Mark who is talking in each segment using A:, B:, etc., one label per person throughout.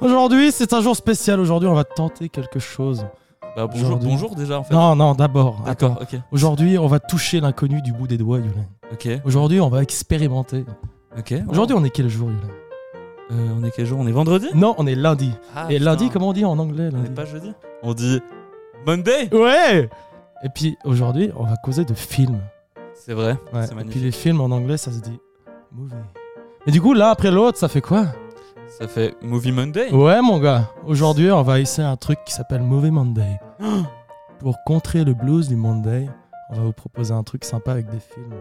A: Aujourd'hui, c'est un jour spécial. Aujourd'hui, on va tenter quelque chose.
B: Bah, bonjour,
A: Aujourd'hui.
B: bonjour déjà en fait.
A: Non, non, d'abord.
B: D'accord,
A: attends.
B: ok.
A: Aujourd'hui, on va toucher l'inconnu du bout des doigts, Yolan.
B: Ok,
A: Aujourd'hui, on va expérimenter.
B: ok.
A: Aujourd'hui, on est quel jour, Yolan
B: Euh, on est quel jour On est vendredi
A: Non, on est lundi.
B: Ah,
A: Et lundi,
B: putain.
A: comment on dit en anglais
B: On
A: lundi
B: n'est pas jeudi On dit Monday
A: Ouais Et puis aujourd'hui, on va causer de films.
B: C'est vrai,
A: Ouais.
B: c'est
A: Et puis
B: magnifique.
A: les films en anglais, ça se dit movie. Mais du coup, l'un après l'autre, ça fait quoi
B: Ça fait Movie Monday
A: Ouais, mon gars. Aujourd'hui, on va essayer un truc qui s'appelle Movie Monday. Pour contrer le blues du Monday, on va vous proposer un truc sympa avec des films.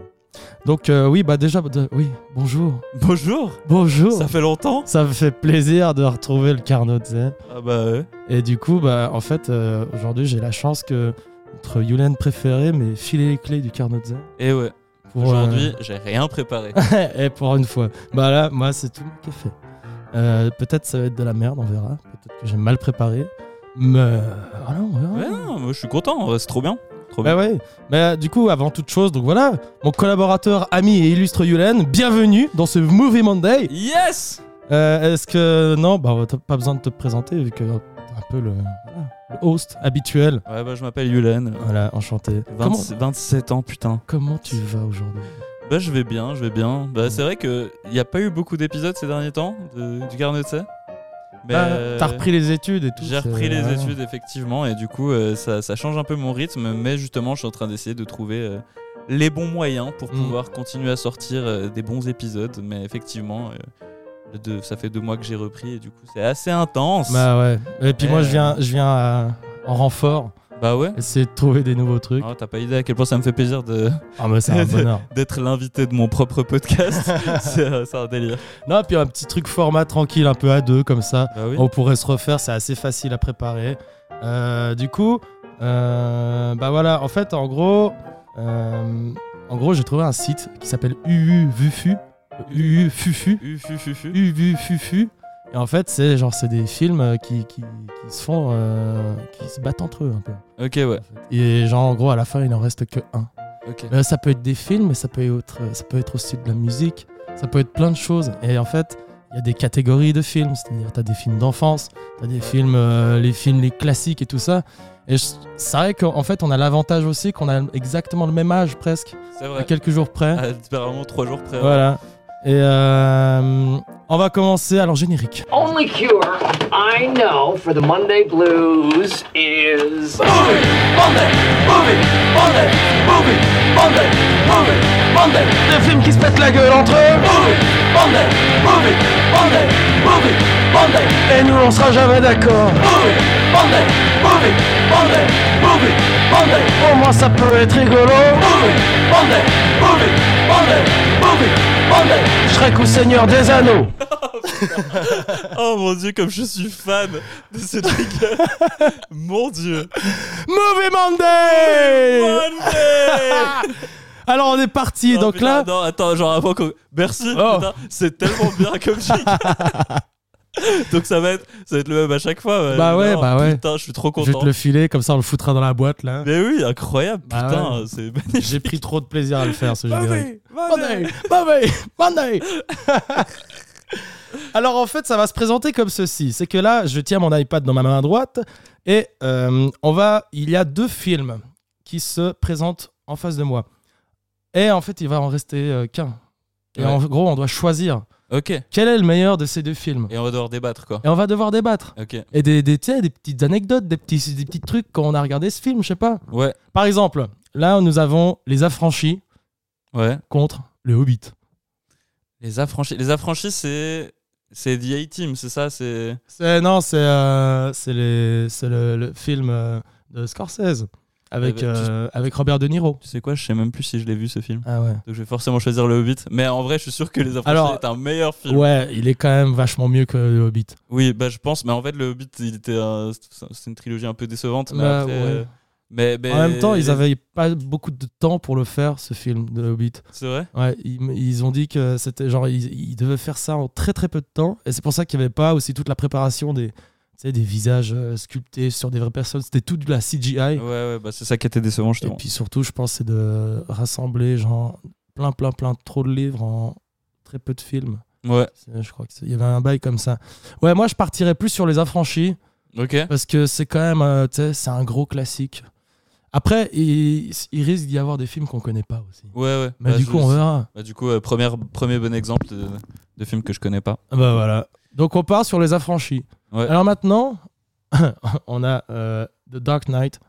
A: Donc euh, oui, bah déjà, de- oui, bonjour.
B: Bonjour
A: Bonjour.
B: Ça fait longtemps
A: Ça me fait plaisir de retrouver le Carnot, tu sais.
B: Ah bah ouais.
A: Et du coup, bah, en fait, euh, aujourd'hui, j'ai la chance que notre Yulen préféré m'ait filé les clés du Carnotze.
B: Et Eh ouais.
A: Pour,
B: Aujourd'hui, j'ai rien préparé.
A: euh, et pour une fois. Bah là, moi, c'est tout mon café. Euh, Peut-être ça va être de la merde, on verra. Peut-être que j'ai mal préparé. Mais. Ah non, on verra.
B: ouais, non, moi, je suis content, euh, c'est trop bien. Trop
A: Bah
B: bien.
A: ouais. Mais euh, du coup, avant toute chose, donc voilà, mon collaborateur, ami et illustre Yulen, bienvenue dans ce Movie Monday.
B: Yes
A: Euh, Est-ce que. Non, bah, t'as pas besoin de te présenter vu que t'es un peu le, le host habituel.
B: Ouais, bah je m'appelle Yulen. euh,
A: Voilà, enchanté. Comment-
B: 20 27 ans, putain.
A: Comment tu vas aujourd'hui
B: Bah, je vais bien, je vais bien. Bah, c'est vrai qu'il n'y a pas eu beaucoup d'épisodes ces derniers temps de- du Garnet, tu sais. Mais.
A: Bah, T'as repris les études et tout.
B: J'ai
A: c'est-
B: repris les
A: ouais.
B: études effectivement et du coup euh, ça, ça change un peu mon rythme mais justement je suis en train d'essayer de trouver euh, les bons moyens pour
A: Mm.
B: pouvoir continuer à sortir euh, des bons épisodes mais effectivement euh, le deux- ça fait deux mois que j'ai repris et du coup c'est assez intense bah,
A: Bah ouais. Et puis
B: Ouais.
A: moi, je viens, je viens euh, en renfort,
B: Bah, ouais
A: essayer de trouver des nouveaux trucs.
B: Ah, t'as pas idée à quel point ça me fait plaisir de-
A: Ah, bah, c'est un bonheur.
B: d'être l'invité de mon propre podcast c'est euh, c'est un délire
A: Non, puis un petit truc format tranquille, un peu à deux, comme ça.
B: bah oui
A: On pourrait se refaire, c'est assez facile à préparer. Euh, du coup, euh, bah voilà, en fait, en gros, euh, en gros, j'ai trouvé un site qui s'appelle UUVufu. UUFufu.
B: U, fu, fu, fu.
A: UUFufu. Et en fait, c'est genre, c'est des films euh, qui, qui, qui se font, euh, qui se battent entre eux un peu.
B: ok ouais
A: Et genre, en gros, à la fin, il n'en reste que un.
B: ok
A: Mais Euh, ça peut être des films, mais ça peut être, ça peut être aussi de la musique, ça peut être plein de choses. Et en fait, il y a des catégories de films, c'est-à-dire t'as des films d'enfance, t'as des films, euh, les films, les classiques et tout ça. Et je- c'est vrai qu'en fait, on a l'avantage aussi qu'on a exactement le même âge presque,
B: c'est
A: à
B: vrai
A: quelques jours près.
B: Ah, c'est vraiment trois jours près
A: Voilà. Et euh, on va commencer. Alors générique.
C: Only cure I know for the Monday blues is.
B: Oh mon dieu, comme je suis fan de cette rigole. mon dieu.
A: Movie Monday.
B: Monday
A: Alors on est parti.
B: Oh,
A: Donc
B: putain,
A: là,
B: Non, attends, genre avant qu'on. Merci,
A: Oh.
B: putain, c'est tellement bien comme rigole. Donc ça va, être, ça va être le même à chaque fois. ouais.
A: Bah ouais,
B: Non,
A: bah ouais.
B: Putain, je suis trop
A: je vais
B: content.
A: te le filer comme ça, on le foutra dans la boîte là.
B: Mais oui, incroyable,
A: Bah
B: putain,
A: ouais.
B: c'est magnifique.
A: J'ai pris trop de plaisir à le faire
B: Ah,
A: ce générique.
B: Monday.
A: Monday, Monday. Alors en fait, ça va se présenter comme ceci. C'est que là, je tiens mon iPad dans ma main droite et euh, on va. Il y a deux films qui se présentent en face de moi. Et en fait, il va en rester euh, qu'un. Et
B: Ouais.
A: en gros, on doit choisir
B: Ok, et
A: quel est le meilleur de ces deux films.
B: on va devoir débattre quoi.
A: Et on va devoir débattre.
B: Ok,
A: Et des, des, tu sais, des petites anecdotes, des petits, des petits trucs quand on a regardé ce film, je sais pas.
B: ouais,
A: Par exemple, là, nous avons Les Affranchis
B: ouais.
A: contre Le Hobbit.
B: Les affranchis, les affranchis c'est. C'est The A-Team, c'est ça c'est...
A: C'est non, c'est euh, c'est les- c'est le, le film euh, de Scorsese avec
B: Eh ben, tu-
A: euh, avec Robert De Niro.
B: Tu sais quoi, je sais même plus si je l'ai vu ce film.
A: Ah ouais.
B: Donc je vais forcément choisir le Hobbit. Mais en vrai, je suis sûr que Les Affranchis
A: Alors-
B: est un meilleur film.
A: Ouais, il est quand même vachement mieux que le Hobbit.
B: Oui, bah je pense. Mais en fait, le Hobbit, il était un- c'est une trilogie un peu décevante. Mais,
A: Bah,
B: après,
A: ouais.
B: euh, mais, mais-
A: En même temps, ils avaient pas beaucoup de temps pour le faire ce film de Hobbit.
B: C'est vrai.
A: Ouais, ils, ils ont dit que c'était genre ils, ils devaient faire ça en très très peu de temps et c'est pour ça qu'il n'y avait pas aussi toute la préparation des tu sais, des visages euh, sculptés sur des vraies personnes, c'était tout de la CGI.
B: Ouais, ouais. Bah c'est ça qui était décevant
A: Et
B: justement.
A: puis surtout, je pense, c'est de rassembler genre plein, plein, plein trop de livres en très peu de films.
B: Ouais,
A: C'est- Je crois qu'il y avait un bail comme ça. Ouais, moi, je partirais plus sur Les Affranchis
B: ok.
A: parce que c'est quand même, euh, tu sais, c'est un gros classique. Après, il, il risque d'y avoir des films qu'on connaît pas aussi.
B: Ouais, ouais.
A: Mais
B: Bah,
A: du
B: je-
A: coup, on verra.
B: bah, du coup, euh, première- premier bon exemple de, de film que je connais pas.
A: Ah Bah voilà. Donc, on part sur Les Affranchis.
B: Ouais.
A: Alors maintenant, on a euh, The Dark Knight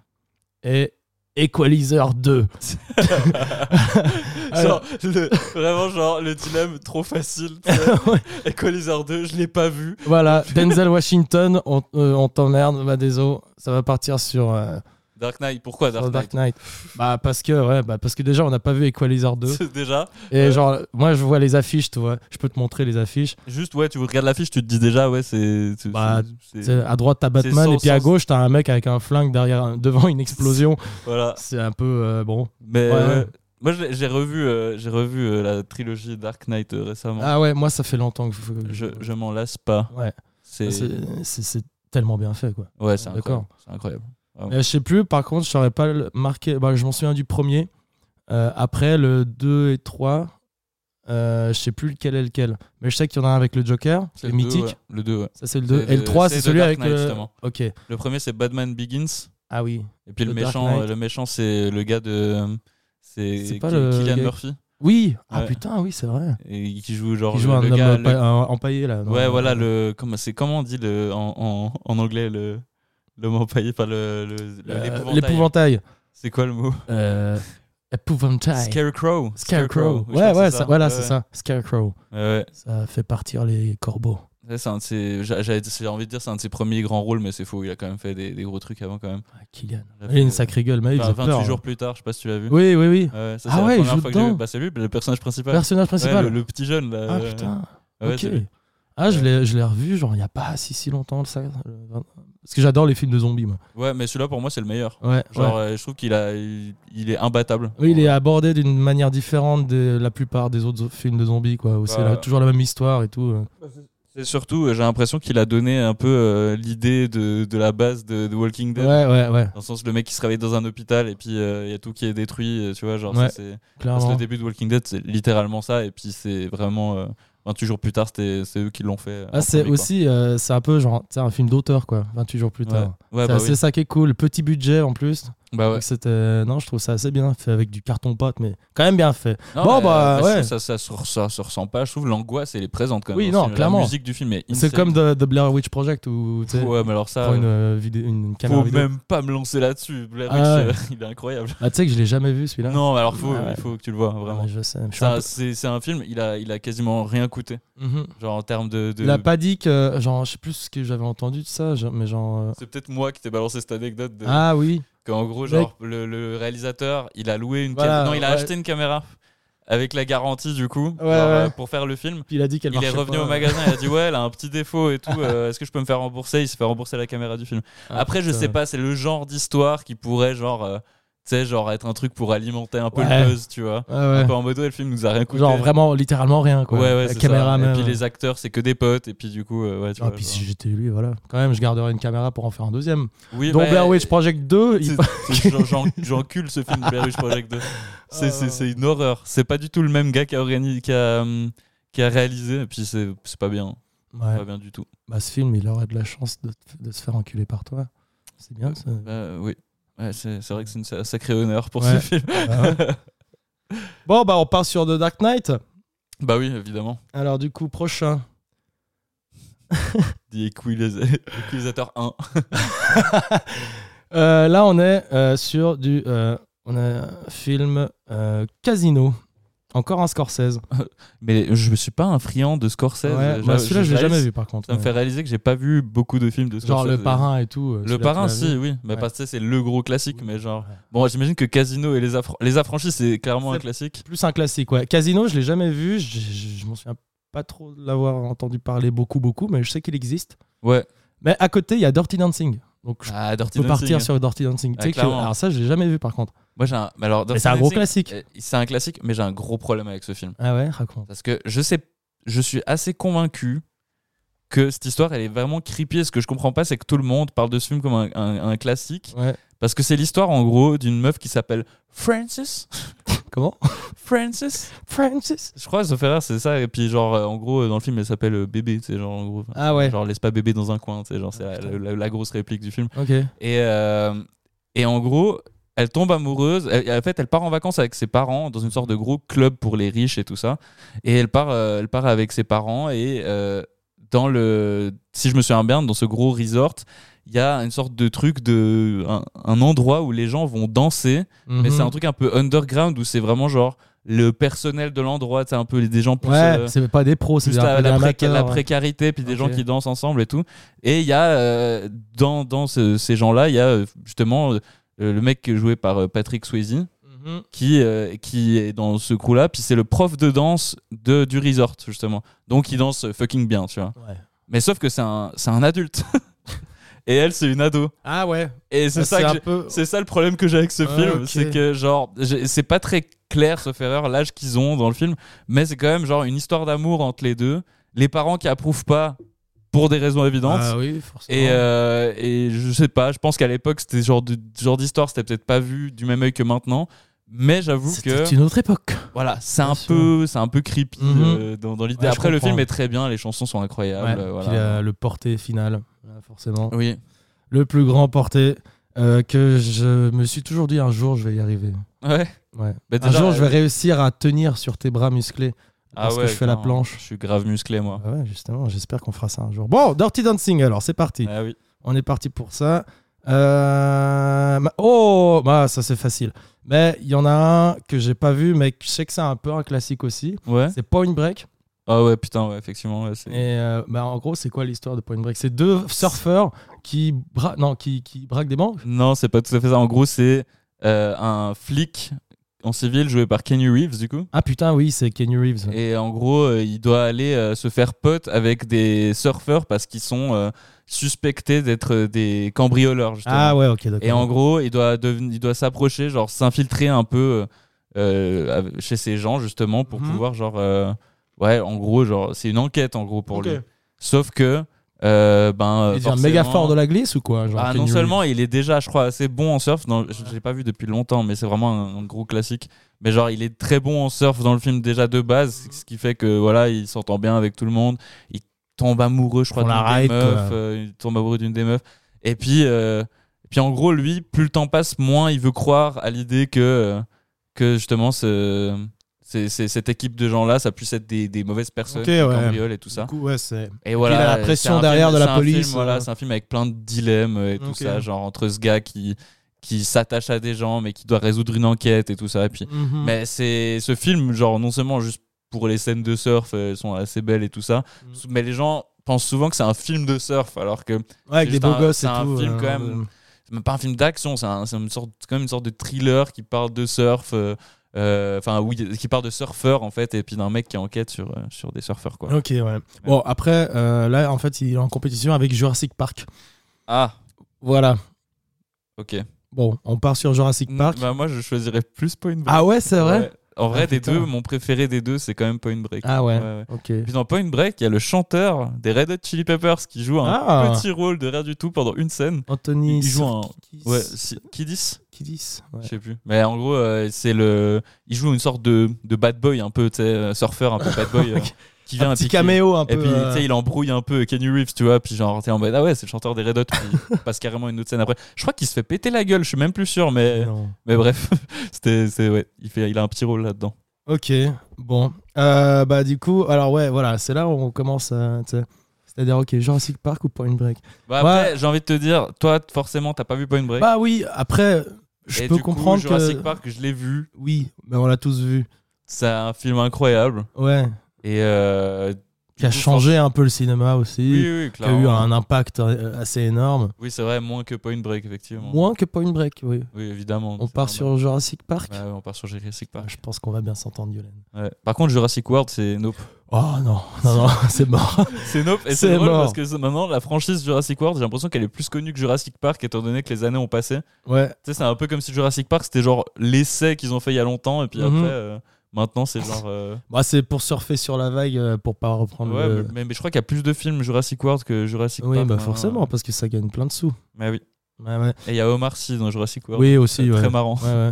A: et Equalizer 2. Alors-
B: Genre, le- vraiment, genre, le dilemme trop facile. tu
A: Ouais.
B: sais. Equalizer 2, je l'ai pas vu.
A: Voilà, Denzel Washington, on, euh, on t'emmerde, bah désolé, ça va partir sur, euh,
B: Dark Knight, pourquoi
A: sur
B: Dark
A: Dark
B: Knight
A: Knight. Bah parce que ouais, bah parce que déjà on n'a pas vu Equalizer 2
B: C'est Déjà,
A: et
B: ouais.
A: genre moi je vois les affiches, tu vois, je peux te montrer les affiches.
B: juste, ouais, tu regardes l'affiche, tu te dis déjà, ouais, c'est. c'est-
A: Bah,
B: c'est-
A: C'est- À droite t'as
B: C'est
A: Batman
B: sans-
A: et puis à
B: sans-
A: gauche t'as un mec avec un flingue derrière un- devant une explosion.
B: Voilà.
A: C'est un peu euh, bon.
B: Mais
A: Ouais,
B: euh,
A: ouais.
B: moi, je l'ai- j'ai revu, euh, j'ai revu euh, la trilogie Dark Knight euh, récemment.
A: Ah ouais, moi ça fait longtemps que que-
B: Je, je m'en lasse pas.
A: Ouais.
B: C'est
A: Ah, C'est- c'est c'est tellement bien fait quoi.
B: ouais, c'est
A: D'accord.
B: incroyable. C'est incroyable.
A: Euh, je sais plus, par contre, je saurais pas le- marqué. bah, je m'en souviens du premier. Euh, après, le 2 et 3, euh, je sais plus lequel est lequel. Mais je sais qu'il y en a un avec le Joker,
B: C'est
A: le
B: deux,
A: mythique.
B: ouais. Le 2, ouais.
A: Ça, c'est le
B: C'est
A: 2.
B: le-
A: Et le 3,
B: c'est
A: c'est
B: The
A: celui
B: Dark
A: avec
B: Knight,
A: le.
B: justement.
A: Ok.
B: Le premier, c'est Batman Begins.
A: Ah oui.
B: Et puis le,
A: Le Dark
B: méchant,
A: Knight.
B: euh, le méchant, c'est le gars de. euh, C'est
A: C'est
B: Ki-
A: pas le
B: Killian
A: gars-
B: Murphy.
A: Oui. Ah
B: Ouais.
A: putain, oui, c'est vrai.
B: Et qui joue genre
A: Il joue
B: le,
A: un
B: le
A: homme
B: gars.
A: empa-
B: le-
A: un- empaillé là. dans-
B: Ouais, voilà. Le... Comment, c'est... comment on dit le... en, en, en anglais le. L'homme empaillé par le, le, le-
A: Euh,
B: l'épouvantail.
A: L'épouvantail.
B: C'est quoi le mot
A: Euh, Épouvantail.
B: Scarecrow.
A: Scarecrow.
B: je crois
A: Ouais,
B: que
A: ouais, ça- voilà,
B: Ouais,
A: c'est
B: ouais.
A: ça. Scarecrow.
B: Ouais, ouais.
A: Ça fait partir les corbeaux.
B: Ouais, c'est un de ses- j'a- j'avais- J'ai envie de dire c'est un de ses premiers grands rôles, mais c'est faux. Il a quand même fait des, des gros trucs avant quand même.
A: Ah, Kylian.
B: Il a
A: Il a une
B: fait-
A: sacrée gueule, mais il
B: Enfin,
A: faisait
B: 28
A: peur. hein.
B: jours plus tard, je sais pas si tu l'as vu.
A: Oui, oui, oui.
B: Ouais, ça,
A: Ah
B: c'est
A: ouais,
B: la
A: il
B: première
A: joue
B: fois que j'ai vu.
A: dedans.
B: Bah, c'est lui, le personnage principal.
A: Personnage
B: Ouais,
A: principal.
B: le, le petit jeune là.
A: Ah
B: euh,
A: putain.
B: ouais,
A: ok.
B: c'est lui.
A: Ah, je
B: Ouais.
A: l'ai, je l'ai revu, genre, il n'y a pas si, si longtemps. Ça, le- Parce que j'adore les films de zombies, moi.
B: Ouais, mais celui-là pour moi c'est le meilleur.
A: Ouais,
B: Genre,
A: ouais.
B: euh, je trouve qu'il a, il, il est imbattable.
A: Oui, il est abordé d'une manière différente de la plupart des autres zo- films de zombies, quoi. Où c'est
B: Bah,
A: la- toujours la même histoire et tout.
B: C'est surtout, euh, j'ai l'impression qu'il a donné un peu euh, l'idée de, de la base de, de Walking
A: Ouais,
B: Dead.
A: ouais, ouais,
B: Dans le sens, le mec qui se réveille dans un hôpital et puis euh, il y a tout qui est détruit, euh, tu vois, genre ça,
A: Ouais.
B: c'est... Parce que
A: clairement.
B: le début de Walking Dead, c'est littéralement ça. Et puis c'est vraiment. euh, 28 jours plus tard, c'était- c'est eux qui l'ont fait. euh, en
A: Ah, c'est
B: premier, quoi.
A: aussi, euh, c'est un peu genre, tu sais, un film d'auteur, quoi, 28 jours plus
B: Ouais.
A: tard.
B: Ouais,
A: c'est
B: bah,
A: assez
B: oui.
A: ça qui est cool, petit budget en plus.
B: Bah ouais.
A: Donc c'était, euh, non, je trouve ça assez bien fait avec du carton pâte, mais quand même bien fait.
B: Non,
A: Bon,
B: mais, euh,
A: bah,
B: mais
A: ouais.
B: Ça, ça, ça se re- ça se ressent pas. Je trouve l'angoisse, elle est présente quand même.
A: Oui,
B: dans ce
A: non,
B: film.
A: clairement.
B: La musique du film est insane.
A: C'est comme The, The Blair Witch Project où tu sais,
B: Ouais, mais alors ça.
A: prends une,
B: euh,
A: euh, vidéo, une caméra
B: Faut
A: vidéo.
B: même pas me lancer là-dessus. Blair Witch,
A: Ah ouais.
B: euh, il est incroyable.
A: Ah, tu sais que je l'ai jamais vu celui-là.
B: Non, mais alors faut,
A: Ouais.
B: il faut que tu le vois,
A: Ah,
B: vraiment.
A: mais je sais. je suis
B: Ça,
A: un peu-
B: C'est c'est un film, il a, il a quasiment rien coûté.
A: Mhm.
B: Genre en termes de. de-
A: Il a pas dit que, euh, genre, je sais plus ce que j'avais entendu de ça, genre- mais genre. euh,
B: C'est peut-être moi qui t'ai balancé cette anecdote. De...
A: Ah oui,
B: Qu'en gros,
A: Mec.
B: genre, le, le réalisateur, il a loué une
A: Voilà,
B: caméra. Non, il a
A: ouais.
B: acheté une caméra avec la garantie, du coup,
A: Ouais,
B: genre, euh,
A: ouais.
B: pour faire le film.
A: il a dit qu'elle
B: Il est
A: marchait
B: revenu
A: pas.
B: au magasin, il a dit Ouais, elle a un petit défaut et tout, euh, est-ce que je peux me faire rembourser Il se fait rembourser la caméra du film.
A: Ah,
B: Après, je
A: putain.
B: sais pas, c'est le genre d'histoire qui pourrait, genre, euh, tu sais, genre être un truc pour alimenter un peu
A: Ouais.
B: le buzz, tu vois.
A: Ah,
B: Un
A: ouais.
B: peu en mode, ouais, le film nous a rien coûté.
A: Genre vraiment, littéralement rien quoi.
B: Ouais, ouais,
A: la
B: c'est
A: caméra
B: ça.
A: même. euh.
B: Et puis les acteurs, c'est que des potes, et puis du coup, euh, ouais, tu
A: Ah,
B: vois,
A: puis
B: genre.
A: si j'étais lui, voilà. Quand même, je garderais une caméra pour en faire un deuxième.
B: Oui,
A: Donc
B: mais-
A: Blair Witch Project 2, il- Ah,
B: c'est- c'est- j'en- j'en- J'encule ce film Blair Witch Project 2. C'est- C'est c'est une horreur. C'est pas du tout le même gars qui a, organi- qui a, hum, qui a réalisé. Et puis c'est c'est pas bien.
A: Ouais.
B: Pas bien du tout.
A: Bah, ce film, il aurait de la chance de, de se faire enculer par toi. C'est bien ça.
B: Bah, oui. Ouais, c'est c'est vrai que c'est une- c'est un sacré honneur pour
A: Ouais.
B: ce film.
A: Ah, ouais. bon, bah, on part sur The Dark Knight.
B: bah oui, évidemment.
A: Alors, du coup, prochain.
B: The Equalis- Equalisateur 1.
A: Euh, là, on est euh, sur du. euh, on a un film euh, Casino. Encore un Scorsese.
B: Mais je suis pas un friand de Scorsese.
A: Ouais,
B: J'a-
A: bah, celui-là, je l'ai
B: réalise-
A: jamais vu par contre.
B: Ça me fait réaliser que j'ai pas vu beaucoup de films de Scorsese.
A: Genre le parrain et tout. euh,
B: Le
A: celui-là,
B: parrain,
A: tu l'as vu.
B: si, oui. Mais
A: Ouais.
B: parce que c'est le gros classique, mais genre.
A: Ouais.
B: Bon, j'imagine que Casino et Les, Affran- les Affranchis, c'est clairement un
A: C'est-
B: classique.
A: Plus un classique, ouais. Casino, je l'ai jamais vu. Je, je- je m'en souviens pas trop de l'avoir entendu parler beaucoup, beaucoup, mais je sais qu'il existe.
B: Ouais.
A: Mais à côté, il y a Dirty Dancing. Donc, je
B: Ah, Dirty
A: peux partir
B: Dancing.
A: sur Dirty Dancing. Tu
B: Ah,
A: sais que-
B: clairement.
A: alors, ça, je l'ai jamais vu par contre.
B: Moi, j'ai un. mais alors,
A: mais
B: Dirty
A: c'est un gros
B: Dancing,
A: classique.
B: euh, C'est un classique, mais j'ai un gros problème avec ce film.
A: Ah ouais, raconte.
B: Parce que je sais, je suis assez convaincu que cette histoire, elle est vraiment creepy. Et ce que je comprends pas, c'est que tout le monde parle de ce film comme un, un- un classique.
A: Ouais.
B: Parce que c'est l'histoire, en gros, d'une meuf qui s'appelle Frances.
A: Comment
B: Francis
A: Francis
B: Je crois que Sauf Erreur, c'est ça. Et puis, genre, euh, en gros, euh, dans le film, elle s'appelle euh, Bébé. C'est genre, en gros.
A: Ah ouais.
B: Genre, laisse pas bébé dans un coin. tu sais, genre, C'est la,
A: Ah, putain.
B: la- la grosse réplique du film.
A: Ok.
B: Et, euh, et en gros, elle tombe amoureuse. Elle- en fait, elle part en vacances avec ses parents dans une sorte de gros club pour les riches et tout ça. Et elle part, euh, elle part avec ses parents. Et euh, dans le. Si je me souviens bien, dans ce gros resort, il y a une sorte de truc de. Un, un endroit où les gens vont danser. Mais
A: Mhm.
B: c'est un truc un peu underground où c'est vraiment genre le personnel de l'endroit, c'est un peu des gens plus.
A: Ouais,
B: euh,
A: c'est pas des pros, c'est
B: plus
A: des
B: la,
A: un peu
B: la
A: des
B: pré-
A: amateurs,
B: la
A: ouais.
B: précarité, puis des
A: Ok.
B: gens qui dansent ensemble et tout. Et il y a, euh, dans, dans ce- ces gens-là, il y a euh, justement euh, le mec joué par euh, Patrick Swayze
A: Mhm.
B: qui, euh, qui est dans ce crew-là, puis c'est le prof de danse de, du resort, justement. Donc il danse fucking bien, tu vois.
A: Ouais.
B: Mais sauf que c'est un, c'est un adulte. Et elle, c'est une ado.
A: Ah ouais.
B: Et c'est ça que
A: un
B: j'ai-
A: peu.
B: c'est ça le problème que j'ai avec ce
A: Ah,
B: film,
A: ok.
B: c'est que genre j'ai- c'est pas très clair sauf erreur l'âge qu'ils ont dans le film, mais c'est quand même genre une histoire d'amour entre les deux, les parents qui approuvent pas pour des raisons évidentes.
A: Ah oui, forcément.
B: Et, euh, et je sais pas, je pense qu'à l'époque, c'était ce genre de ce genre d'histoire, c'était peut-être pas vu du même œil que maintenant, mais j'avoue que
A: C'était une autre époque.
B: voilà, c'est
A: Bien
B: un
A: sûr.
B: peu, c'est un peu creepy
A: Mhm.
B: euh, dans, dans l'idée.
A: Ouais, je
B: Après, le
A: comprends.
B: film est très bien, les chansons sont incroyables,
A: Ouais,
B: euh,
A: Puis
B: voilà.
A: euh, le porté final, euh, forcément.
B: Oui.
A: Le plus grand porté euh, que je me suis toujours dit un jour je vais y arriver.
B: Ouais.
A: Ouais.
B: Bah,
A: un
B: déjà,
A: jour je vais
B: euh,
A: réussir à tenir sur tes bras musclés
B: Ah
A: parce
B: ouais,
A: que je fais la
B: clairement.
A: planche.
B: Je suis grave musclé moi.
A: Ah ouais, justement, j'espère qu'on fera ça un jour. Bon, Dirty Dancing alors, c'est parti.
B: Ah oui.
A: On est parti pour ça. Euh, ma- Oh, bah, ça c'est facile. Mais il y en a un que j'ai pas vu, mais je sais que c'est un peu un classique aussi.
B: Ouais.
A: C'est Point Break.
B: Ah ouais, putain, ouais, effectivement. ouais, c'est-
A: Et euh, bah, en gros, c'est quoi l'histoire de Point Break C'est deux surfeurs qui, bra... non, qui, qui braquent des banques.
B: Non, c'est pas tout à fait ça. En gros, c'est euh, un flic en civil joué par Kenny Reeves, du coup.
A: Ah putain, oui, c'est Kenny Reeves.
B: Et en gros, euh, il doit aller euh, se faire pote avec des surfeurs parce qu'ils sont euh, suspectés d'être euh, des cambrioleurs, justement.
A: Ah ouais, ok, d'accord.
B: Et en gros, il doit, deven- il doit s'approcher, genre s'infiltrer un peu euh, euh, av- chez ces gens, justement, pour
A: Mhm.
B: pouvoir, genre. euh, ouais, en gros, genre, c'est une enquête, en gros, pour
A: Ok.
B: lui. Sauf que. euh, ben,
A: il devient méga
B: forcément-
A: fort de la glisse ou quoi genre
B: Ah,
A: Kenny
B: non
A: Reeves
B: seulement il est déjà, je crois, assez bon en surf. Dans, je je l'ai pas vu depuis longtemps, mais c'est vraiment un, un gros classique. Mais genre, il est très bon en surf dans le film déjà de base, ce qui fait que voilà, il s'entend bien avec tout le monde. Il tombe amoureux, je crois,
A: Prend
B: d'une
A: la
B: des
A: ride,
B: meufs.
A: quoi.
B: euh, il tombe amoureux d'une des meufs. Et puis, euh, et puis en gros, lui, plus le temps passe, moins il veut croire à l'idée que euh, que justement ce, c'est- c'est- cette équipe de gens-là, ça puisse être des, des mauvaises personnes,
A: Ok,
B: des
A: ouais.
B: cambrioles et tout ça.
A: Du coup, ouais, c'est.
B: Et voilà,
A: il a la
B: c'est
A: pression
B: un
A: derrière de la
B: c'est un film,
A: police, euh.
B: voilà, c'est un film avec plein de dilemmes euh, et tout
A: Ok.
B: ça, genre entre ce gars qui qui s'attache à des gens mais qui doit résoudre une enquête et tout ça. Et puis,
A: Mhm.
B: mais c'est ce film, genre non seulement juste pour les scènes de surf, euh, elles sont assez belles et tout ça,
A: Mm.
B: mais les gens pensent souvent que c'est un film de surf alors que
A: Ouais,
B: c'est
A: avec des
B: juste
A: beaux
B: un-
A: gosses et
B: c'est
A: tout.
B: un film quand
A: euh,
B: même c'est même pas un film d'action, c'est un- c'est une sorte, quand même une sorte de thriller qui parle de surf. euh, euh, Enfin, oui, qui parle de surfeur en fait, et puis d'un mec qui enquête sur, euh, sur des surfeurs quoi.
A: Ok, ouais. Bon, après, euh, là, en fait, il est en compétition avec Jurassic Park.
B: Ah,
A: Voilà.
B: ok.
A: Bon, on part sur Jurassic
B: Mm,
A: Park.
B: Bah moi je choisirais plus Point Break.
A: ah ouais, c'est vrai
B: Ouais. En vrai,
A: Ah,
B: des
A: putain.
B: deux, mon préféré des deux, c'est quand même Point Break.
A: Ah ouais.
B: ouais.
A: Ok.
B: Et puis dans Point Break, il y a le chanteur des Red Hot Chili Peppers qui joue un
A: Ah
B: petit rôle de rien du tout pendant une scène.
A: Anthony.
B: Il joue un-
A: Serkis-
B: Ouais, si- Kiddis
A: Kiddis, ouais.
B: Je sais plus. Mais en gros, euh, c'est le. Il joue une sorte de, de bad boy un peu, tu sais, euh, surfeur un peu bad boy euh, qui vient
A: Un
B: et
A: petit
B: puis qui-
A: caméo un peu.
B: Et puis,
A: euh,
B: tu sais, il embrouille un peu Kenny Reeves, tu vois. Puis, genre, t'es en mode, ah ouais, c'est le chanteur des Red Hot. Puis, il passe carrément une autre scène après. Je crois qu'il se fait péter la gueule, je suis même plus sûr, mais.
A: non.
B: Mais bref, c'était, c'est, ouais, il, fait, il a un petit rôle là-dedans.
A: Ok, bon. Euh, bah, du coup, alors ouais, voilà, c'est là où on commence à. tu sais, C'est-à-dire, ok, Jurassic Park ou Point Break
B: Bah après, j'ai envie de te dire, toi, t- forcément, t'as pas vu Point Break.
A: Bah oui, après, je
B: Et
A: peux
B: du coup,
A: comprendre que.
B: Jurassic Park, je l'ai vu.
A: Oui, mais on l'a tous vu.
B: C'est un film incroyable.
A: Ouais.
B: Et euh,
A: Qui a
B: Du coup,
A: changé un peu le cinéma aussi.
B: oui, oui,
A: qui a eu
B: clairement.
A: un impact euh, assez énorme.
B: Oui, c'est vrai, moins que Point Break, effectivement.
A: Moins que Point Break, oui.
B: Oui, évidemment.
A: On
B: c'est
A: part
B: normal.
A: sur Jurassic Park.
B: Ouais, ouais, on part sur Jurassic Park.
A: Je pense qu'on va bien s'entendre, Yolène.
B: Ouais. Par contre, Jurassic World, c'est nope.
A: Oh non, non, non, c'est mort.
B: C'est nope. Et
A: C'est
B: c'est drôle
A: mort.
B: parce que c'est- maintenant, la franchise Jurassic World, j'ai l'impression qu'elle est plus connue que Jurassic Park, étant donné que les années ont passé.
A: Ouais,
B: Tu sais, c'est un peu comme si Jurassic Park, c'était genre l'essai qu'ils ont fait il y a longtemps, et puis
A: Mhm.
B: après, euh, maintenant, c'est genre. euh,
A: bah, c'est pour surfer sur la vague, euh, pour pas reprendre
B: Ouais,
A: le...
B: mais, mais je crois qu'il y a plus de films Jurassic World que Jurassic
A: Oui,
B: Park.
A: bah
B: hein.
A: forcément, parce que ça gagne plein de sous.
B: Mais oui.
A: Ouais, ouais.
B: Et il y a Omar Sy dans Jurassic World.
A: Oui,
B: C'est
A: aussi, ouais.
B: très marrant.
A: Ouais, ouais.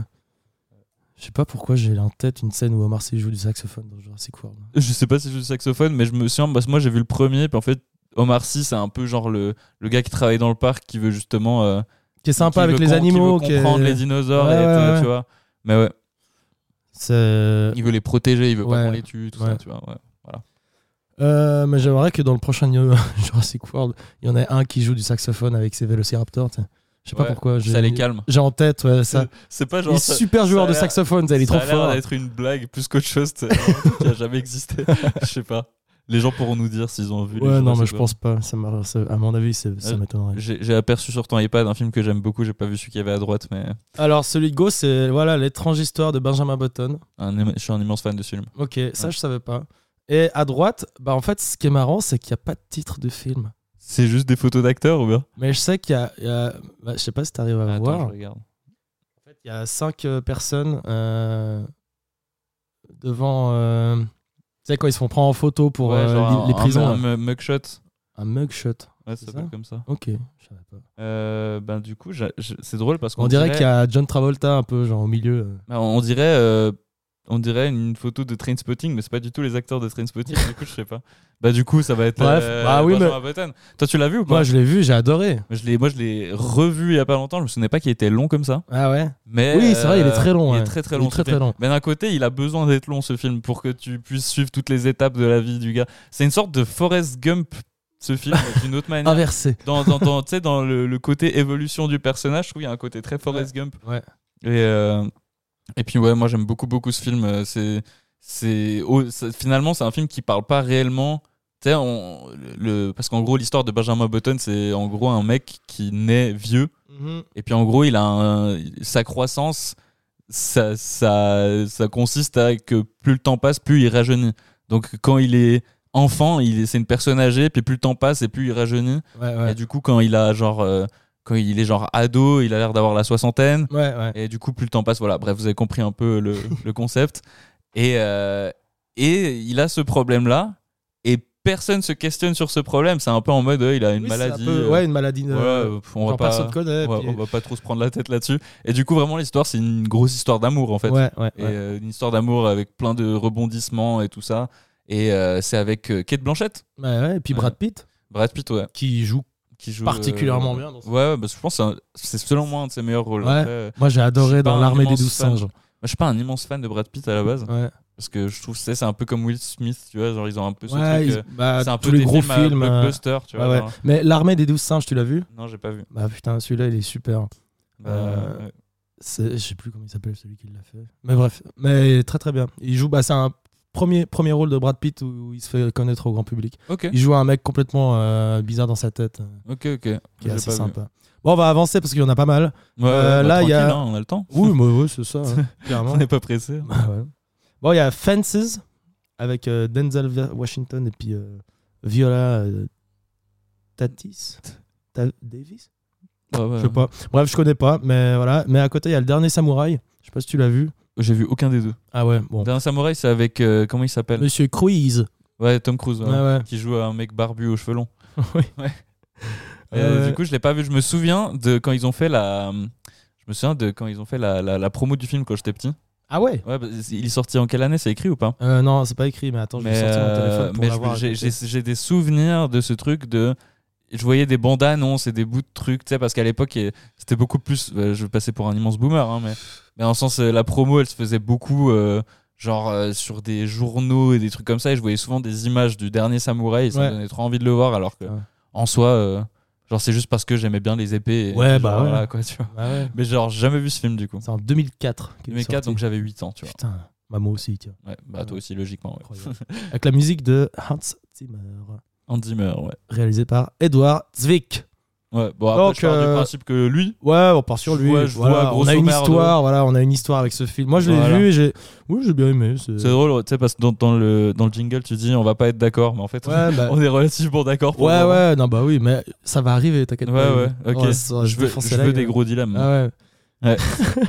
A: Je sais pas pourquoi j'ai en tête une scène où Omar Sy joue du saxophone dans Jurassic World.
B: Je sais pas si je joue du saxophone, mais je me souviens, parce que moi j'ai vu le premier, puis en fait, Omar Sy, c'est un peu genre le, le gars qui travaille dans le parc qui veut justement. euh,
A: Qui est sympa
B: qui
A: avec
B: veut
A: les
B: com-
A: animaux.
B: Qui
A: qui
B: veut
A: est-
B: comprendre les dinosaures,
A: Ouais,
B: et être,
A: ouais,
B: euh,
A: ouais.
B: tu vois. Mais ouais,
A: C'est-
B: il veut les protéger, il veut pas
A: Ouais.
B: qu'on les tue, tout ça,
A: Ouais.
B: tu vois. ouais.
A: Euh, mais j'aimerais que dans le prochain euh, Jurassic World, il y en ait un qui joue du saxophone avec ses vélociraptors. tu sais. Je sais pas
B: Ouais,
A: pourquoi. j'ai-
B: Ça les calme.
A: J'ai en tête, ouais, ça.
B: C'est pas
A: Il est
B: genre. ça-
A: super joueur
B: a
A: de
B: l'air-
A: saxophone, ça, il est
B: ça
A: trop
B: a l'air
A: fort.
B: d'être une blague plus qu'autre chose c'est un truc qui a jamais existé. Je sais pas. Les gens pourront nous dire s'ils ont vu. les
A: Ouais, non,
B: Jurassic
A: mais je
B: World.
A: pense pas. Ça m'a- ça- à mon avis, c'est- ça
B: Euh,
A: m'étonnerait.
B: J'ai j'ai aperçu sur ton iPad un film que j'aime beaucoup, j'ai pas vu celui qu'il y avait à droite, mais
A: Alors, celui de Go, c'est voilà, L'étrange histoire de Benjamin Button.
B: un im- je suis un immense fan de ce film.
A: Ok, ça,
B: Ouais.
A: je savais pas. Et à droite, bah en fait, ce qui est marrant, c'est qu'il n'y a pas de titre de film.
B: C'est juste des photos d'acteurs ou bien
A: Mais je sais qu'il y a. il y a- bah, je sais pas si t'arrives à
B: Attends,
A: voir.
B: je regarde.
A: En fait, il y a cinq euh, personnes euh, devant. euh, tu sais, quand ils se font prendre en photo pour
B: Ouais,
A: euh,
B: genre
A: les-
B: un-
A: les prisons.
B: Un,
A: là.
B: mu- mugshot.
A: Un mugshot.
B: Ouais, ça
A: C'est ça
B: s'appelle comme ça.
A: Ok, je savais pas.
B: Euh, ben, du coup, j'a- je- c'est drôle parce qu'on
A: On dirait qu'il y a John Travolta un peu, genre au milieu. euh.
B: Bah, on dirait, euh, on dirait une photo de Trainspotting, mais c'est pas du tout les acteurs de Trainspotting. du coup, je sais pas. Bah du coup, ça va être.
A: Bref,
B: euh,
A: bah oui,
B: Benjamin Button. Toi, tu l'as vu ou pas
A: Moi, je l'ai vu, j'ai adoré.
B: Moi, je l'ai, moi, je l'ai revu il y a pas longtemps. Je me souvenais pas qu'il était long comme ça.
A: Ah ouais
B: Mais euh,
A: Oui, c'est vrai, il est très long,
B: Il
A: ouais.
B: est très très
A: Il est
B: long. ce
A: très, très
B: film.
A: long.
B: Mais d'un côté, il a besoin d'être long ce film pour que tu puisses suivre toutes les étapes de la vie du gars. C'est une sorte de Forrest Gump ce film mais d'une autre manière.
A: Inversé.
B: dans dans, dans, tu sais, dans le, le côté évolution du personnage, je trouve qu'il y a un côté très Forrest Gump.
A: Ouais.
B: Et, euh, et puis ouais, moi j'aime beaucoup beaucoup ce film. Euh, C'est c'est oh, ça- finalement c'est un film qui parle pas réellement. Tu sais, on- le parce qu'en gros l'histoire de Benjamin Button c'est en gros un mec qui naît vieux et puis en gros il a un- sa croissance ça, ça ça consiste à que plus le temps passe plus il rajeunit. Donc quand il est enfant il est- c'est une personne âgée puis plus le temps passe et plus il rajeunit.
A: Ouais,
B: Et
A: ouais.
B: du coup quand il a genre euh, quand il est genre ado il a l'air d'avoir la soixantaine.
A: Ouais, ouais.
B: Et du coup, plus le temps passe, voilà. Bref, vous avez compris un peu le, le concept. Et, euh, et il a ce problème-là. Et personne se questionne sur ce problème. C'est un peu en mode, euh, il a une
A: Oui, c'est un
B: maladie.
A: peu-
B: euh,
A: ouais, une maladie.
B: voilà,
A: euh,
B: euh, pff, on va
A: genre personne
B: pas.
A: connaît.
B: ouais,
A: Euh, puis-
B: on va pas trop se prendre la tête là-dessus. Et du coup, vraiment, l'histoire, c'est une grosse histoire d'amour, en fait.
A: Ouais, ouais,
B: Et,
A: ouais.
B: euh, une histoire d'amour avec plein de rebondissements et tout ça. Et euh, c'est avec euh, Kate Blanchett,
A: Ouais, ouais, Et puis
B: Ouais.
A: Brad Pitt,
B: Brad Pitt, ouais,
A: qui joue
B: qui joue.
A: particulièrement
B: euh,
A: bien. dans ce-
B: Ouais, ouais, parce que je pense que c'est un- c'est selon moi un de ses meilleurs rôles.
A: Ouais.
B: Après, euh,
A: Moi, j'ai
B: Je
A: adoré
B: suis
A: dans
B: pas un
A: L'Armée des
B: immense
A: Douze
B: fan.
A: Singes.
B: Moi, je suis pas un immense fan de Brad Pitt à la base.
A: Ouais.
B: Parce que je trouve, tu sais, c'est un peu comme Will Smith, tu vois, genre ils ont un peu ce
A: Ouais,
B: truc.
A: ils-
B: euh,
A: bah,
B: c'est un
A: tous
B: peu
A: les
B: des
A: gros
B: films, à
A: films. euh,
B: blockbuster, tu vois.
A: ouais, ouais.
B: genre.
A: Mais l'armée des douze singes, tu l'as vu
B: Non, j'ai pas vu.
A: Bah putain, celui-là, il est super.
B: Bah,
A: Euh,
B: ouais.
A: C'est- Je sais plus comment il s'appelle celui qui l'a fait. Mais bref, mais très très bien. Il joue, bah, c'est un premier, premier rôle de Brad Pitt où il se fait connaître au grand public.
B: Ok,
A: Il joue un mec complètement euh, bizarre dans sa tête, euh,
B: ok, ok.
A: qui est
B: J'ai
A: assez
B: pas vu.
A: sympa. Bon, on va avancer parce qu'il y en a pas mal.
B: Ouais, ouais,
A: Euh,
B: bah,
A: là, il y a-
B: tranquille, hein, on a le temps.
A: Oui, mais oui, c'est ça, hein, clairement.
B: On n'est pas pressé.
A: Bah, ouais. Bon, il y a Fences avec euh, Denzel Vi- Washington et puis euh, Viola euh, Tatis. Ta- Davis
B: Ouais, ouais.
A: Je sais pas. Bref, je connais pas, mais voilà. Mais à côté, il y a le dernier samouraï. Je sais pas si tu l'as vu.
B: J'ai vu aucun des deux.
A: Ah ouais, bon.
B: Dernier Samouraï, c'est avec. euh, comment il s'appelle
A: Monsieur Cruise.
B: Ouais, Tom Cruise.
A: Ouais,
B: voilà,
A: ouais.
B: Qui joue à un mec barbu aux cheveux longs.
A: Oui.
B: Ouais. Et,
A: Euh,
B: euh, Du coup, je l'ai pas vu. Je me souviens de quand ils ont fait la. Je me souviens de quand ils ont fait la, la, la promo du film quand j'étais petit.
A: Ah ouais
B: Ouais, bah, il est sorti en quelle année C'est écrit ou pas
A: Euh, Non, c'est pas écrit, mais attends, je vais
B: Mais,
A: sortir mon
B: euh,
A: téléphone pour
B: mais je-
A: l'avoir.
B: j'ai- j'ai j'ai des souvenirs de ce truc de. Je voyais des bandes annonces et des bouts de trucs, tu sais, parce qu'à l'époque, il- c'était beaucoup plus. euh, Je vais passer pour un immense boomer, hein, mais, mais en sens, euh, la promo, elle se faisait beaucoup, euh, genre, euh, sur des journaux et des trucs comme ça, et je voyais souvent des images du dernier samouraï, et ça
A: Ouais. Ah
B: me donnait trop envie de le voir, alors que,
A: Ouais.
B: en soi, euh, genre, c'est juste parce que j'aimais bien les épées. et-
A: Ouais,
B: genre,
A: bah ouais.
B: voilà, quoi, tu vois.
A: Ah ouais.
B: Mais genre, j'ai jamais vu ce film, du coup.
A: C'est en 2004. qu'il est
B: 2004, donc
A: sorti.
B: j'avais 8 ans, tu vois.
A: Putain, bah, moi aussi, tiens.
B: Ouais, bah, toi aussi, logiquement. Ouais.
A: Incroyable. Avec la musique de Hans Zimmer,
B: Hans Zimmer, ouais.
A: réalisée par Edouard Zwick.
B: Ouais, bon, après,
A: Donc,
B: je pars
A: euh,
B: du principe que lui,
A: Ouais, on part sur
B: Je
A: lui.
B: vois- je
A: Voilà,
B: vois,
A: on
B: grosso
A: a une
B: merdo.
A: histoire, voilà, on a une histoire avec ce film. Moi, je l'ai
B: Voilà.
A: vu et j'ai. Oui, j'ai bien aimé. c'est-
B: c'est drôle, tu sais, parce que dans, dans le, dans le jingle, tu dis on va pas être d'accord, mais en fait,
A: Ouais, bah.
B: on est relativement d'accord. pour
A: Ouais,
B: le moment.
A: ouais, non, bah oui, mais ça va arriver, t'inquiète
B: Ouais,
A: pas.
B: ouais, ok.
A: On va se- on va se
B: je veux,
A: défoncer
B: je
A: la
B: veux
A: gueule.
B: des gros dilemmes.
A: Ah ouais.
B: Ouais.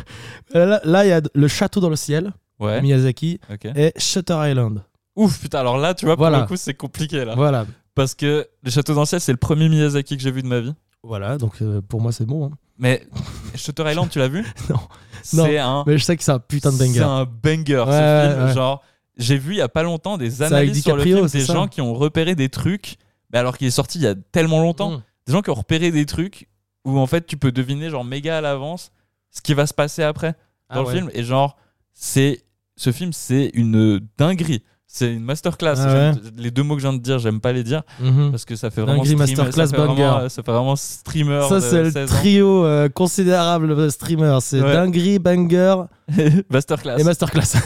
A: là, là, il y a le château dans le ciel,
B: Ouais,
A: Miyazaki,
B: ok.
A: et Shutter Island.
B: Ouf, putain, alors là, tu vois, pour
A: Voilà.
B: le coup, c'est compliqué, là.
A: Voilà.
B: Parce que Les Châteaux dans le ciel, c'est le premier Miyazaki que j'ai vu de ma vie.
A: Voilà, donc euh, pour moi c'est bon. hein.
B: Mais Shutter Island, tu l'as vu
A: Non.
B: C'est un,
A: Mais je sais que c'est un putain de
B: c'est
A: banger.
B: un banger
A: Ouais,
B: ce film.
A: ouais.
B: Genre, j'ai vu il y a pas longtemps des
A: avec
B: analyses sur le
A: DiCaprio,
B: film
A: c'est
B: des
A: ça
B: gens qui ont repéré des trucs, mais alors qu'il est sorti il y a tellement longtemps.
A: Mm.
B: Des gens qui ont repéré des trucs où en fait tu peux deviner genre méga à l'avance ce qui va se passer après dans
A: Ah
B: le
A: ouais.
B: film. Et genre, c'est ce film, c'est une dinguerie. C'est une masterclass.
A: Ah
B: J'aime- Les deux mots que je viens de dire, j'aime pas les dire
A: Mhm.
B: parce que ça fait vraiment
A: Dinguerie,
B: streamer-
A: masterclass,
B: ça fait vraiment,
A: banger.
B: euh, ça fait vraiment streamer.
A: Ça,
B: de
A: c'est le
B: 16 ans.
A: trio euh, considérable de streamers. C'est
B: Ouais. Ah,
A: dinguerie, banger
B: masterclass.
A: et masterclass.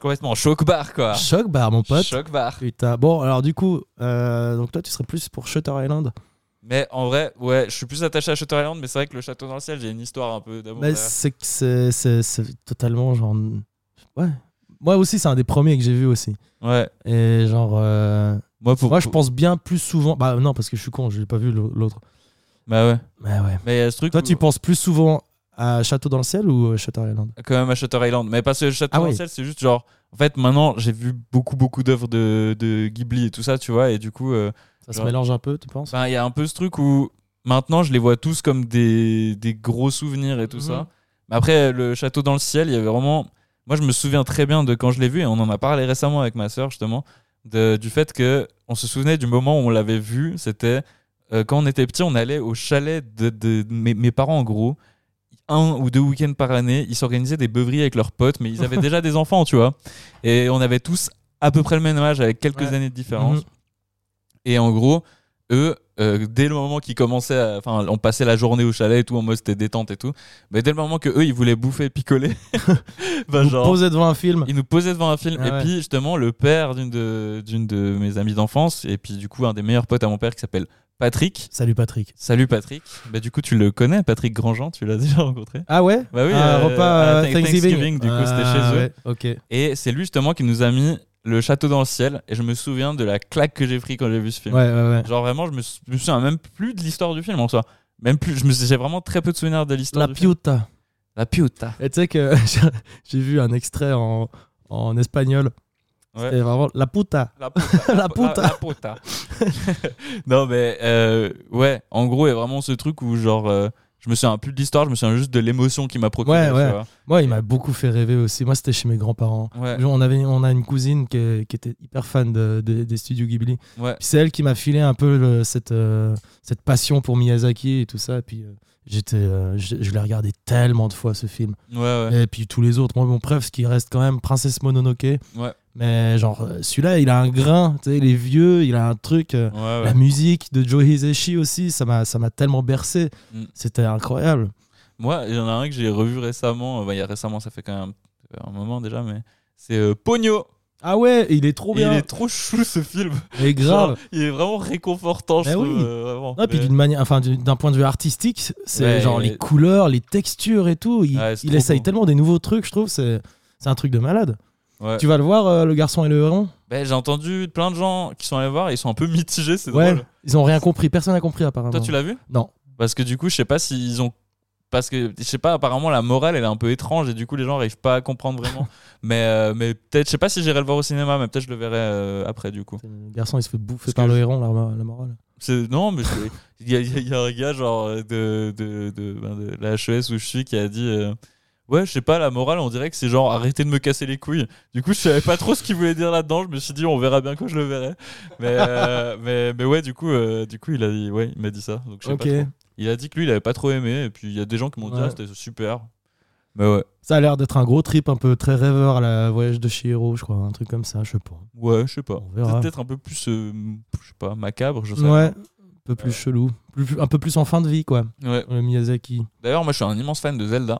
B: Complètement choc bar quoi.
A: Choc bar, mon pote.
B: Ah. Choc bar.
A: Putain. Bon, alors du coup, euh, donc toi, tu serais plus pour Shutter Island.
B: Mais en vrai, ouais, je suis plus attaché à Shutter Island, mais c'est vrai que le château dans le ciel, j'ai une histoire un peu d'amour.
A: Mais
B: derrière.
A: c'est que c'est- c'est c'est totalement genre. Ouais. Moi aussi, c'est un des premiers que j'ai vu aussi.
B: Ouais.
A: Et genre. euh,
B: Moi, pour,
A: Moi, je pense bien plus souvent. Bah non, parce que je suis con, je l'ai pas vu l'au- l'autre.
B: Bah ouais.
A: Mais ouais.
B: Mais il y a ce truc.
A: Toi,
B: où-
A: tu penses plus souvent à Château dans le ciel ou euh, Shutter Island
B: quand même à Shutter Island. Mais parce que Shutter
A: Ah
B: Island,
A: oui.
B: c'est juste genre. En fait, maintenant, j'ai vu beaucoup, beaucoup d'œuvres de, de Ghibli et tout ça, tu vois. Et du coup, euh,
A: Ça se
B: Genre-
A: mélange un peu, tu penses
B: ben, il y a un peu ce truc où maintenant, je les vois tous comme des, des gros souvenirs et tout
A: Mhm.
B: ça. Mais après, le château dans le ciel, il y avait vraiment. Moi, je me souviens très bien de quand je l'ai vu, et on en a parlé récemment avec ma sœur, justement, de- du fait que on se souvenait du moment où on l'avait vu. C'était euh, quand on était petit, on allait au chalet de, de- de mes, mes parents, en gros. Un ou deux week-ends par année, ils s'organisaient des beuveries avec leurs potes, mais ils avaient déjà des enfants, tu vois. Et on avait tous à peu près le même âge, avec quelques
A: Ouais.
B: années de différence.
A: Mhm.
B: Et en gros, eux, euh, dès le moment qu'ils commençaient, à- enfin, on passait la journée au chalet et tout, en mode c'était détente et tout. Mais dès le moment que eux, ils voulaient bouffer, et picoler, ben,
A: Vous
B: genre,
A: posez devant un film.
B: ils nous posaient devant un film.
A: Ah
B: et
A: ouais.
B: puis justement, le père d'une de, d'une de mes amies d'enfance, et puis du coup, un des meilleurs potes à mon père qui s'appelle Patrick.
A: Salut Patrick.
B: Salut Patrick. Bah du coup, tu le connais, Patrick Grandjean, tu l'as déjà rencontré.
A: Ah ouais
B: Bah oui,
A: Un
B: euh,
A: repas
B: à
A: euh,
B: Thanksgiving, du coup, c'était
A: Ah
B: chez eux.
A: ouais, Ok.
B: Et c'est lui justement qui nous a mis le château dans le ciel. Et je me souviens de la claque que j'ai pris quand j'ai vu ce film.
A: Ouais, ouais, ouais.
B: Genre vraiment, je me, sou- je me souviens même plus de l'histoire du film en soi. Même plus, je me j'ai vraiment très peu de souvenirs de l'histoire.
A: La
B: du film.
A: piota.
B: La piota.
A: Et tu sais que j'ai- j'ai vu un extrait en, en espagnol.
B: Ouais.
A: C'était vraiment la puta.
B: La puta.
A: La
B: po-
A: puta.
B: La, puta. non mais euh, ouais, en gros, il y a vraiment ce truc où genre, euh, je me souviens plus de l'histoire, je me souviens juste de l'émotion qui m'a procuré.
A: Ouais,
B: tu
A: ouais.
B: vois.
A: Moi, il m'a beaucoup fait rêver aussi. Moi, c'était chez mes grands-parents.
B: Ouais,
A: On, avait, on a une cousine qui, est- qui était hyper fan de- de- des studios Ghibli.
B: ouais.
A: Puis c'est elle qui m'a filé un peu le- cette, euh, cette passion pour Miyazaki et tout ça. Et puis euh, j'étais, euh, je, je l'ai regardé tellement de fois ce film.
B: Ouais, ouais.
A: Et puis tous les autres. Moi, mon préf, ce qui reste quand même Princesse Mononoke.
B: Ouais.
A: Mais genre, euh, celui-là, il a un grain. Tu sais, il est vieux, il a un truc. euh,
B: Ouais,
A: La
B: ouais.
A: musique de Joe Hisaishi aussi, ça m'a, ça m'a tellement bercé.
B: Mm.
A: C'était incroyable.
B: Moi, il y en a un que j'ai revu récemment. euh, bah, il y a récemment, ça fait quand même un moment déjà, mais c'est euh, Pogno.
A: Ah ouais, il est trop
B: Et Il
A: bien.
B: est trop chou ce film.
A: Il est grave.
B: Genre, il est vraiment réconfortant, je
A: Mais
B: trouve.
A: oui.
B: euh, vraiment.
A: Non, puis
B: Mais-
A: d'une manière, enfin d'une- d'un point de vue artistique, c'est
B: Ouais,
A: genre
B: il
A: les
B: est-
A: couleurs, les textures et tout. Il,
B: Ouais, c'est
A: il
B: trop
A: essaye
B: beau.
A: tellement des nouveaux trucs, je trouve. C'est c'est un truc de malade.
B: Ouais.
A: Tu vas le voir, euh, le garçon et le héron.
B: Ben, j'ai entendu plein de gens qui sont allés voir et ils sont un peu mitigés, c'est
A: Ouais,
B: drôle.
A: ils ont rien compris. Personne n'a compris apparemment.
B: Toi, tu l'as vu
A: Non.
B: Parce que du coup, je sais pas s'ils ont. Parce que je sais pas, apparemment la morale elle est un peu étrange et du coup les gens arrivent pas à comprendre vraiment. mais euh, mais peut-être, je sais pas si j'irai le voir au cinéma, mais peut-être je le verrai euh, après du coup.
A: Le garçon, il se fait
B: Parce
A: bouffer par
B: que
A: le
B: je-
A: héron, la, la morale.
B: C'est- Non, mais c'est- il y, a- il y a- il y a un gars genre euh, de, de, de, ben, de la HES où je suis qui a dit euh, Ouais, je sais pas, la morale, on dirait que c'est genre arrêtez de me casser les couilles. Du coup, je savais pas trop ce qu'il voulait dire là-dedans. Je me suis dit, on verra bien quand je le verrai. Mais, euh, mais, mais ouais, du coup, euh, du coup il a dit, ouais, il m'a dit ça. Donc, je sais
A: Ok.
B: pas trop. Il a dit que lui, il avait pas trop aimé. Et puis, il y a des gens qui m'ont dit,
A: Ouais.
B: ah, c'était super. Mais ouais,
A: Ça a l'air d'être un gros trip un peu très rêveur, la voyage de Chihiro, je crois, un truc comme ça, je sais pas.
B: ouais, je sais pas.
A: On verra.
B: C'est peut-être un peu plus, euh, je sais pas, macabre, je sais
A: Ouais, un peu plus
B: Ouais.
A: chelou, Plus- plus- un peu plus en fin de vie quoi.
B: pas. Ouais.
A: Le Miyazaki.
B: D'ailleurs, moi, je suis un immense fan de Zelda.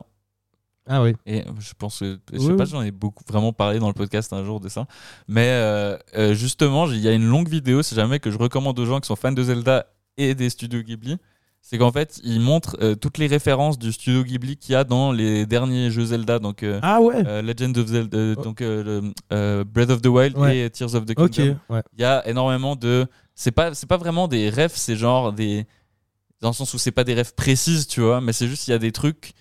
A: Ah oui.
B: Et je pense que je
A: Oui,
B: sais pas
A: oui.
B: si j'en ai beaucoup vraiment parlé dans le podcast un jour de ça, mais euh, euh, justement, j'ai- il y a une longue vidéo, si jamais que je recommande aux gens qui sont fans de Zelda et des studios Ghibli, c'est qu'en fait, ils montrent euh, toutes les références du studio Ghibli qu'il y a dans les derniers jeux Zelda, donc euh,
A: Ah ouais.
B: euh, Legend of Zelda, euh,
A: Oh.
B: donc euh, le, euh, Breath of the Wild
A: Ouais.
B: et Tears of the Euh, Kingdom
A: ok. Ouais.
B: il y a énormément de c'est pas c'est pas vraiment des rêves c'est genre des dans le sens où c'est pas des rêves précises tu vois mais c'est juste il y a des trucs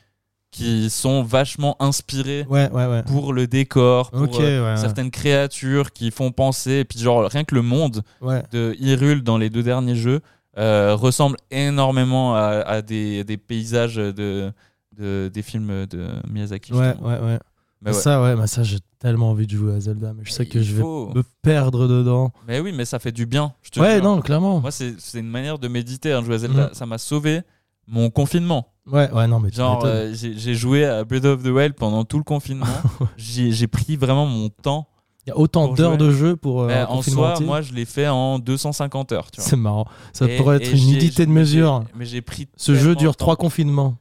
B: qui sont vachement inspirés
A: Ouais ouais ouais.
B: pour le décor pour
A: Ok
B: euh,
A: ouais.
B: certaines créatures qui font penser et puis genre rien que le monde
A: Ouais.
B: de Hyrule dans les deux derniers jeux euh, ressemble énormément à, à des, des paysages de, de- des films de Miyazaki.
A: Ouais,
B: justement.
A: ouais, ouais.
B: Mais ouais.
A: Ça, ouais, bah ça, j'ai tellement envie de jouer à Zelda, mais je sais que
B: Il
A: je vais
B: faut.
A: me perdre dedans.
B: Mais oui, mais ça fait du bien. Je te
A: Ouais,
B: jure.
A: non, clairement.
B: Moi, c'est c'est une manière de méditer, hein, de jouer à Zelda.
A: Mhm.
B: Ça m'a sauvé mon confinement.
A: Ouais, ouais, non, mais tu
B: Genre,
A: m'étonnes.
B: euh, j'ai j'ai joué à Breath of the Wild pendant tout le confinement. j'ai j'ai pris vraiment mon temps.
A: Il y a autant
B: pour
A: d'heures
B: jouer.
A: de jeu pour. euh,
B: Euh,
A: un
B: en
A: confinement
B: soi,
A: entier.
B: moi, je l'ai fait en 250 heures. Tu vois.
A: c'est marrant. Ça
B: Et-
A: pourrait
B: et
A: être une
B: j'ai-
A: unité de
B: j'ai-
A: mesure.
B: Mais j'ai pris.
A: Ce jeu
B: tellement
A: dure
B: de
A: trois
B: temps.
A: confinements.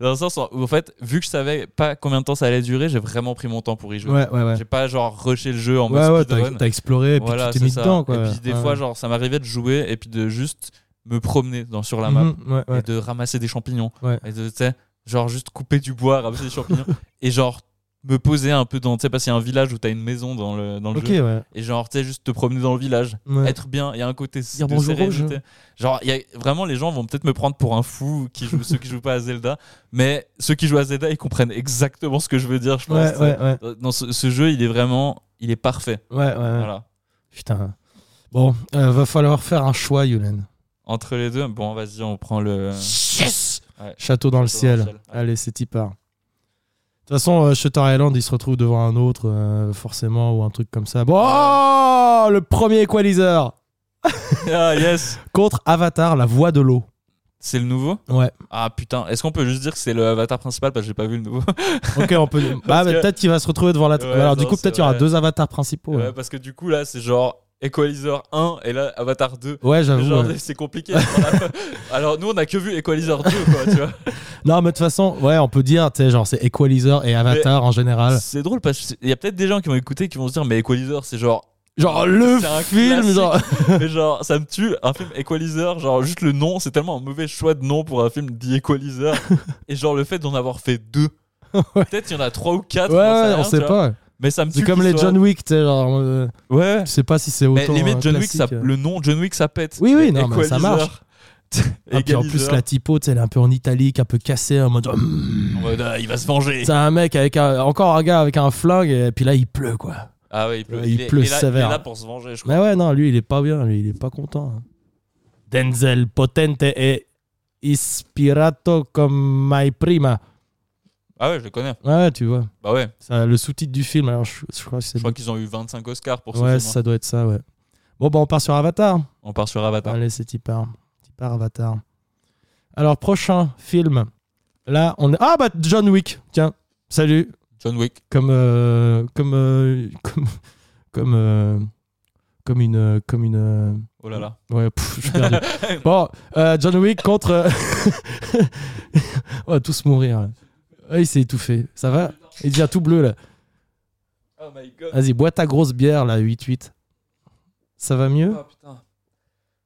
B: Dans le sens où, en fait, vu que je savais pas combien de temps ça allait durer, j'ai vraiment pris mon temps pour y jouer.
A: Ouais, ouais, ouais.
B: J'ai pas genre rushé le jeu en
A: Ouais, ouais,
B: mode
A: t'as
B: speedrun.
A: t'as exploré et puis
B: Voilà,
A: tu t'es
B: c'est
A: mis
B: ça.
A: dedans, quoi.
B: Et puis des
A: Ouais.
B: fois, genre, ça m'arrivait de jouer et puis de juste me promener dans, sur la map.
A: Mhm, ouais, ouais.
B: et de ramasser des champignons
A: Ouais.
B: et de tu sais, genre juste couper du bois ramasser des champignons et genre me poser un peu dans tu sais parce qu'il y a un village où t'as une maison dans le dans le
A: Ok,
B: jeu
A: ouais.
B: et genre tu sais juste te promener dans le village
A: Ouais.
B: être bien il y a un côté de
A: Dire bonjour au
B: sérénité.
A: jeu.
B: genre il y a- vraiment les gens vont peut-être me prendre pour un fou qui joue ceux qui jouent pas à Zelda mais ceux qui jouent à Zelda ils comprennent exactement ce que je veux dire je pense
A: Ouais, ouais, ouais.
B: Euh, dans ce, ce jeu il est vraiment il est parfait
A: Ouais, ouais, ouais.
B: voilà
A: Putain. Bon, euh, va falloir faire un choix, Yulen.
B: entre les deux bon vas-y on prend le
A: Yes
B: Ouais.
A: Château dans le
B: Château dans
A: ciel.
B: le ciel. Ouais.
A: Allez, c'est y part. De toute façon, euh, Shutter Island, il se retrouve devant un autre, euh, forcément, ou un truc comme ça. Bon, oh, le premier Equalizer
B: ah yes
A: contre Avatar, la voix de l'eau.
B: c'est le nouveau
A: Ouais.
B: Ah putain, est-ce qu'on peut juste dire que c'est le avatar principal parce que j'ai pas vu le nouveau
A: Ok, on peut. bah,
B: Parce que-
A: peut-être qu'il va se retrouver devant la.
B: Ouais,
A: Alors, du
B: non,
A: coup,
B: c'est
A: peut-être il y aura
B: vrai.
A: deux avatars principaux.
B: Ouais,
A: Ouais,
B: Parce que du coup là c'est genre Equalizer 1 et là Avatar 2.
A: Ouais, j'avoue.
B: Genre
A: Ah ouais.
B: c'est compliqué. Voilà. Alors nous on a que vu Equalizer 2 quoi, tu vois.
A: Non, mais de toute façon, ouais, on peut dire, tu sais, genre, c'est Equalizer et Avatar en général.
B: C'est drôle parce qu'il y a peut-être des gens qui vont écouter qui vont se dire mais Equalizer c'est genre
A: Genre, le
B: C'est un
A: film,
B: classique.
A: genre.
B: mais genre ça me tue un film Equalizer genre juste le nom c'est tellement un mauvais choix de nom pour un film dit Equalizer et genre le fait d'en avoir fait deux. Peut-être il y en a trois ou quatre. j'en sais
A: Ouais, ouais,
B: rien,
A: on
B: tu
A: sait
B: vois.
A: pas.
B: Mais ça me tue.
A: C'est comme
B: qu'ils
A: les
B: soient-
A: John Wick, tu sais, genre, euh,
B: Ouais.
A: je sais pas si c'est
B: Mais
A: autant.
B: limite,
A: un
B: John Wick, ça-
A: classique. euh.
B: le nom John Wick, ça pète.
A: Oui, oui,
B: Mais
A: non, mais ça
B: Equalizer,
A: marche. Ah, puis en plus,
B: Egalizer,
A: la typo, tu sais, elle est un peu en italique, un peu cassée, en mode.
B: en mode, ah, il va se venger.
A: C'est un mec avec un- encore un gars avec un flingue, et puis là, il pleut, quoi.
B: Ah ouais, il pleut.
A: Ouais, il pleut
B: là,
A: sévère.
B: Il est là pour se venger, je crois.
A: Mais ouais, non, lui, il est pas bien, lui, il est pas content. hein. Denzel potente et ispirato comme my prima.
B: Ah ouais, je le connais.
A: Ouais, tu vois.
B: Bah ouais,
A: Ça, le sous-titre du film, alors je, je crois que
B: je
A: c'est.
B: crois qu'ils ont eu 25 Oscars pour ce
A: Ouais,
B: film. hein.
A: ça doit être ça, ouais. Bon, bah, on part sur Avatar.
B: On part sur Avatar.
A: Allez, c'est y part. Y part Avatar. Alors, prochain film. Là, on est. Ah, bah, John Wick. Tiens, salut.
B: John Wick.
A: Comme. euh, comme, euh, comme. Comme. euh, comme une. euh, Comme une. euh,
B: Oh là là.
A: Ouais, pff, je suis perdu. bon, euh, John Wick contre. euh, on va tous mourir. là. Ah, il s'est étouffé. Ça va Il devient tout bleu, là.
B: Oh my god.
A: Vas-y, bois ta grosse bière, là, 8-8. Ça va mieux
B: Oh putain.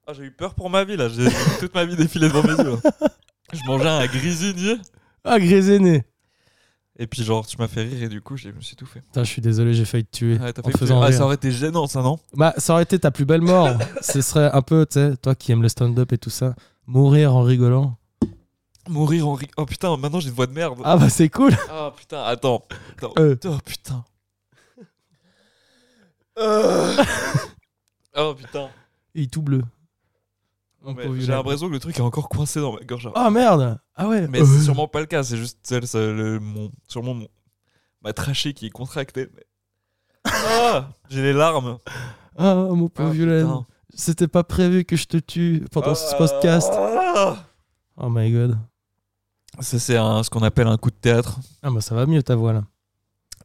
B: Ah, j'ai eu peur pour ma vie là. J'ai j'ai vu toute ma vie défiler devant mes yeux. hein. là. Je mangeais un grisinier.
A: Ah, gréséné
B: Et puis genre, tu m'as fait rire et du coup, j'ai- je me suis tout fait.
A: Putain, je suis désolé, j'ai failli te tuer.
B: Ah, t'as
A: en
B: fait
A: te faisant
B: ah,
A: rire.
B: ça aurait été gênant ça, non
A: Bah, ça aurait été ta plus belle mort. Ce serait un peu, tu sais, toi qui aimes le stand-up et tout ça, mourir en rigolant.
B: Mourir en ri- Oh putain, maintenant j'ai une voix de merde.
A: Ah bah c'est cool.
B: Ah putain, attends. Attends.
A: Euh.
B: Oh putain. oh putain.
A: Il est tout bleu. Mon
B: Mais
A: pauvre
B: J'ai
A: Yulène.
B: l'impression que le truc est encore coincé dans ma gorge.
A: Ah merde. Ah ouais.
B: Mais c'est sûrement pas le cas, c'est juste celle, ça, le, mon, sûrement mon, ma trachée qui est contractée. mais- Ah J'ai les larmes.
A: Ah mon pauvre
B: Ah,
A: Yulène.
B: putain.
A: C'était pas prévu que je te tue pendant ce
B: Ah.
A: podcast. Oh my god.
B: Ça, c'est un- ce qu'on appelle un coup de théâtre.
A: Ah bah ça va mieux ta voix là.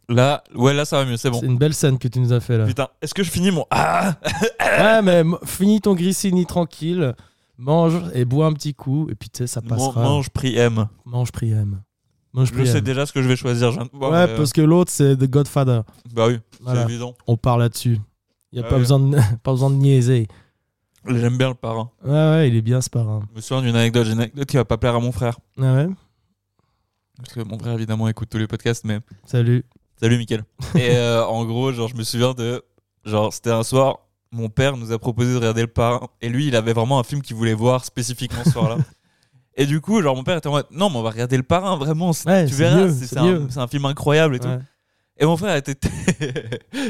B: Là, ouais, là ça va mieux, c'est bon.
A: C'est une belle scène que tu nous as fait là.
B: Putain, est-ce que je finis mon. Ah
A: Ouais mais m- finis ton grissini tranquille. Mange et bois un petit coup et puis tu sais ça
B: Mon-
A: passera.
B: Mange, prie, aime.
A: Mange priam. Mange
B: Je sais
A: priam.
B: déjà ce que je vais choisir. je viens de voir,
A: Ouais
B: mais, euh,
A: parce que l'autre c'est The Godfather.
B: Bah oui,
A: Voilà.
B: c'est évident.
A: on part là-dessus. Il n'y a
B: Ah
A: pas,
B: ouais.
A: besoin de, pas besoin de niaiser.
B: J'aime bien le parrain.
A: Ouais, ouais, il est bien ce parrain.
B: Je me souviens d'une anecdote, j'ai une anecdote qui va pas plaire à mon frère.
A: Ah ouais
B: Parce que mon frère, évidemment, écoute tous les podcasts, mais.
A: Salut.
B: Salut, Mickaël. Et euh, en gros, genre, je me souviens de. Genre, c'était un soir, mon père nous a proposé de regarder le parrain. Et lui, il avait vraiment un film qu'il voulait voir spécifiquement ce soir-là. Et du coup, genre, mon père était en mode Non, mais on va regarder le parrain, vraiment. c'est-
A: Ouais,
B: tu
A: c'est
B: verras,
A: mieux,
B: c'est
A: c'est
B: c'est un,
A: mieux.
B: c'est un film incroyable et tout.
A: Ouais.
B: Et mon frère était.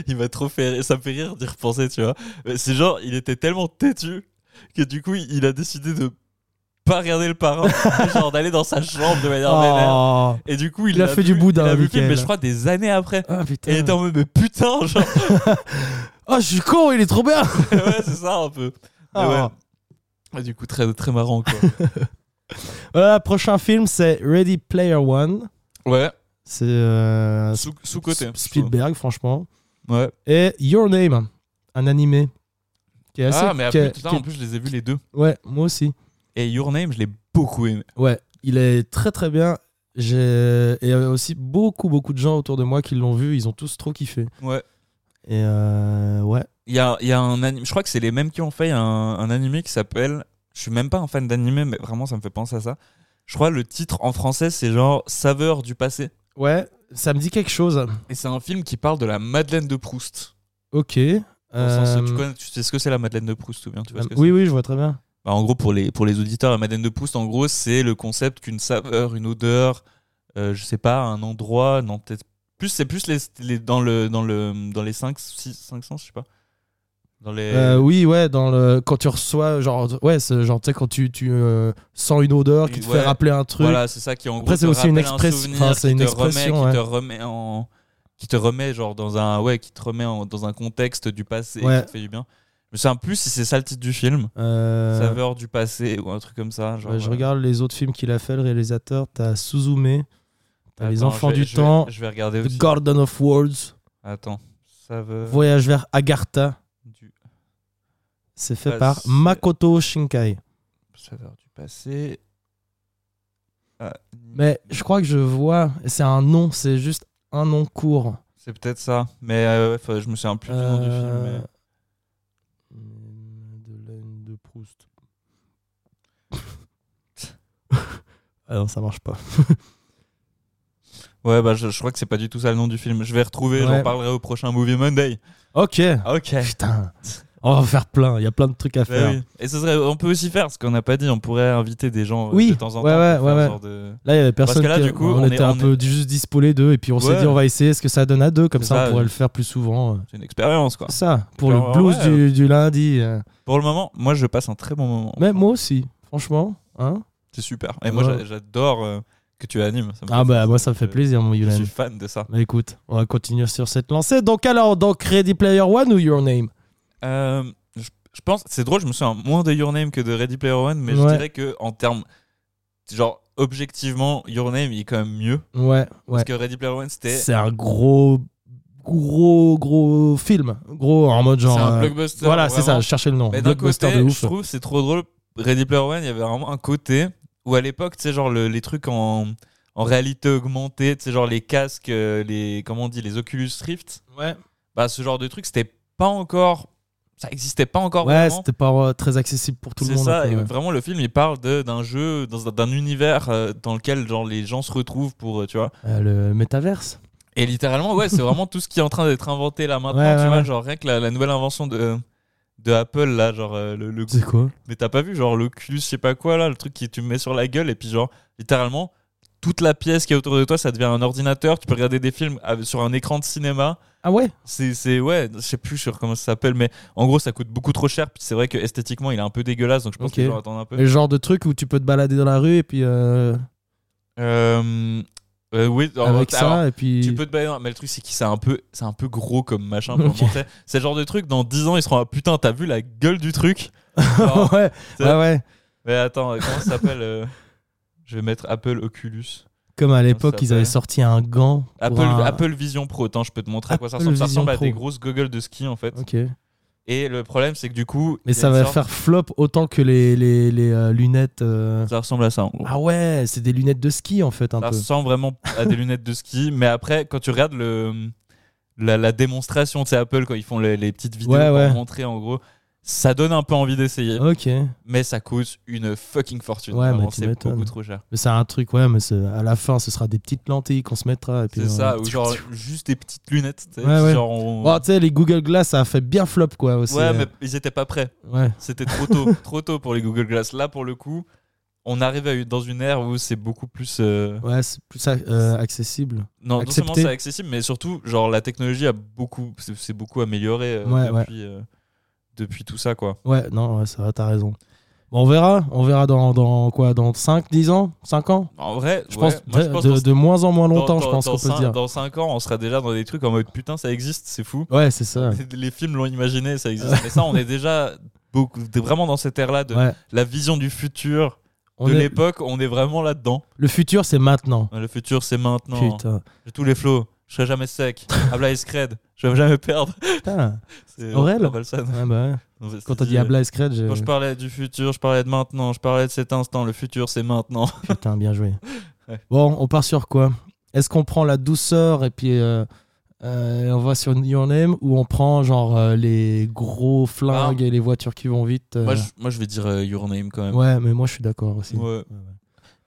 B: il m'a trop fait. rire, Ça me fait rire d'y repenser, tu vois. Mais C'est genre, il était tellement têtu que du coup, il il a décidé de pas regarder le parrain, et genre d'aller dans sa chambre de manière vénère.
A: Oh.
B: Et du coup, il,
A: Il a
B: l'a
A: fait
B: vu-
A: du boudin,
B: il a vu le film,
A: Michael.
B: mais je crois des années après.
A: Ah,
B: Et il
A: putain.
B: était en mode, mais putain, genre,
A: Ah, je suis con, il est trop bien.
B: ouais, c'est ça un peu. Mais
A: Ah.
B: ouais. Ouais, du coup, très, très marrant quoi.
A: Voilà, Euh, prochain film, c'est Ready Player One.
B: ouais,
A: C'est euh,
B: sous- sous-côté.
A: Sp- Spielberg, franchement.
B: Ouais.
A: Et Your Name, un animé. Qui est assez,
B: Ah, mais
A: qui est-
B: après, putain,
A: qui est-
B: en plus, je les ai vus les deux.
A: Ouais, moi aussi.
B: Et Your Name, je l'ai beaucoup aimé.
A: Ouais, il est très très bien. J'ai et euh, aussi beaucoup beaucoup de gens autour de moi qui l'ont vu, ils ont tous trop kiffé.
B: Ouais.
A: Et euh, ouais.
B: Il y a, il y a un anime, je crois que c'est les mêmes qui ont fait un, un animé qui s'appelle. Je suis même pas un fan d'animé, mais vraiment ça me fait penser à ça. Je crois le titre en français c'est genre Saveur du passé.
A: Ouais, ça me dit quelque chose.
B: Et c'est un film qui parle de la Madeleine de Proust.
A: Ok.
B: Dans le sens,
A: Euh,
B: tu, connais- tu sais ce que c'est la Madeleine de Proust ou bien tu vois ce que c'est
A: oui, oui, je vois très bien.
B: Bah, En gros, pour les, pour les auditeurs, la Madeleine de Proust, en gros, c'est le concept qu'une saveur, une odeur, euh, je sais pas, un endroit, non, peut-être. Plus, c'est plus les, les- dans, le, dans, le, dans les 5, 6, 5 sens, je sais pas. Dans les.
A: Euh, oui, ouais, dans le quand tu reçois genre ouais, ce genre tu sais quand tu, tu euh, sens une odeur qui te
B: Ouais.
A: fait rappeler un truc.
B: Voilà, c'est ça qui en gros.
A: Après, c'est
B: te
A: aussi une
B: rappelle un
A: express-
B: souvenir
A: enfin, c'est
B: qui
A: une
B: te Remet,
A: expression, ouais.
B: Qui te remet en, qui te remet genre dans un ouais, qui te remet en- dans un contexte du passé
A: Ouais.
B: qui te fait du bien. Je sais un plus si c'est ça le titre du film,
A: Euh,
B: saveur du passé ou un truc comme ça. Genre,
A: ouais, je
B: euh,
A: regarde les autres films qu'il a fait le réalisateur, t'as Suzume, t'as
B: euh,
A: Les
B: attends,
A: enfants
B: je vais-
A: du
B: je vais-
A: temps,
B: Je vais regarder
A: The
B: aussi. Euh.
A: Garden of Words,
B: Attends, saveur
A: Voyage vers Agartha,
B: du
A: c'est fait
B: Ah,
A: par
B: c'est-
A: Makoto Shinkai.
B: saveur du passé. Ah,
A: Mais je crois que je vois, c'est un nom, c'est juste un nom court.
B: c'est peut-être ça. Mais euh, ouais, faut- je me souviens plus du nom du film.
A: Euh,
B: mais-
A: Madeleine de Proust. ah non, ça marche pas.
B: Ouais, bah je, je crois que c'est pas du tout ça le nom du film. Je vais retrouver,
A: Ouais.
B: j'en parlerai au prochain Movie Monday.
A: Ok.
B: Ok.
A: Putain. On va en faire plein, il y a plein de trucs à
B: Ah Bah
A: faire.
B: oui. Et ce serait, on peut aussi faire ce qu'on n'a pas dit, on pourrait inviter des gens euh,
A: Oui,
B: de temps en
A: ouais,
B: temps.
A: ouais,
B: pour faire
A: ouais,
B: un
A: ouais.
B: genre de-
A: Là, il y avait personne
B: que là,
A: qui-
B: du coup,
A: on,
B: on est-
A: était un
B: on
A: peu juste dispo les deux, et puis on s'est
B: Ouais.
A: dit, on va essayer ce que ça donne à deux, comme
B: C'est
A: ça,
B: ça,
A: on pourrait
B: oui.
A: le faire plus souvent.
B: C'est une expérience quoi.
A: Ça, pour le
B: Genre,
A: blues
B: ouais.
A: du, du lundi. euh.
B: Pour le moment, moi je passe un très bon moment.
A: Mais moi aussi, franchement. Hein
B: C'est super. Et moi
A: Ouais.
B: j'a- j'adore euh, que tu animes. ça me
A: ah
B: fait-
A: bah, moi, ça me fait
B: je-
A: plaisir, mon
B: Je
A: Yulen.
B: suis fan de ça.
A: Bah écoute, on va continuer sur cette lancée. Donc alors, donc Ready Player One ou Your Name
B: Euh, je, je pense, c'est drôle, je me souviens moins de Your Name que de Ready Player One, mais je
A: Ouais.
B: dirais que en termes, genre objectivement, Your Name il est quand même mieux.
A: Ouais, ouais.
B: Parce que Ready Player One c'était.
A: C'est un gros, gros, gros film. Gros, en mode genre...
B: c'est un
A: euh,
B: blockbuster.
A: voilà, c'est ça,
B: vraiment.
A: je cherchais le nom.
B: Mais d'un
A: Blockbuster
B: côté,
A: de
B: je
A: ouf.
B: trouve c'est trop drôle. Ready Player One, il y avait vraiment un côté où à l'époque, tu sais, genre le- les trucs en, en réalité augmentée, tu sais, genre les casques, euh, les comment on dit, les Oculus Rift,
A: Ouais,
B: bah ce genre de truc, c'était pas encore, ça existait pas encore
A: ouais
B: vraiment.
A: c'était pas euh, très accessible pour tout le
B: C'est
A: monde. euh,
B: ça,
A: quoi,
B: et
A: ouais.
B: vraiment le film il parle de- d'un jeu, dans un- d'un univers euh, dans lequel genre les gens se retrouvent pour, euh, tu vois.
A: Euh, le métaverse.
B: Et littéralement, ouais, c'est vraiment tout ce qui est en train d'être inventé là maintenant,
A: Ouais,
B: tu
A: ouais,
B: vois,
A: ouais.
B: genre rien que la, la nouvelle invention de, de Apple là, genre euh, le, le
A: C'est quoi
B: Mais t'as pas vu, genre, l'Oculus, je sais pas quoi, là, le truc qui tu me mets sur la gueule, et puis, genre, littéralement, toute la pièce qui est autour de toi, ça devient un ordinateur, tu peux regarder des films avec- sur un écran de cinéma.
A: Ah ouais
B: C'est, c'est- ouais, je sais plus sur comment ça s'appelle, mais en gros, ça coûte beaucoup trop cher, puis c'est vrai que esthétiquement, il est un peu dégueulasse, donc je pense
A: Ok.
B: que les gens attendent un peu.
A: Le genre de truc où tu peux te balader dans la rue et puis euh,
B: Euh, euh, oui, alors,
A: avec
B: alors,
A: ça et puis
B: Tu peux te balader, dans- mais le truc c'est que c'est un peu, c'est un peu gros comme machin. pour
A: Ok.
B: le moment, tu sais. C'est le genre de truc. Dans 10 ans, ils seront ah, putain, t'as vu la gueule du truc. Genre,
A: ouais,
B: c'est-
A: ouais, ouais.
B: Mais attends, euh, comment ça s'appelle euh, Je vais mettre Apple Oculus.
A: Comme à l'époque,
B: ça
A: ils avaient
B: s'appelle
A: sorti un gant. pour
B: Apple,
A: un-
B: Apple Vision Pro, attends, je peux te montrer à quoi ça
A: Apple
B: ressemble. Ça
A: Vision
B: ressemble à
A: Pro.
B: des grosses goggles de ski en fait.
A: Ok.
B: Et le problème, c'est que du coup. il
A: Mais
B: y a
A: ça
B: une
A: va
B: sorte-
A: faire flop autant que les, les, les, euh, lunettes. euh.
B: Ça ressemble à ça en gros.
A: Ah ouais, c'est des lunettes de ski en fait un
B: ça
A: peu.
B: ressemble vraiment à des lunettes de ski, mais après, quand tu regardes le, la, la démonstration, tu sais, Apple, quand ils font les, les petites vidéos
A: Ouais,
B: pour
A: ouais.
B: montrer en gros, ça donne un peu envie d'essayer,
A: Ok.
B: mais ça coûte une fucking fortune.
A: Ouais, mais
B: Vraiment,
A: tu
B: c'est
A: m'étonnes.
B: beaucoup trop cher.
A: Mais c'est un truc, ouais, mais c'est- à la fin, ce sera des petites lentilles qu'on se mettra. et puis,
B: C'est
A: euh,
B: ça, ou genre juste des petites lunettes. tu sais,
A: Ouais, ouais.
B: genre, on-
A: Oh, tu sais, les Google Glass, ça a fait bien flop quoi aussi.
B: ouais,
A: euh.
B: mais ils étaient pas prêts.
A: Ouais.
B: C'était trop tôt, trop tôt pour les Google Glass. Là, pour le coup, on arrive à une- dans une ère où c'est beaucoup plus. euh,
A: Ouais, c'est plus euh, accessible.
B: Non, non seulement
A: Accepté.
B: c'est accessible, mais surtout, genre la technologie a beaucoup, c'est beaucoup amélioré euh,
A: Ouais, ouais.
B: depuis, euh, depuis tout ça, quoi.
A: Ouais, non, ouais, ça va, t'as raison. Bon, on verra, on verra dans, dans quoi Dans 5, 10 ans 5 ans
B: En vrai,
A: Je
B: ouais,
A: pense,
B: moi,
A: de,
B: je pense
A: de-
B: dans-
A: de moins en moins
B: dans-
A: longtemps, je
B: dans-
A: pense
B: dans
A: qu'on peut
B: cinq-
A: dire.
B: Dans 5 ans, on sera déjà dans des trucs en mode putain, ça existe, c'est fou.
A: Ouais, c'est ça.
B: Les films l'ont imaginé, ça existe. Mais ça, on est déjà beaucoup, vraiment dans cette ère-là de
A: Ouais.
B: la vision du futur,
A: On
B: de
A: est-
B: l'époque, on est vraiment là-dedans.
A: Le futur, c'est maintenant.
B: Le futur, c'est maintenant.
A: Putain.
B: J'ai tous les flots, je serai jamais sec. Abla is cred, je vais jamais perdre.
A: Putain.
B: C'est
A: Aurel
B: Orelsan.
A: Ouais, bah ouais.
B: Non, c'est-
A: Quand t'as
B: c'est-
A: dit Abla euh, et Scred, j'ai-
B: Quand je parlais du futur, je parlais de maintenant, je parlais de cet instant, le futur c'est maintenant.
A: Putain, bien joué.
B: Ouais.
A: Bon, on part sur quoi Est-ce qu'on prend la douceur et puis euh, euh, on va sur Your Name ou on prend genre euh, les gros flingues et les voitures qui vont vite euh,
B: Ah. Moi, je, moi, je vais dire euh, Your Name quand même.
A: Ouais, mais moi je suis d'accord aussi.
B: Ouais.
A: ouais.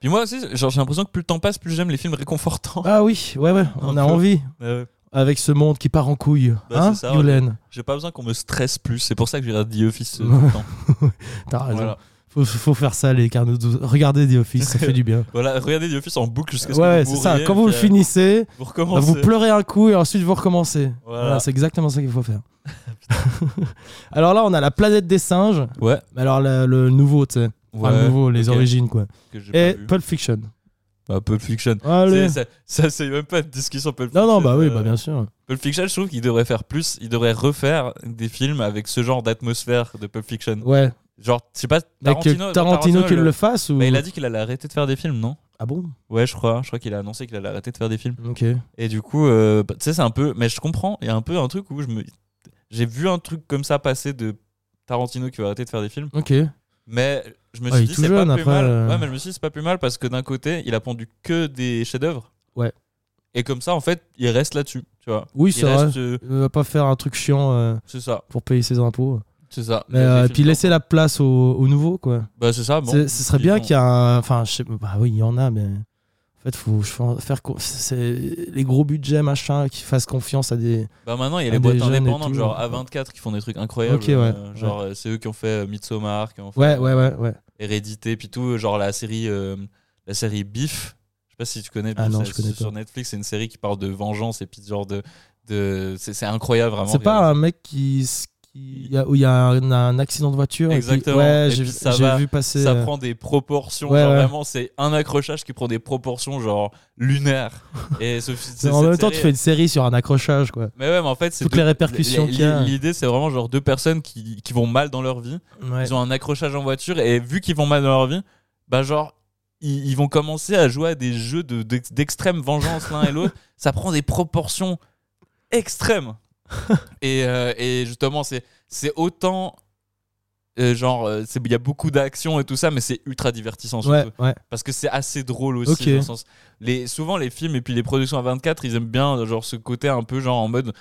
B: Puis moi aussi, genre, j'ai l'impression que plus le temps passe, plus j'aime les films réconfortants.
A: Ah oui, ouais, ouais,
B: Un
A: on a
B: peu.
A: envie
B: Euh,
A: avec ce monde qui part en couille.
B: Bah,
A: hein,
B: c'est ça,
A: Yulen
B: j'ai pas besoin qu'on me stresse plus, c'est pour ça que j'ai regardé The Office euh, tout le temps.
A: T'as raison.
B: Voilà.
A: Faut, faut faire ça, les carnets de Regardez The Office, ça fait du bien.
B: Voilà, regardez The Office en boucle jusqu'à ce
A: Ouais,
B: que vous
A: c'est ça.
B: mouriez,
A: Quand vous le
B: puis, euh,
A: finissez,
B: vous
A: Bah,
B: recommencez.
A: vous pleurez un coup et ensuite vous recommencez.
B: Voilà.
A: Voilà, c'est exactement ça qu'il faut faire. alors là, on a la planète des singes.
B: Ouais,
A: Mais alors le, le nouveau, tu sais. Enfin, le
B: ouais,
A: nouveau, les
B: ok.
A: origines, quoi.
B: que j'ai
A: Et
B: pas vu.
A: Pulp Fiction.
B: Bah, Pulp Fiction.
A: Allez.
B: C'est- Ça, ça, c'est même pas une discussion Pulp
A: Ah, Non, non,
B: Fiction,
A: bah oui,
B: euh,
A: bah bien sûr.
B: Pulp Fiction, je trouve qu'il devrait faire plus. Il devrait refaire des films avec ce genre d'atmosphère de Pulp Fiction.
A: Ouais.
B: Genre, je sais pas,
A: Mais que
B: Tarantino.
A: euh, Tarantino, qu'il le fasse ou...
B: Mais il a dit qu'il allait arrêter de faire des films, non
A: Ah bon
B: Ouais, je crois. Je crois qu'il a annoncé qu'il allait arrêter de faire des films.
A: Ok.
B: Et du coup, euh, bah, tu sais, c'est un peu. Mais je comprends. Il y a un peu un truc où je me. J'ai vu un truc comme ça passer de Tarantino qui va arrêter de faire des films.
A: Ok.
B: Mais je me suis
A: Ouais, Ah, il est
B: dit,
A: tout
B: c'est pas
A: jeune,
B: plus
A: après,
B: mal.
A: euh.
B: Ouais, mais je me suis dit, c'est pas plus mal parce que d'un côté, il a pondu que des chefs-d'œuvre.
A: Ouais. Et
B: Et comme ça, en fait, il reste là-dessus. Tu vois
A: Oui,
B: Il
A: c'est vrai.
B: reste. euh,
A: Il va pas faire un truc chiant euh,
B: c'est ça.
A: pour payer ses impôts.
B: C'est ça.
A: Mais,
B: Les
A: euh,
B: films
A: puis laisser la place au, au nouveau, quoi.
B: Bah c'est ça, bon.
A: C'est- ce serait
B: Ils
A: bien
B: font-
A: qu'il y ait un. Enfin, je sais pas, bah oui, il y en a, mais. En fait, faut je- faire. co- c'est- Les gros budgets, machin, qui fassent confiance à des.
B: Bah maintenant il y a
A: Ah,
B: les
A: des
B: boîtes
A: jeunes et
B: indépendantes
A: tout. hein.
B: genre A24 qui font des trucs incroyables.
A: Ok, ouais,
B: euh,
A: ouais.
B: genre euh, c'est eux qui ont fait euh, Midsommar, qui ont fait euh,
A: Ouais, ouais, ouais, ouais.
B: Hérédité puis tout, genre la série euh, la série Beef. Je sais pas si tu connais
A: Ah
B: Beef,
A: non,
B: c'est-
A: je connais
B: c'est sur Netflix, c'est une série qui parle de vengeance et puis de genre de, de c'est c'est incroyable vraiment.
A: C'est pas un mec qui. s- qui- il y a- où il y a un, un accident de voiture. et puis-
B: Exactement.
A: ouais,
B: Et
A: j'ai
B: puis ça
A: j'ai
B: va-
A: vu passer.
B: ça
A: euh,
B: prend des proportions,
A: Ouais,
B: genre
A: ouais.
B: vraiment c'est un accrochage qui prend des proportions genre lunaires. et ce, c'est-
A: en
B: cette
A: même temps, tu
B: série,
A: fais une série sur un accrochage, quoi.
B: Mais ouais, mais en fait, c'est
A: Toutes
B: deux-
A: les répercussions
B: l-
A: qu'il y a.
B: L'idée, c'est vraiment genre deux personnes qui, qui vont mal dans leur vie.
A: Ouais.
B: Ils ont un accrochage en voiture et vu qu'ils vont mal dans leur vie, bah genre ils, ils vont commencer à jouer à des jeux de- d'ex- d'extrême vengeance l'un et l'autre. Ça prend des proportions extrêmes. et, euh, et justement, c'est c'est autant euh, genre euh, c'est- il y a beaucoup d'actions et tout ça, mais c'est ultra divertissant surtout
A: Ouais, ouais.
B: parce que c'est assez drôle aussi
A: Ok.
B: dans le sens les souvent les films et puis les productions à 24 ils aiment bien genre ce côté un peu genre en mode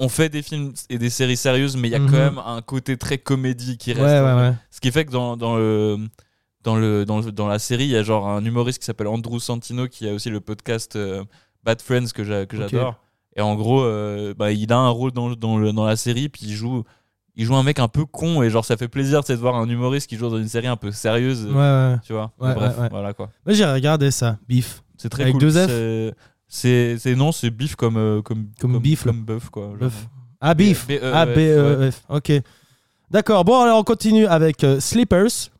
B: on fait des films et des séries sérieuses mais il y a
A: Mhm.
B: quand même un côté très comédie qui
A: Ouais,
B: reste
A: ouais, ouais.
B: ce qui fait que dans, dans le dans le dans, le- dans la série il y a genre un humoriste qui s'appelle Andrew Santino qui a aussi le podcast euh, Bad Friends que j'a- que
A: Ok.
B: j'adore et en gros euh, bah, il a un rôle dans, dans, le- dans la série puis il joue il joue un mec un peu con et genre ça fait plaisir tu sais, de voir un humoriste qui joue dans une série un peu sérieuse
A: Ouais, ouais.
B: tu vois
A: Ouais,
B: bref
A: ouais, ouais.
B: voilà quoi
A: Moi, j'ai regardé ça, Bif.
B: c'est très
A: Avec
B: cool.
A: deux F
B: C'est- C'est c'est- non, c'est bif comme euh, comme
A: Comme bif, là.
B: comme bœuf quoi. genre.
A: Bœuf. Ah, Bif.
B: B- E-
A: Ah,
B: F,
A: B, E, F. Ok. D'accord. Bon, alors on continue avec euh, Sleepers,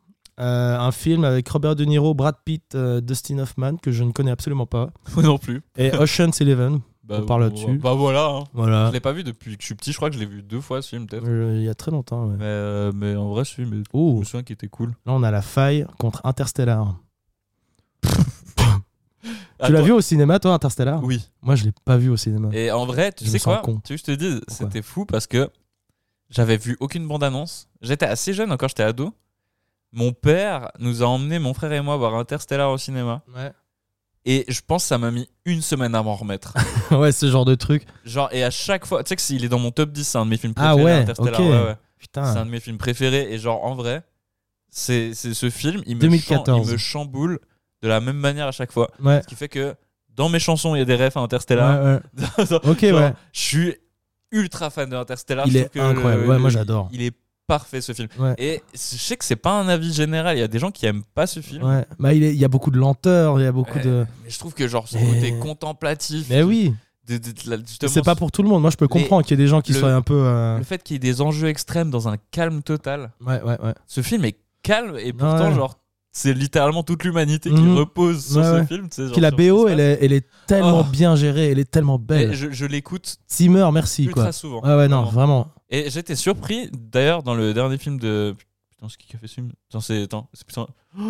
A: euh, un film avec Robert De Niro, Brad Pitt, euh, Dustin Hoffman, que je ne connais absolument pas,
B: Moi non plus.
A: et Ocean's Eleven.
B: Bah,
A: On parle
B: bah,
A: là-dessus.
B: Bah voilà. hein.
A: Voilà.
B: Je l'ai pas vu depuis que je suis petit. Je crois que je l'ai vu deux fois ce film peut-être.
A: Euh, Il y a très longtemps. ouais.
B: Mais, euh, mais en vrai, celui mais je
A: Oh,
B: me souviens qu'il était cool.
A: là on a la faille contre Interstellar. Tu l'as vu au cinéma, toi, Interstellar
B: Ah, Oui.
A: Moi, je l'ai pas vu au cinéma.
B: Et en vrai, tu
A: Je me
B: sais
A: sens
B: quoi
A: con.
B: Tu veux que je te dise,
A: Pourquoi
B: c'était fou parce que j'avais vu aucune bande-annonce. J'étais assez jeune encore, j'étais ado. Mon père nous a emmené mon frère et moi voir Interstellar au cinéma
A: Ouais.
B: et je pense que ça m'a mis une semaine à m'en remettre.
A: ouais, ce genre de truc.
B: Genre, et à chaque fois, tu sais que s'il est dans mon top 10, c'est un de mes films
A: Ah
B: préférés.
A: ouais,
B: Interstellar,
A: ok.
B: ouais, ouais. C'est un
A: Putain.
B: de mes films préférés. Et genre, en vrai, c'est c'est ce film, il me,
A: 2014.
B: chan- il me chamboule de la même manière à chaque fois.
A: Ouais.
B: Ce qui fait que dans mes chansons, il y a des refs à Interstellar.
A: ouais, ouais.
B: Genre,
A: Ok, ouais.
B: Je suis ultra fan de Interstellar.
A: Il
B: Je trouve que
A: est incroyable.
B: le-
A: Ouais, moi,
B: le-
A: j'adore.
B: Il est parfait ce film.
A: Ouais.
B: Et je sais que c'est pas un avis général. Il y a des gens qui aiment pas ce film.
A: Ouais. Bah, il, est- il y a beaucoup de lenteur, il y a beaucoup
B: Ouais.
A: de.
B: Mais je trouve que genre son
A: Mais-
B: côté contemplatif.
A: Mais oui.
B: de- de- de- la- justement,
A: C'est pas pour tout le monde. Moi, je peux comprendre qu'il y ait des gens qui
B: le-
A: soient un peu. euh,
B: le fait qu'il y ait des enjeux extrêmes dans un calme total.
A: Ouais, ouais, ouais.
B: Ce film est calme et pourtant,
A: Ouais.
B: genre, c'est littéralement toute l'humanité qui
A: Mhm.
B: repose sur
A: Ouais,
B: ce
A: ouais.
B: film. tu sais, genre,
A: Puis la
B: sur ce qui se
A: BO,
B: passe.
A: elle est, elle est tellement
B: Oh.
A: bien gérée, elle est tellement
B: Et
A: belle.
B: Je, je l'écoute
A: Zimmer, merci,
B: ultra
A: quoi. Ah
B: souvent.
A: Ouais, ouais, non,
B: Vraiment.
A: vraiment.
B: Et j'étais surpris, d'ailleurs, dans le dernier film de. Putain, c'est qui qui a fait ce film Putain, c'est. Attends, c'est putain. Oh,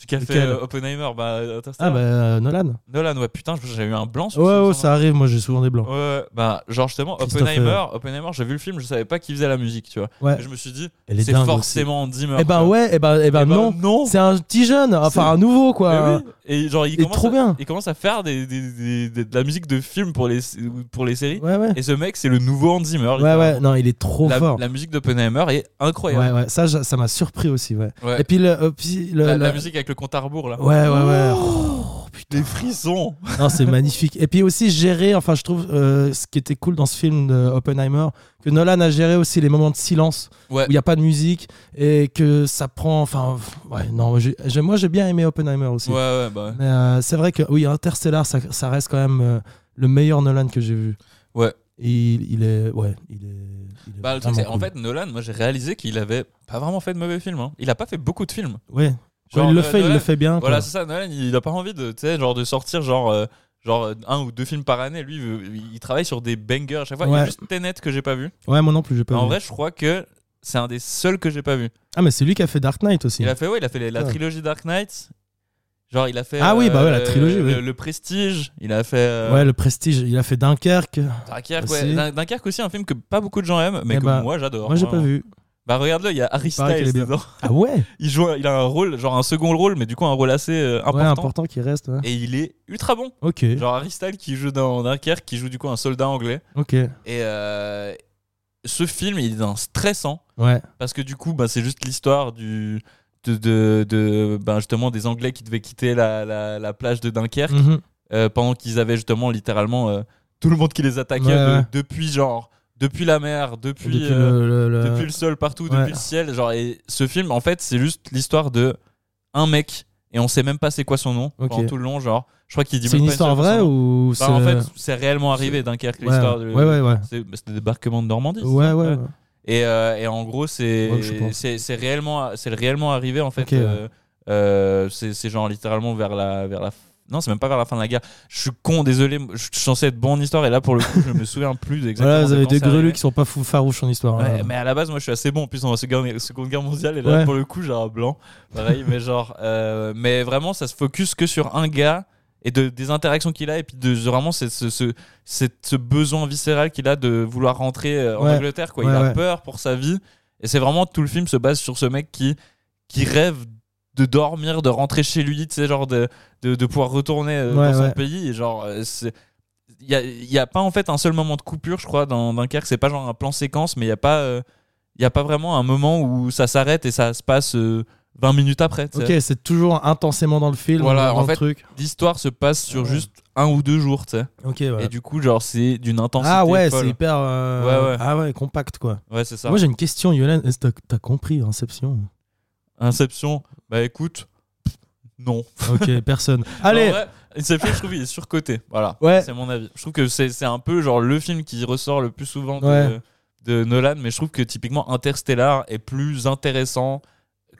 B: C'est qui a fait
A: Lequel
B: euh, Oppenheimer Bah,
A: Ah,
B: Interstellar.
A: bah, euh, Nolan.
B: Nolan, ouais, putain, j'ai eu un blanc sur
A: Ouais,
B: ce
A: ouais,
B: film.
A: ça arrive. Moi, j'ai souvent des blancs.
B: Ouais, ouais, bah, genre justement,
A: Christophe,
B: Oppenheimer, Oppenheimer j'ai vu le film, je savais pas qui faisait la musique, tu vois.
A: Ouais.
B: Et je me suis dit,
A: Elle est
B: c'est
A: dingue.
B: forcément Zimmer.
A: Et ben, ouais, et ben, eh ben, non.
B: non
A: C'est un petit jeune, enfin
B: C'est-
A: un nouveau,
B: Mais
A: quoi.
B: oui. Et genre, il,
A: Il est
B: commence
A: trop
B: à,
A: bien.
B: il commence à faire des, des- des- des- de la musique de film pour les, pour les séries.
A: Ouais, ouais.
B: Et ce mec, c'est le nouveau Hans Zimmer.
A: Ouais,
B: littéralement.
A: ouais, non, il est trop
B: La,
A: fort.
B: la musique d'Oppenheimer est
A: Ouais,
B: incroyable.
A: ouais, ça, je- ça m'a surpris aussi, ouais.
B: Ouais.
A: Et puis le. euh, puis le-
B: la,
A: la-
B: la musique avec le compte à rebours, là. Oh,
A: Ouais, ouais, ouais. Oh,
B: Les frissons.
A: Non, c'est magnifique. Et puis aussi gérer, enfin, je trouve euh, ce qui était cool dans ce film de Oppenheimer, que Nolan a géré aussi les moments de silence
B: Ouais.
A: où il n'y a pas de musique et que ça prend. Enfin, ouais, non, j'ai- j'ai- moi j'ai bien aimé Oppenheimer aussi.
B: Ouais, ouais, bah ouais.
A: Mais euh, c'est vrai que, oui, Interstellar, ça, ça reste quand même euh, le meilleur Nolan que j'ai vu.
B: Ouais.
A: Et il, il est. Ouais, il est. il est
B: Bah, le truc, c'est
A: vraiment
B: en
A: cool.
B: fait, Nolan, moi j'ai réalisé qu'il avait pas vraiment fait de mauvais films. hein. Il a pas fait beaucoup de films.
A: Ouais. Quand
B: Genre,
A: il le
B: euh,
A: fait, il
B: Nolan-
A: le fait bien. quoi.
B: Voilà, c'est ça, Nolan, il a pas envie de, tu sais, genre, de sortir genre, euh, genre un ou deux films par année. Lui, il veut- il travaille sur des bangers à chaque fois. Il y a
A: Ouais.
B: juste Tenet que j'ai pas vu.
A: Ouais, moi non plus, j'ai pas
B: en
A: vu.
B: vrai, je crois que c'est un des seuls que j'ai pas vu.
A: Ah, mais c'est lui qui a fait Dark Knight aussi.
B: Il a fait, ouais, il a fait les- la
A: Ouais.
B: trilogie Dark Knight. Genre, il a fait.
A: Ah oui, bah ouais, la
B: euh,
A: trilogie,
B: Le,
A: oui.
B: le Prestige, il a fait. euh,
A: Ouais, le Prestige, il a fait Dunkerque.
B: Dunkerque, ouais.
A: Aussi.
B: Dun- Dunkerque aussi, un film que pas beaucoup de gens aiment, mais
A: Eh
B: que
A: bah,
B: moi j'adore.
A: Moi, j'ai pas
B: vraiment.
A: vu.
B: Bah regarde-le, il y a Harry
A: paraît qu'il
B: Styles
A: est bien.
B: dedans.
A: Ah ouais
B: Il joue, un- il a un rôle, genre un second rôle, mais du coup un rôle assez euh, important.
A: Ouais, important qu'il reste. ouais.
B: Et il est ultra bon.
A: Ok,
B: Genre Harry Styles qui joue dans Dunkerque, qui joue du coup un soldat anglais.
A: ok.
B: Et euh, ce film, il est un stressant
A: Ouais,
B: parce que du coup, bah, c'est juste l'histoire du de, de, de- ben, justement des Anglais qui devaient quitter la, la, la plage de Dunkerque
A: mhm,
B: euh, pendant qu'ils avaient justement littéralement euh, tout le monde qui les attaquait
A: Ouais,
B: de-
A: ouais.
B: depuis genre depuis la mer, depuis,
A: Depuis
B: euh,
A: le- le- le-
B: depuis le sol partout,
A: ouais.
B: depuis le ciel. Genre, et ce film, en fait, c'est juste l'histoire de un mec et on sait même pas c'est quoi son nom
A: Ok.
B: pendant tout le long. Genre, je crois qu'il dit
A: C'est
B: même
A: une
B: pas
A: histoire
B: seule fois
A: vraie
B: son nom.
A: ou c'est.
B: Bah, en fait, c'est réellement arrivé Dunkerque,
A: ouais,
B: l'histoire de.
A: ouais, ouais, ouais.
B: C'est bah, c'était le débarquement de Normandie. c'est
A: Ouais,
B: ça
A: ouais, ouais.
B: Et, euh, et en gros, c'est
A: Ouais, je pense.
B: c'est c'est réellement c'est réellement arrivé en fait.
A: Ok,
B: euh, euh, c'est c'est genre littéralement vers la vers la non, c'est même pas vers la fin de la guerre. Je suis con, désolé. Je suis censé être bon en histoire et là pour le coup, je me souviens plus exactement.
A: Voilà, vous
B: de
A: avez
B: quand
A: des
B: c'est arrivé.
A: grelus qui sont pas fou farouches en histoire.
B: Ouais,
A: hein.
B: mais à la base, moi, je suis assez bon. En plus, en Seconde Seconde Guerre mondiale, et là,
A: Ouais.
B: pour le coup, j'ai un blanc. Pareil, mais genre, euh, mais vraiment, ça se focus que sur un gars et de, des interactions qu'il a, et puis de, de vraiment c'est ce, ce, c'est ce besoin viscéral qu'il a de vouloir rentrer euh, en
A: Ouais.
B: Angleterre. Quoi.
A: Ouais,
B: il a
A: ouais.
B: peur pour sa vie, et c'est vraiment tout le film se base sur ce mec qui, qui rêve de dormir, de rentrer chez lui, tu sais, genre de, de, de pouvoir retourner euh,
A: Ouais,
B: dans son
A: ouais.
B: pays. Et genre, euh, c'est- il y a, il y a pas en fait un seul moment de coupure, je crois, dans Dunkerque. C'est pas genre un plan séquence, mais il y a pas, euh, il y a pas vraiment un moment où ça s'arrête et ça se passe euh, 20 minutes après. tu sais.
A: Ok, c'est toujours intensément dans le film,
B: euh, Voilà,
A: dans
B: en
A: le
B: fait-
A: truc.
B: L'histoire se passe sur
A: Ouais.
B: juste un ou deux jours, tu sais.
A: Ok, voilà.
B: Et du coup, genre, c'est d'une intensité
A: Ah ouais, c'est
B: folle.
A: hyper. euh,
B: Ouais, ouais.
A: Ah ouais, compact quoi.
B: Ouais, c'est ça.
A: Moi j'ai une question, Yolan. Est-ce que t'as- t'as compris Inception
B: Inception, bah écoute, non.
A: Ok, personne. Allez
B: En vrai, Inception, je trouve qu'il est surcoté. Voilà.
A: Ouais.
B: C'est mon avis. Je trouve que c'est c'est un peu genre le film qui ressort le plus souvent de,
A: Ouais.
B: de Nolan, mais je trouve que typiquement Interstellar est plus intéressant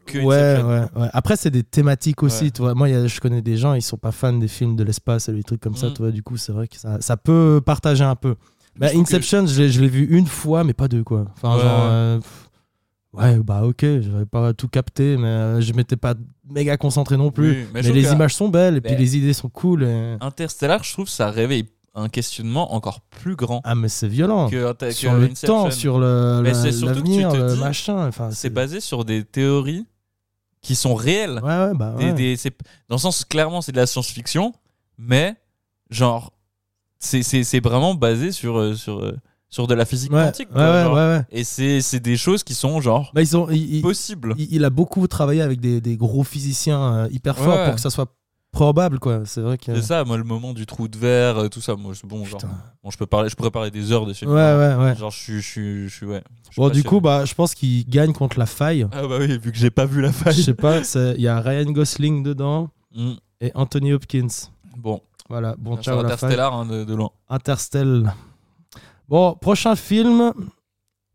B: que
A: ouais,
B: Inception.
A: ouais, ouais. Après, c'est des thématiques aussi.
B: Ouais.
A: Tu vois. Moi, il y a- je connais des gens, ils sont pas fans des films de l'espace et des trucs comme ça.
B: Mm.
A: Tu vois, du coup, c'est vrai que ça, ça peut partager un peu. Bah,
B: Je trouve que-
A: Inception, je l'ai- je l'ai vu une fois, mais pas deux, quoi. Enfin,
B: Ouais.
A: genre. euh, pff, ouais, bah ok, j'avais pas tout capté, mais euh, je m'étais pas méga concentré non plus.
B: Oui,
A: mais
B: je trouve
A: les
B: que
A: images sont belles et puis
B: Mais-
A: les idées sont cool. et-
B: Interstellar, je trouve que ça réveille un questionnement encore plus grand
A: Ah, mais c'est violent.
B: que, Inter-
A: Sur
B: que
A: le
B: Inception.
A: temps, sur Ah, le-
B: Mais c'est
A: la-
B: surtout que tu
A: l'avenir,
B: te
A: le
B: dis,
A: machin. Enfin,
B: C'est basé sur des théories qui sont réelles.
A: Ouais, ouais, bah.
B: Des-
A: ouais.
B: des- c'est- dans le sens, clairement, c'est de la science-fiction, mais genre, c'est- c'est c'est vraiment basé sur, euh, sur, euh, sur de la physique
A: Ouais,
B: quantique. quoi,
A: ouais, ouais,
B: genre.
A: ouais, ouais.
B: Et c'est c'est des choses qui sont genre
A: Bah, ils ont, ils- ils-
B: possibles.
A: il, il a beaucoup travaillé avec des, des gros physiciens euh, hyper
B: Ouais,
A: forts
B: ouais.
A: pour que ça soit probable quoi c'est vrai que
B: C'est ça, moi, le moment du trou de verre, euh, tout ça. Moi, c'est bon, genre,
A: Putain.
B: bon, je peux parler, je pourrais parler des heures de
A: ouais
B: films.
A: ouais ouais
B: Genre, je suis, je suis, je suis, ouais. Je suis
A: bon du
B: passionné.
A: coup bah je pense qu'il gagne contre la faille
B: Ah bah oui, vu que j'ai pas vu la
A: je
B: faille.
A: sais pas c'est- il y a Ryan Gosling dedans
B: Mm.
A: et Anthony Hopkins
B: Bon,
A: Voilà, bon
B: C'est
A: ciao la fac.
B: Interstellar hein, de, de loin.
A: Interstellar. Bon, prochain film,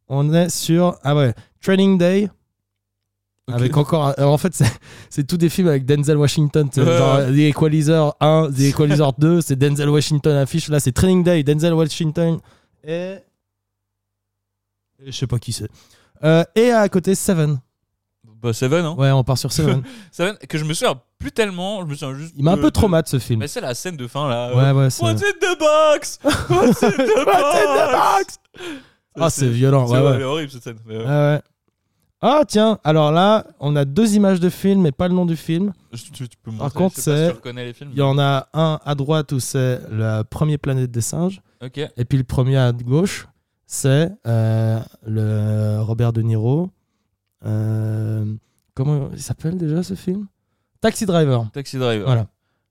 A: on est sur ah ouais, Training Day.
B: Ok.
A: Avec encore, un- alors en fait, c'est- c'est tous des films avec Denzel Washington. c'est
B: Ouais,
A: genre
B: ouais.
A: The Equalizer 1, The Equalizer 2, c'est Denzel Washington affiche. Là, c'est Training Day, Denzel Washington et. et Je sais pas qui c'est. Euh, et à côté, Seven.
B: Bah, Seven, hein.
A: Ouais, on part sur Seven.
B: Seven, que je me souviens plus tellement. Je me souviens juste.
A: Il m'a un
B: de-
A: peu
B: de-
A: trop de ce film.
B: Euh, Mais c'est euh, la scène de fin là.
A: Ouais, ouais, c'est.
B: What's in the box? What's in the
A: What's in the
B: box?
A: Ah, c'est violent.
B: c'est-
A: Ouais, ouais.
B: Elle est horrible cette scène. mais euh, ouais.
A: Ah ouais. Ah tiens, alors là, on a deux images de film, mais pas le nom du film.
B: Je- tu, tu peux me
A: Par
B: montrer,
A: contre,
B: je sais pas
A: c'est-
B: si tu reconnais les films.
A: Il y en a un à droite où c'est la première planète des singes,
B: Ok.
A: et puis le premier à gauche, c'est euh, le Robert De Niro. Euh, comment il s'appelle déjà ce film Taxi Driver.
B: Taxi Driver.
A: Voilà.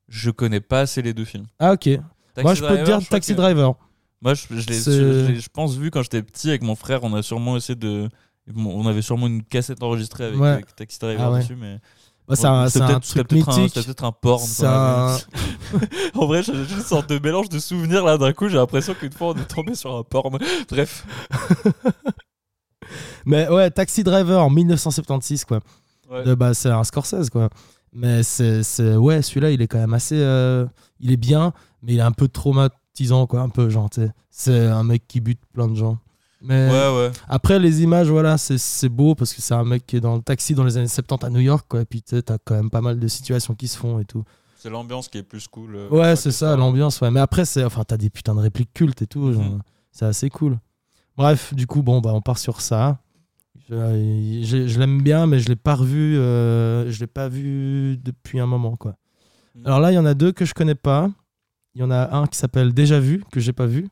B: Je connais pas assez les deux films.
A: Ah ok.
B: Taxi
A: Moi je peux te
B: Driver,
A: dire
B: je crois
A: Taxi
B: que-
A: Driver.
B: Moi, je, je l'ai-
A: C'est-
B: je l'ai- je pense, vu quand j'étais petit avec mon frère, on a sûrement essayé de. On avait sûrement une cassette enregistrée avec,
A: Ouais.
B: avec Taxi Driver
A: Ah ouais.
B: dessus, mais.
A: Bah, c'est un,
B: Bon,
A: c'est
B: c'était
A: un
B: peut-être- c'était
A: truc
B: peut-être un-
A: mythique.
B: C'était peut-être un porn.
A: C'est
B: qu'on avait.
A: un-
B: en vrai, j'ai j'ai une sorte de mélange de souvenirs là. D'un coup, j'ai l'impression qu'une fois, on est tombé sur un porn. Bref.
A: Mais ouais, Taxi Driver en 1976 quoi.
B: Ouais.
A: De- bah, c'est un Scorsese quoi. Mais c'est, c'est- ouais, celui-là il est quand même assez, euh, il est bien, mais il est un peu traumatisant quoi, un peu genre. tu sais. C'est un mec qui bute plein de gens. Mais
B: ouais, ouais.
A: après les images, voilà, c'est, c'est beau parce que c'est un mec qui est dans le taxi dans les années 70 à New York quoi. Et puis tu sais, t'as quand même pas mal de situations qui se font et tout.
B: C'est l'ambiance qui est plus cool. euh, que
A: Ouais, c'est ça, l'ambiance. Ouais. Mais après, c'est, enfin, t'as des putains de répliques cultes et tout. genre,
B: Mhm.
A: C'est assez cool. Bref, du coup, bon, bah, on part sur ça. Je, je- je l'aime bien, mais je l'ai pas revu. euh, je l'ai pas vu depuis un moment, quoi.
B: Mhm.
A: Alors là, il y en a deux que je connais pas. Il y en a un qui s'appelle Déjà vu que j'ai pas vu.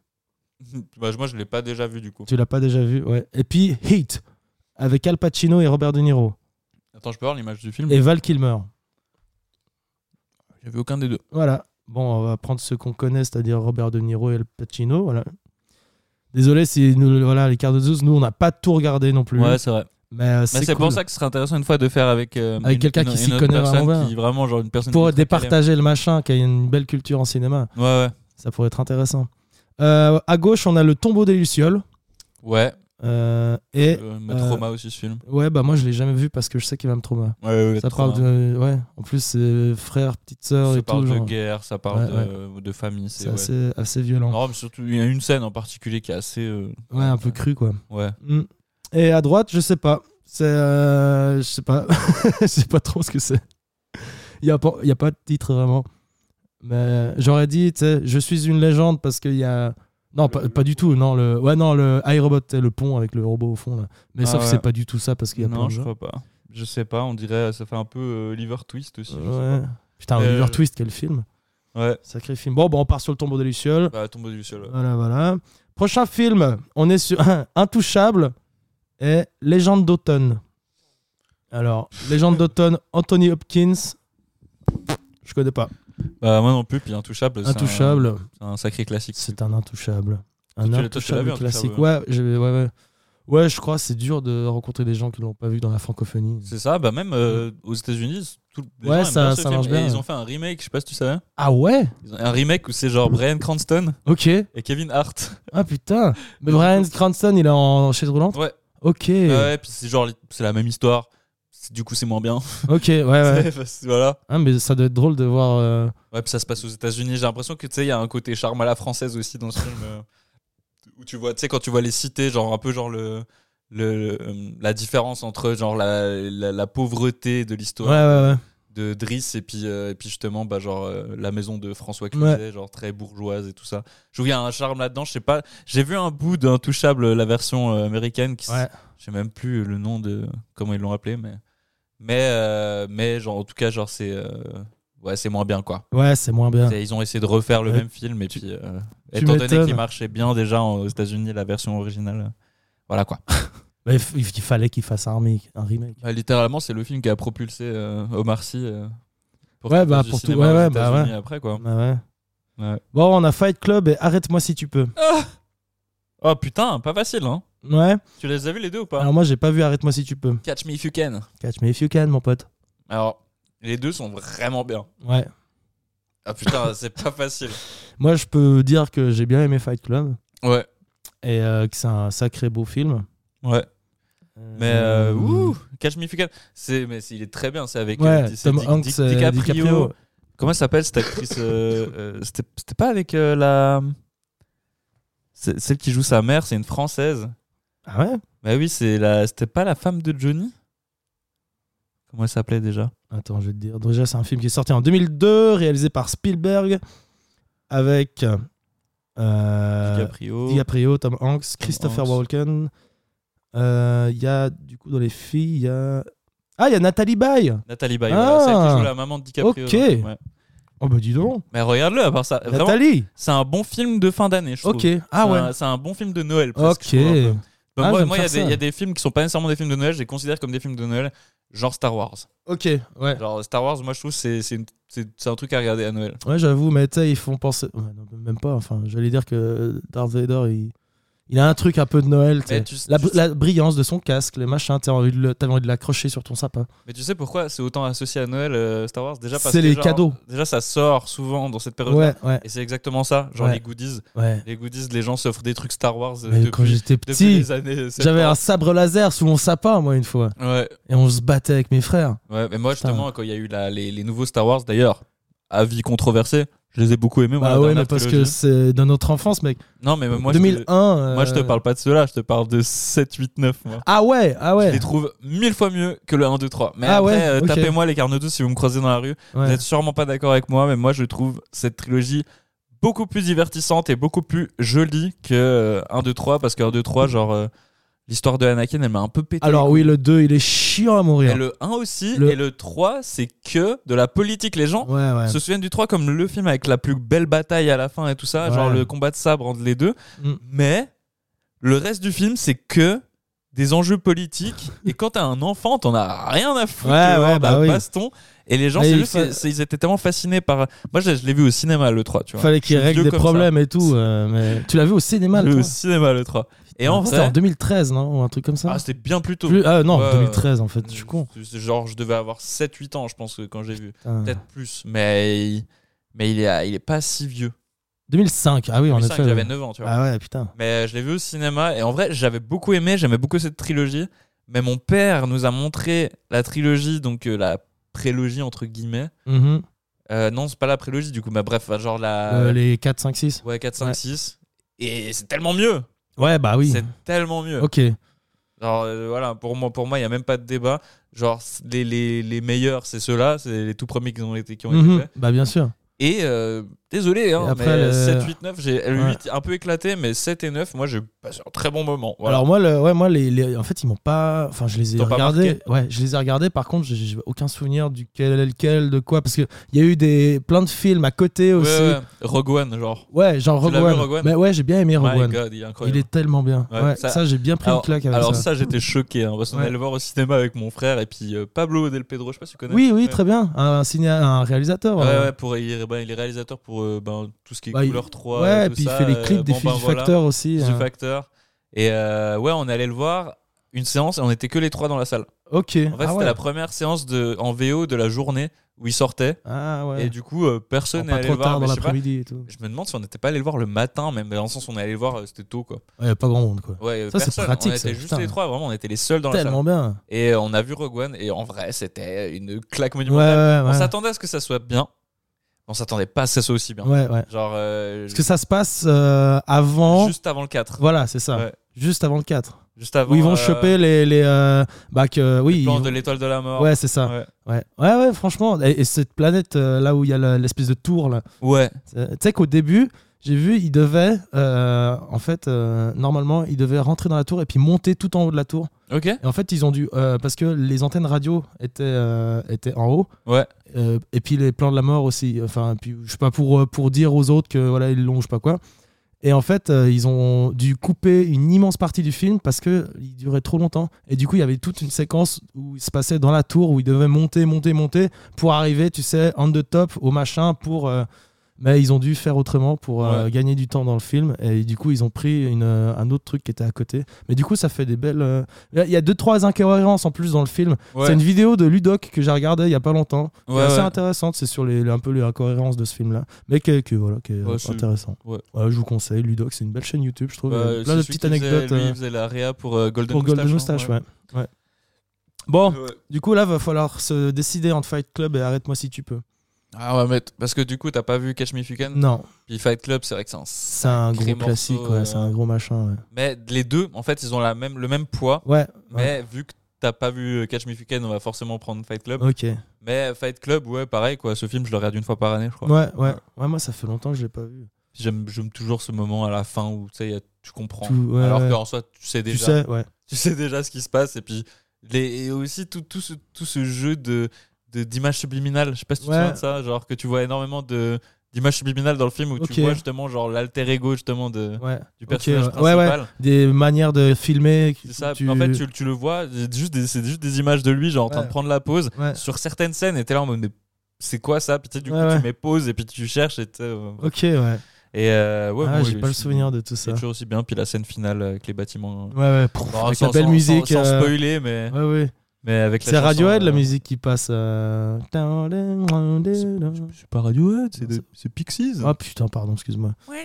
B: Bah, moi, je l'ai pas déjà vu du coup.
A: Tu l'as pas déjà vu, ouais. Et puis Heat avec Al Pacino et Robert De Niro
B: Attends, je peux voir l'image du film
A: et Val Kilmer.
B: J'ai vu aucun des deux.
A: Voilà. Bon, on va prendre ceux qu'on connaît, c'est-à-dire Robert De Niro et Al Pacino. Voilà. Désolé si nous, voilà, les quarts de Zeus, nous, on n'a pas tout regardé non plus.
B: Ouais, c'est vrai.
A: mais euh,
B: Mais
A: c'est
B: c'est
A: cool.
B: pour ça que ce serait intéressant une fois de faire avec, euh,
A: Avec
B: une-
A: quelqu'un
B: une-
A: qui
B: une
A: s'y
B: autre
A: connaît
B: personne
A: vraiment bien.
B: qui vraiment genre une personne
A: Pour
B: qui est très calée.
A: départager le machin, qui a une belle culture en cinéma.
B: Ouais, ouais.
A: Ça pourrait être intéressant. Euh, à gauche, on a le tombeau des Lucioles.
B: Ouais,
A: Euh, et.
B: euh, mais
A: euh,
B: trauma aussi ce film.
A: Ouais, bah moi, je l'ai jamais vu parce que je sais qu'il va me trauma.
B: Ouais, ouais, ouais,
A: Ça
B: trauma.
A: parle de. Ouais, en plus, c'est frère, petite sœur
B: Ça
A: et
B: parle
A: tout.
B: de
A: genre.
B: guerre, ça parle de,
A: Ouais,
B: de famille.
A: C'est
B: C'est ouais.
A: assez, assez violent.
B: Non, mais surtout, il y a une scène en particulier qui est assez. euh,
A: Ouais, un peu cru, quoi.
B: Ouais.
A: Mm. Et à droite, je sais pas. C'est. euh, je sais pas. je sais pas trop ce que c'est. Il n'y a, pas- il y a pas de titre vraiment. Mais j'aurais dit, tu sais, je suis une légende parce qu'il y a. Non, pas, pas du tout. Non, le, ouais, non, le iRobot, tu sais, le pont avec le robot au fond. Là. Mais
B: Ah
A: sauf que
B: ouais.
A: c'est pas du tout ça parce qu'il y a plein
B: Non,
A: de
B: je
A: gens.
B: crois pas. Je sais pas, on dirait. Ça fait un peu euh, Liver Twist aussi. je sais
A: Ouais. Putain,
B: Euh,
A: Oliver
B: je-
A: Twist, quel film.
B: pas. Ouais.
A: Sacré film. Bon, bon, on part sur le tombeau des Lucioles.
B: Bah, tombeau du ciel. ouais.
A: Voilà, voilà. Prochain film, on est sur Intouchable et Légende d'automne. Alors, Légende d'automne, Anthony Hopkins. Je connais pas.
B: Bah, moi non plus, puis Intouchable. c'est un-
A: Intouchable,
B: C'est un, sacré classique.
A: c'est un intouchable. Un
B: tu l'as- toi, tu l'as
A: intouchable
B: vu,
A: classique.
B: Intouchable
A: Ouais, j'ai- ouais, ouais. Ouais, je crois c'est dur de rencontrer des gens qui l'ont pas vu dans la francophonie.
B: C'est ça, bah même euh, aux États-Unis, tout les
A: Ouais,
B: gens aiment
A: ça-
B: bien ce
A: ça
B: film.
A: marche
B: Et
A: bien,
B: ils
A: ouais.
B: ont fait un remake, je sais pas si tu savais.
A: Ah ouais
B: Ils ont- Un remake où c'est genre Brian Cranston
A: Ok.
B: et Kevin Hart.
A: Ah putain. Mais Brian Cranston, il est en chaise roulante
B: Ouais.
A: Ok.
B: Ah Ouais, puis c'est genre c'est la même histoire. C'est- Du coup, c'est moins bien.
A: Ok, ouais, ouais.
B: Parce que voilà.
A: Ah, mais ça doit être drôle de voir. euh,
B: Ouais, puis ça se passe aux États-Unis. J'ai l'impression que tu sais, il y a un côté charme à la française aussi dans ce film euh, où tu vois, tu sais, quand tu vois les cités, genre un peu genre le. Le, euh, la différence entre genre la, la, la pauvreté de l'histoire
A: Ouais, ouais, ouais.
B: de Driss et puis, euh, et puis justement bah, genre euh, la maison de François
A: Ouais.
B: Cluzet genre très bourgeoise et tout ça je trouve qu'il y a un charme là-dedans je sais pas j'ai vu un bout d'Intouchable la version euh, américaine qui s-
A: Ouais.
B: je sais même plus le nom de comment ils l'ont appelé mais mais euh, mais genre en tout cas genre c'est euh, ouais c'est moins bien quoi
A: Ouais, c'est moins bien.
B: C'est- ils ont essayé de refaire le
A: Ah. Ouais.
B: même film et
A: Tu-
B: puis euh,
A: tu
B: étant donné
A: m'étonnes.
B: qu'il marchait bien déjà en- aux États-Unis la version originale euh, voilà quoi
A: Bah, il, f- il fallait qu'il fasse un remake. Un remake.
B: Bah, littéralement, c'est le film qui a propulsé euh, Omar Sy. euh, pour
A: Ouais,
B: qu'il
A: bah,
B: fasse du
A: pour tout-
B: cinéma
A: ouais,
B: aux
A: ouais, bah,
B: États-Unis après, quoi.
A: Ah ouais.
B: Ouais.
A: Bon, on a Fight Club et Arrête-moi si tu peux.
B: Oh putain, pas facile, hein.
A: Ouais.
B: Tu les as vus les deux ou pas
A: Alors moi, j'ai pas vu Arrête-moi si tu peux.
B: Catch Me If You Can.
A: Catch me if you can, mon pote.
B: Alors, les deux sont vraiment bien.
A: Ouais.
B: Ah putain, c'est pas facile.
A: Moi, je peux dire que j'ai bien aimé Fight Club
B: Ouais,
A: et euh, que c'est un sacré beau film.
B: ouais. Mais euh,
A: Euh,
B: ouh, Catch Me If You Can. C'est, mais c'est- il est très bien. C'est avec euh,
A: ouais,
B: Di- c'est
A: Tom
B: Di-
A: Hanks,
B: Di-
A: euh,
B: DiCaprio.
A: DiCaprio.
B: Comment elle s'appelle cette actrice euh, euh, c'était, c'était pas avec euh, la. c'est- celle qui joue sa mère, c'est une française.
A: Ah ouais
B: Bah oui, c'est la... c'était pas la femme de Johnny Comment elle s'appelait déjà
A: Attends, je vais te dire. Déjà, c'est un film qui est sorti en 2002, réalisé par Spielberg, avec euh,
B: DiCaprio.
A: DiCaprio, Tom Hanks, Christopher
B: Hanks.
A: Walken. Euh, Il y a, du coup, dans les filles, il y a. Ah, il y a Nathalie Baye
B: Nathalie Baye,
A: Ah.
B: voilà, celle qui joue la maman de DiCaprio.
A: Ok.
B: dans le film, ouais.
A: Oh, bah dis donc
B: Mais regarde-le à part ça. Vraiment,
A: Nathalie
B: c'est un bon film de fin d'année, je trouve.
A: Ok. Ah
B: C'est
A: ouais.
B: un- C'est un bon film de Noël. presque,
A: Ok.
B: je trouve, un peu. Bah,
A: Ah,
B: moi,
A: j'aime
B: moi, il y, a
A: faire
B: des-
A: ça.
B: il y a des films qui sont pas nécessairement des films de Noël, je les considère comme des films de Noël, genre Star Wars.
A: Ok, ouais.
B: Genre Star Wars, moi je trouve que c'est- c'est une- c'est c'est un truc à regarder à Noël.
A: Ouais, j'avoue, mais tu sais, ils font penser. ouais, non, même pas, enfin, j'allais dire que Darth Vader, il, il a un truc un peu de Noël. tu sais.
B: Mais tu-
A: la,
B: tu-
A: br- la brillance de son casque, les machins, t'as envie de le- t'as envie de l'accrocher sur ton sapin.
B: Mais tu sais pourquoi c'est autant associé à Noël euh, Star Wars Déjà parce
A: C'est
B: que,
A: les
B: genre,
A: cadeaux.
B: Déjà ça sort souvent dans cette période.
A: Ouais, ouais,
B: Et c'est exactement ça, genre
A: Ouais.
B: les goodies.
A: ouais.
B: Les goodies, les gens s'offrent des trucs Star Wars euh,
A: Mais
B: depuis,
A: quand j'étais
B: depuis
A: petit,
B: les années. 70.
A: j'avais un sabre laser sous mon sapin, moi, une fois.
B: Ouais,
A: Et on se battait avec mes frères.
B: ouais. Mais moi justement, quand il y a eu la- les, les nouveaux Star Wars d'ailleurs, avis controversé, je les ai beaucoup aimés. moi,
A: bah
B: la
A: ouais,
B: dernière
A: mais parce que
B: trilogie.
A: c'est dans notre enfance, mec.
B: Non, mais Euh, moi, je
A: 2001.
B: te... moi je te
A: euh,
B: parle pas de ceux-là, je te parle de 7, 8, 9. Moi.
A: Ah ouais, ah
B: Je les
A: ouais.
B: trouve mille fois mieux que le 1, 2, 3. Mais
A: Ah
B: après,
A: ouais,
B: euh,
A: ok.
B: tapez-moi les carnets 2 si vous me croisez dans la rue.
A: ouais.
B: Vous êtes sûrement pas d'accord avec moi, mais moi je trouve cette trilogie beaucoup plus divertissante et beaucoup plus jolie que euh, 1, 2, 3. Parce que 1, 2, 3, genre, euh, l'histoire de Anakin, elle m'a un peu pété.
A: Alors oui, le 2, il est chiant à
B: et
A: mourir.
B: le 1 aussi,
A: Le-
B: et le 3, c'est que de la politique. Les gens
A: Ouais, ouais.
B: se souviennent du 3 comme le film avec la plus belle bataille à la fin et tout ça,
A: Ouais.
B: genre le combat de sabre entre les deux.
A: Mm.
B: Mais le reste du film, c'est que des enjeux politiques. et quand t'as un enfant, t'en as rien à foutre
A: Ouais,
B: tu vois,
A: ouais, bah
B: d'un
A: oui.
B: baston. Et les gens,
A: Mais
B: c'est
A: il
B: juste,
A: fa-
B: c'est- c'est- ils étaient tellement fascinés par. Moi, je, je l'ai vu au cinéma, le 3, tu vois.
A: Fallait qu'il
B: Je suis
A: règle
B: vieux
A: des
B: comme ça.
A: problèmes et tout. euh, mais... Tu l'as vu au cinéma, le
B: Le
A: toi
B: cinéma, le 3. Et en
A: C'était en
B: vrai,
A: 2013, non Ou un truc comme ça
B: ah, c'était bien plus tôt.
A: Plus- Ah non,
B: Ouais,
A: 2013 en fait, je suis con.
B: C'est- Genre, je devais avoir 7-8 ans, je pense, que quand j'ai vu.
A: Putain.
B: Peut-être plus, mais, mais il, est, il est pas si vieux.
A: 2005, ah oui, en
B: 2005,
A: effet.
B: j'avais
A: ouais.
B: 9 ans, tu vois.
A: Ah ouais, putain.
B: Mais je l'ai vu au cinéma et en vrai, j'avais beaucoup aimé, j'aimais beaucoup cette trilogie. Mais mon père nous a montré la trilogie, donc euh, la prélogie entre guillemets.
A: Mhm.
B: Euh, non, c'est pas la prélogie du coup, mais bref, genre la
A: Euh, les 4, 5, 6
B: ouais, 4, 5,
A: ouais.
B: 6. Et c'est tellement mieux!
A: Ouais, bah oui.
B: C'est tellement mieux!
A: Ok.
B: Genre, euh, voilà, pour moi, pour moi, il n'y a même pas de débat. Genre, c- les, les, les meilleurs, c'est ceux-là, c'est les tout premiers qui ont été, qui ont été
A: Mhm.
B: faits.
A: Bah bien sûr.
B: Et euh, désolé, hein,
A: Et après,
B: mais
A: le-
B: 7, 8, 9, j'ai le
A: Ouais.
B: 8 un peu éclaté, mais 7 et 9, moi j'ai passé un très bon moment. Voilà.
A: Alors moi, le- ouais, moi les, les- en fait, ils m'ont pas. Enfin, je les ai
B: T'ont pas
A: regardés. Ouais, je les ai regardés. Par contre, j'ai- j'ai aucun souvenir duquel est lequel, de quoi. Parce qu'il y a eu des, plein de films à côté aussi.
B: Ouais,
A: Ouais,
B: ouais. Rogue One, genre.
A: genre
B: Tu
A: Rogue
B: l'as vu,
A: One.
B: Rogue One
A: Mais ouais, j'ai bien aimé Rogue
B: My
A: One.
B: God, il est
A: Il
B: incroyable.
A: est tellement bien.
B: Ouais,
A: Ouais,
B: ça-
A: ça, j'ai bien pris une claque avec
B: Alors ça,
A: ça.
B: j'étais choqué, hein, parce qu'on
A: Ouais.
B: allait le voir au cinéma avec mon frère et puis euh, Pablo Del Pedro, je sais pas si tu connais.
A: Oui, oui,
B: Ouais.
A: très bien. Un, cinéa- un réalisateur.
B: Ouais,
A: euh,
B: ouais, pour, il, est, ben, il est réalisateur pour euh, ben, tout ce qui est
A: Bah, il-
B: couleur 3.
A: ouais,
B: et
A: et
B: tout
A: puis
B: ça,
A: il fait
B: euh,
A: les clips des
B: bon,
A: films
B: ben,
A: du
B: voilà.
A: Facteur aussi.
B: The
A: hein.
B: Factor. Et euh, ouais, on allait le voir une séance et on était que les trois dans la salle. En
A: Ok.
B: fait,
A: ah,
B: c'était
A: ouais.
B: la première séance de, en VO de la journée où il sortait.
A: Ah ouais.
B: Et du coup, euh, personne n'est
A: pas
B: allé
A: trop
B: le voir.
A: tard
B: mais
A: dans
B: je, sais pas,
A: l'après-midi et tout.
B: je me demande si on n'était pas allé le voir le matin, même. Dans le sens où on allait le voir, euh, c'était tôt, quoi.
A: Ouais, pas grand monde quoi.
B: Ouais,
A: Ça, c'est
B: personne.
A: pratique,
B: On était
A: ça,
B: juste
A: putain.
B: les trois, vraiment, on était les seuls dans la salle.
A: Tellement bien.
B: Et euh, on a vu Rogue One, et en vrai, c'était une claque
A: Ouais, ouais,
B: monumentale. On
A: ouais.
B: s'attendait à ce que ça soit bien. On s'attendait pas à ce que ça soit aussi bien.
A: Ouais, ouais.
B: Genre, euh,
A: Parce que ça se passe euh, avant.
B: juste avant le 4.
A: Voilà, c'est ça.
B: Ouais.
A: Juste avant le 4.
B: Juste avant.
A: Où ils vont
B: euh,
A: choper les. les euh, bah, que, oui.
B: le
A: ils
B: plan
A: vont-
B: de l'étoile de la mort.
A: Ouais, c'est ça.
B: Ouais.
A: Ouais. ouais, ouais, franchement. Et, et cette planète euh, là où il y a la- l'espèce de tour là.
B: Ouais.
A: Euh, Tu sais qu'au début, j'ai vu, ils devaient. euh, en fait, euh, normalement, ils devaient rentrer dans la tour et puis monter tout en haut de la tour.
B: Ok.
A: Et en fait, ils ont dû. euh, parce que les antennes radio étaient, euh, étaient en haut.
B: Ouais.
A: Euh, et puis les plans de la mort aussi. Enfin, puis, je sais pas, pour, euh, pour dire aux autres que voilà, ils l'ont, je sais pas quoi. Et en fait, euh, ils ont dû couper une immense partie du film parce que il durait trop longtemps. Et du coup, il y avait toute une séquence où il se passait dans la tour où ils devaient monter, monter, monter pour arriver, tu sais, en the top au machin pour. euh, Mais ils ont dû faire autrement pour euh,
B: Ouais.
A: gagner du temps dans le film. Et du coup, ils ont pris une, euh, un autre truc qui était à côté. Mais du coup, ça fait des belles. euh, Il y a deux, trois incohérences en plus dans le film.
B: Ouais.
A: C'est une vidéo de Ludoc que j'ai regardée il y a pas longtemps. qui est
B: Ouais,
A: assez
B: ouais.
A: intéressante. C'est sur les, les- un peu les incohérences de ce film-là. Mais qui est, qui est, voilà, qui est
B: Ouais,
A: euh,
B: c'est-
A: intéressant.
B: ouais.
A: je vous conseille. Ludoc, c'est une belle chaîne YouTube, je trouve.
B: Bah,
A: Il y a
B: c'est
A: euh, plein de
B: celui
A: petites
B: qui faisait-
A: anecdotes
B: lui,
A: euh,
B: il faisait la réa pour euh, Golden
A: pour Golden
B: Moustache. hein,
A: Moustache.
B: ouais.
A: ouais. Ouais. Bon,
B: Ouais.
A: du coup, là, va falloir se décider entre Fight Club et Arrête-moi si tu peux.
B: Ah, ouais, mais t- parce que du coup, t'as pas vu Catch Me If You Can
A: Non,
B: Puis Fight Club, c'est vrai que c'est un.
A: c'est un gros
B: Sacré morceau,
A: classique, ouais,
B: euh,
A: c'est un gros machin. ouais.
B: Mais les deux, en fait, ils ont la même, le même poids.
A: Ouais,
B: Mais vu que t'as pas vu euh, Catch Me If You Can, on va forcément prendre Fight Club.
A: ok.
B: Mais euh, Fight Club, ouais, pareil, quoi. Ce film, je le regarde une fois par année, je crois.
A: Ouais, ouais. Ouais, moi, ça fait longtemps que je l'ai pas vu.
B: J'aime j'aime toujours ce moment à la fin où tu sais, il y a- tu comprends.
A: Tout, ouais,
B: Alors
A: ouais.
B: qu'en soi, tu sais déjà.
A: Tu sais, ouais.
B: tu sais déjà ce qui se passe et puis les, et aussi tout, tout ce, tout ce jeu de de- d'images subliminales je sais pas si tu te
A: Ouais.
B: souviens de ça genre que tu vois énormément de d'images subliminales dans le film où
A: Ok.
B: tu vois justement genre l'alter ego justement de
A: ouais.
B: du
A: Ok,
B: personnage
A: ouais. Ouais,
B: principal
A: ouais. Des manières de filmer.
B: c'est ça en fait tu, tu le vois c'est juste des, c'est juste des images de lui genre en train
A: Ouais.
B: de prendre la pause
A: Ouais.
B: sur certaines scènes et t'es là en mode mais c'est quoi ça puis tu sais, du
A: Ouais,
B: coup
A: ouais.
B: tu mets pause et puis tu cherches et tu sais, euh,
A: Ok, ouais.
B: et euh, ouais
A: Ah,
B: bon,
A: j'ai
B: il-
A: pas le
B: il-
A: souvenir de
B: il
A: tout
B: est
A: ça.
B: toujours aussi bien puis la scène finale avec les bâtiments euh,
A: Ouais, ouais. Prouf,
B: Bon,
A: avec
B: Bah, sans-
A: la belle
B: sans-
A: musique.
B: sans, sans
A: euh,
B: spoiler mais
A: Ouais, ouais.
B: Mais avec la
A: C'est
B: chanson,
A: Radiohead
B: euh,
A: la musique qui passe. euh,
B: C'est pas Radiohead,
A: c'est de-
B: Pixies.
A: Ah putain, pardon, excuse-moi. Wow,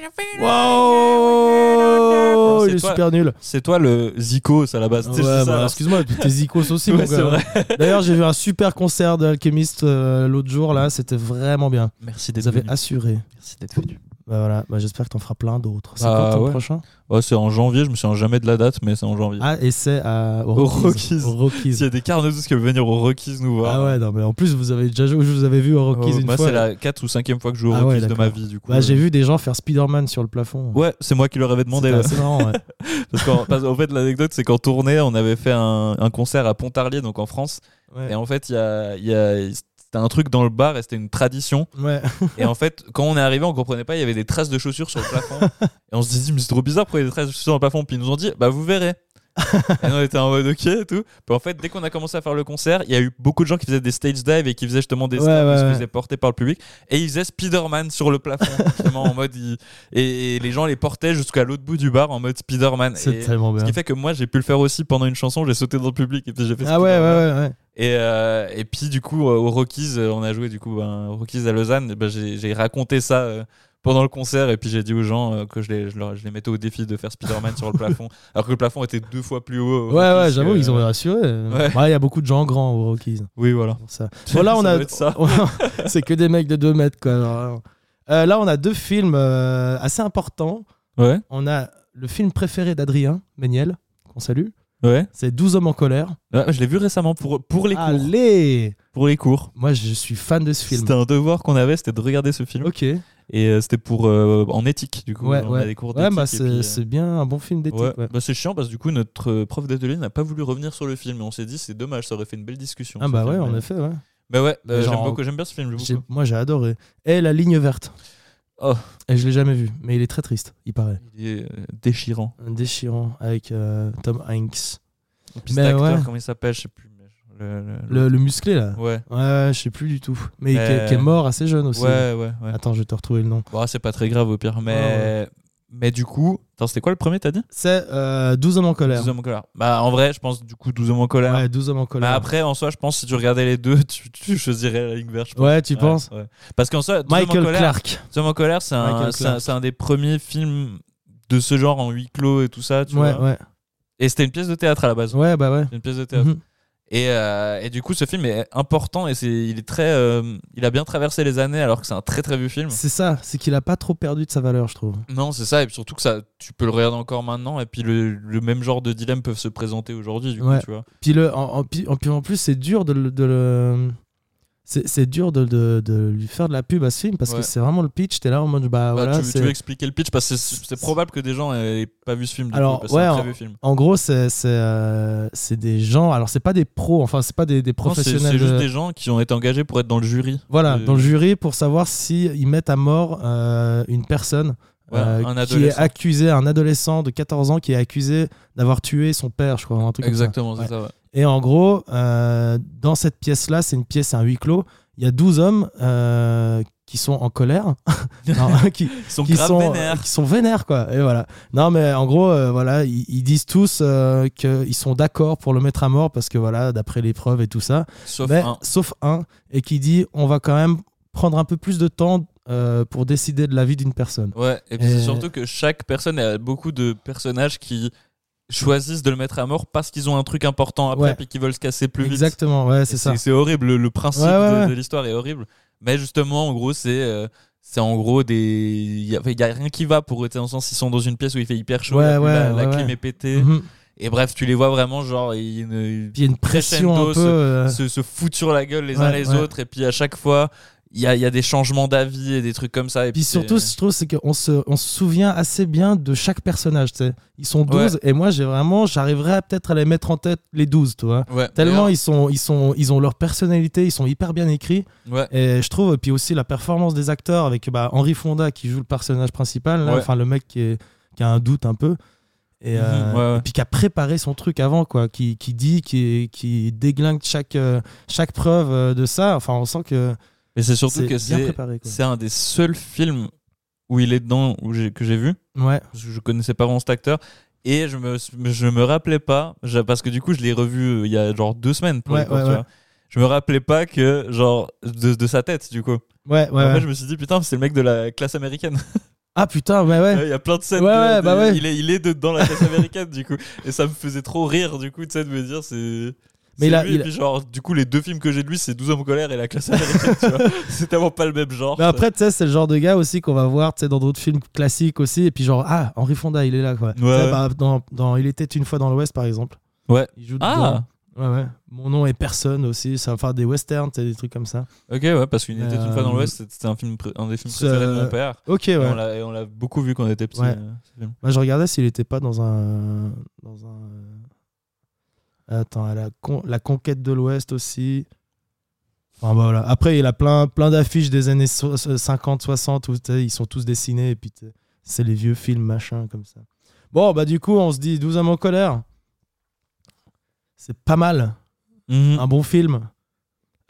B: Ah, c'est
A: il est
B: toi.
A: super nul.
B: C'est toi le Zico, ça à la base. Tu sais,
A: Ouais,
B: c'est
A: bah,
B: ça.
A: excuse-moi, t'es Zikos aussi,
B: Ouais,
A: mon
B: c'est
A: gars.
B: vrai.
A: D'ailleurs, j'ai vu un super concert d'Alchemist euh, l'autre jour, là, c'était vraiment bien.
B: Merci
A: Ils
B: d'être
A: avaient
B: venu.
A: assuré.
B: Merci d'être venu.
A: Bah voilà, bah, j'espère que t'en feras plein d'autres. C'est
B: Bah,
A: quand ton
B: ouais.
A: prochain
B: Oh, c'est en janvier, je me souviens jamais de la date, mais c'est en janvier.
A: Ah, et c'est à au
B: Au
A: Rockies.
B: Rockies.
A: Au Rockies.
B: S'il y a des carnets qui veulent venir aux Rockies nous voir.
A: Ah ouais, non, mais en plus, vous avez déjà joué, je vous avais vu au
B: Oh,
A: Rockies une
B: moi,
A: fois.
B: c'est la 4 ou 5 fois que je joue aux
A: Ah
B: Rockies
A: ouais,
B: de
A: d'accord.
B: ma vie, du coup.
A: Bah, j'ai
B: euh,
A: vu des gens faire Spider-Man sur le plafond.
B: Ouais, c'est moi qui leur avais demandé.
A: C'était
B: ouais.
A: assez marrant, ouais.
B: Parce qu'en parce qu'en fait, l'anecdote, c'est qu'en tournée, on avait fait un, un concert à Pontarlier, donc en France.
A: Ouais.
B: Et en fait, il y a, il y a- c'était un truc dans le bar et c'était une tradition.
A: Ouais.
B: Et en fait, quand on est arrivé, on comprenait pas, il y avait des traces de chaussures sur le plafond. et on se dit, mais c'est trop bizarre pourquoi il y a des traces de chaussures sur le plafond. Puis ils nous ont dit, bah vous verrez. et on était en mode ok et tout. Puis en fait, dès qu'on a commencé à faire le concert, il y a eu beaucoup de gens qui faisaient des stage dives et qui faisaient justement des
A: Ouais,
B: snaps
A: ouais,
B: qui se
A: ouais.
B: faisaient porter par le public. Et ils faisaient Spider-Man sur le plafond, justement, en mode. ils- Et, et les gens les portaient jusqu'à l'autre bout du bar en mode Spider-Man.
A: C'est
B: Et
A: tellement
B: Ce
A: bien.
B: qui fait que moi, j'ai pu le faire aussi pendant une chanson, j'ai sauté dans le public et puis j'ai fait
A: Ah ouais, ouais,
B: Spider-Man.
A: ouais. ouais.
B: Et, euh, et puis du coup euh, au Rockies, euh, on a joué du coup ben, au Rockies à Lausanne. Ben, j'ai j'ai raconté ça euh, pendant le concert et puis j'ai dit aux gens euh, que je les, je, leur- je les mettais au défi de faire Spider-Man sur le plafond, alors que le plafond était deux fois plus haut. au
A: Ouais,
B: Rockies
A: ouais, j'avoue,
B: que-
A: ils ont rassuré. hein. Ouais,
B: Ouais.
A: il y a beaucoup de gens grands au Rockies. hein,
B: Oui voilà.
A: pour ça. Bon,
B: Ça
A: là, on
B: doit
A: a.
B: être ça.
A: c'est que des mecs de 2 mètres, quoi. alors, alors. Euh, là, on a deux films euh, assez importants.
B: Ouais
A: On a le film préféré d'Adrien Méniel, qu'on salue.
B: ouais.
A: C'est 12 hommes en colère.
B: Ah, je l'ai vu récemment pour pour les cours.
A: Allez
B: Pour les cours.
A: Moi, je suis fan de ce Ah, film.
B: C'était un devoir qu'on avait, c'était de regarder ce film.
A: Ok. Ouais,
B: Et euh, c'était pour euh, en éthique du coup.
A: ouais.
B: on a des cours
A: Ouais,
B: d'éthique.
A: bah,
B: et
A: c'est
B: puis, euh,
A: c'est bien un bon film d'éthique.
B: Ouais.
A: ouais.
B: Bah, c'est chiant parce que du coup notre euh, prof d'atelier n'a pas voulu revenir sur le film et on s'est dit c'est dommage ça aurait fait une belle discussion.
A: Ah,
B: ce
A: bah
B: film,
A: ouais,
B: mais-
A: en effet, ouais.
B: Bah ouais,
A: Mais
B: euh,
A: genre-
B: j'aime beaucoup, j'aime bien ce film. j'aime
A: J'ai-
B: beaucoup.
A: Moi, j'ai adoré. Et La ligne verte.
B: Oh.
A: Et je l'ai jamais vu, mais il est très triste, il paraît.
B: Il est euh, déchirant.
A: Un déchirant avec euh, Tom Hanks.
B: Puis
A: Mais
B: cet acteur,
A: ouais.
B: comment il s'appelle, je sais plus. mais Le, le-
A: Le, le musclé, là.
B: Ouais.
A: Ouais, ouais, je sais plus du tout. Mais qui-
B: Euh,
A: qui, est mort assez jeune aussi.
B: ouais, ouais, ouais.
A: Attends, je vais te retrouver le nom.
B: Bon, c'est pas très grave au pire, mais
A: Ouais,
B: mais du coup, attends, c'était quoi le premier t'as dit
A: C'est euh, 12 hommes en colère.
B: 12 hommes en colère. Bah en vrai, je pense du coup 12 hommes en colère.
A: Ouais, 12 hommes en
B: mais
A: colère.
B: après, en soi, je pense si tu regardais les deux, tu, tu choisirais la ligne verte. je pense.
A: ouais, tu
B: Ouais,
A: penses
B: ouais. Parce qu'en soi, 12 hommes en
A: Michael
B: colère-
A: Clark.
B: Deux hommes en colère, c'est un,
A: Michael
B: c'est
A: Clarke.
B: un- c'est un des premiers films de ce genre en huis clos et tout ça. Tu
A: Ouais,
B: vois
A: ouais.
B: Et c'était une pièce de théâtre à la base.
A: Ouais, bah ouais.
B: Une pièce de théâtre.
A: Mhm.
B: Et, euh, et du coup, ce film est important et c'est, il est très, euh, il a bien traversé les années alors que c'est un très très vieux film.
A: C'est ça, c'est qu'il a pas trop perdu de sa valeur, je trouve.
B: Non, c'est ça et puis surtout que ça, tu peux le regarder encore maintenant et puis le, le même genre de dilemme peuvent se présenter aujourd'hui. Du
A: Ouais.
B: coup, tu vois.
A: Puis, le, en, en- puis- en- puis en plus, c'est dur de le. de le- c'est c'est dur de, de- de lui faire de la pub à ce film parce
B: Ouais.
A: que c'est vraiment le pitch. T'es là en mode,
B: Bah,
A: bah, voilà.
B: tu, tu
A: c'est-
B: veux expliquer le pitch parce que c'est, c'est probable que des gens aient pas vu ce film. Du
A: Alors,
B: coup, parce que
A: ouais,
B: c'est un
A: en-
B: très vieux film.
A: En gros, c'est c'est, euh, c'est des gens. Alors, c'est pas des pros, enfin, c'est pas des, des
B: Non, c'est-
A: professionnels.
B: c'est, juste
A: de-
B: des gens qui ont été engagés pour être dans le jury.
A: Voilà,
B: Euh,
A: dans le jury pour savoir si ils mettent à mort euh, une personne
B: Ouais,
A: euh,
B: un
A: qui est
B: adolescent.
A: accusée, un adolescent de 14 ans qui est accusé d'avoir tué son père, je crois, un truc comme ça.
B: Exactement, c'est
A: Ouais.
B: ça. ouais.
A: Et en gros, euh, dans cette pièce-là, c'est une pièce, à un huis clos. Il y a 12 hommes euh, qui sont en colère, Non, qui,
B: Ils sont
A: qui
B: grave
A: sont euh,
B: vénères.
A: qui sont vénères quoi et voilà non mais en gros euh, voilà ils, ils disent tous euh, qu'ils sont d'accord pour le mettre à mort parce que voilà d'après les preuves et tout ça
B: Sauf
A: mais,
B: un.
A: sauf un et qui dit on va quand même prendre un peu plus de temps euh, pour décider de la vie d'une personne
B: Ouais, et puis c'est
A: Euh,
B: surtout que chaque personne a beaucoup de personnages qui choisissent de le mettre à mort parce qu'ils ont un truc important après
A: Ouais.
B: et puis qu'ils veulent se casser plus vite.
A: exactement ouais
B: Et
A: c'est ça
B: C'est horrible, le, le principe
A: Ouais, ouais,
B: de,
A: ouais.
B: de l'histoire est horrible. Mais justement, en gros, c'est euh, c'est en gros des. Il n'y a, enfin, y a rien qui va pour eux. Dans le sens, ils sont dans une pièce où il fait hyper chaud,
A: Ouais,
B: la,
A: ouais,
B: la- la
A: ouais,
B: clim
A: ouais.
B: est pétée.
A: Mhm.
B: Et bref, tu les vois vraiment, genre, ils, ne-
A: Puis il y a une pression
B: Crescendo,
A: un peu euh,
B: se, se foutent sur la gueule les uns
A: Ouais,
B: les
A: ouais.
B: autres. Et puis à chaque fois, il y a, il y a des changements d'avis et des trucs comme ça. Et
A: Puis
B: c'est-
A: surtout, ce que je trouve, c'est qu'on se, on se souvient assez bien de chaque personnage. tu sais. Ils sont 12 et moi, j'ai vraiment, j'arriverais à peut-être à les mettre en tête les 12, tu vois.
B: Ouais,
A: Tellement
B: d'ailleurs,
A: ils, sont, ils, sont, ils ont leur personnalité, ils sont hyper bien écrits.
B: ouais.
A: Et je trouve, et puis aussi la performance des acteurs avec bah, Henri Fonda qui joue le personnage principal, là,
B: Ouais.
A: enfin le mec qui, est- qui a un doute un peu. Et,
B: Mhm,
A: euh,
B: ouais, ouais.
A: et puis qui a préparé son truc avant, quoi, qui, qui dit, qui, qui déglingue chaque, euh, chaque preuve euh, de ça. Enfin, on sent que
B: Mais c'est surtout
A: c'est
B: que
A: bien
B: c'est
A: préparé. quoi.
B: c'est un des seuls films où il est dedans où j'ai- que j'ai vu.
A: Ouais,
B: parce que je connaissais pas vraiment cet acteur et je me je me rappelais pas j'a- parce que du coup je l'ai revu euh, il y a genre deux semaines pour
A: Ouais,
B: les cours,
A: ouais,
B: tu
A: ouais.
B: vois. je me rappelais pas que genre de, de sa tête du coup
A: ouais, ouais.
B: en
A: ouais.
B: fait je me suis dit putain c'est le mec de la classe américaine
A: Ah putain, ouais, ouais.
B: il y a plein de scènes
A: Ouais,
B: de-
A: ouais,
B: de-
A: bah ouais.
B: il est il est de- dans la classe américaine du coup et ça me faisait trop rire du coup tu sais de me dire c'est
A: Mais
B: c'est
A: il a-
B: lui,
A: il
B: et
A: a-
B: puis genre du coup les deux films que j'ai de lui c'est 12 hommes en colère et la classe américaine tu vois c'est tellement pas le même genre
A: Mais après, tu sais, c'est le genre de gars aussi qu'on va voir tu sais, dans d'autres films classiques aussi. Et puis, genre, ah, Henri Fonda, il est là, quoi. Tu sais,
B: ouais.
A: bah, dans, dans Il était une fois dans l'Ouest, par exemple.
B: Ouais.
A: Il joue
B: ah
A: dedans. Ouais, ouais. Mon nom est personne aussi. Ça va faire des westerns, tu sais, des trucs comme ça.
B: ok ouais parce qu'il était une fois dans
A: Euh,
B: l'Ouest c'était un film pré- un des films
A: c'est-
B: préférés de mon père
A: Ok, ouais.
B: Et on l'a- Et on l'a beaucoup vu quand on était petit.
A: Ouais.
B: euh, ce film.
A: Bah, je regardais s'il était pas dans un. Dans un. euh, Attends, la, con- la conquête de l'Ouest aussi. Enfin, bah, voilà. Après, il a plein, plein d'affiches des années so- 50, 60 où tu sais, ils sont tous dessinés et puis tu sais, c'est les vieux films machin comme ça. Bon, bah du coup, on se dit 12 hommes en colère. C'est pas mal.
B: Mhm.
A: Un bon film.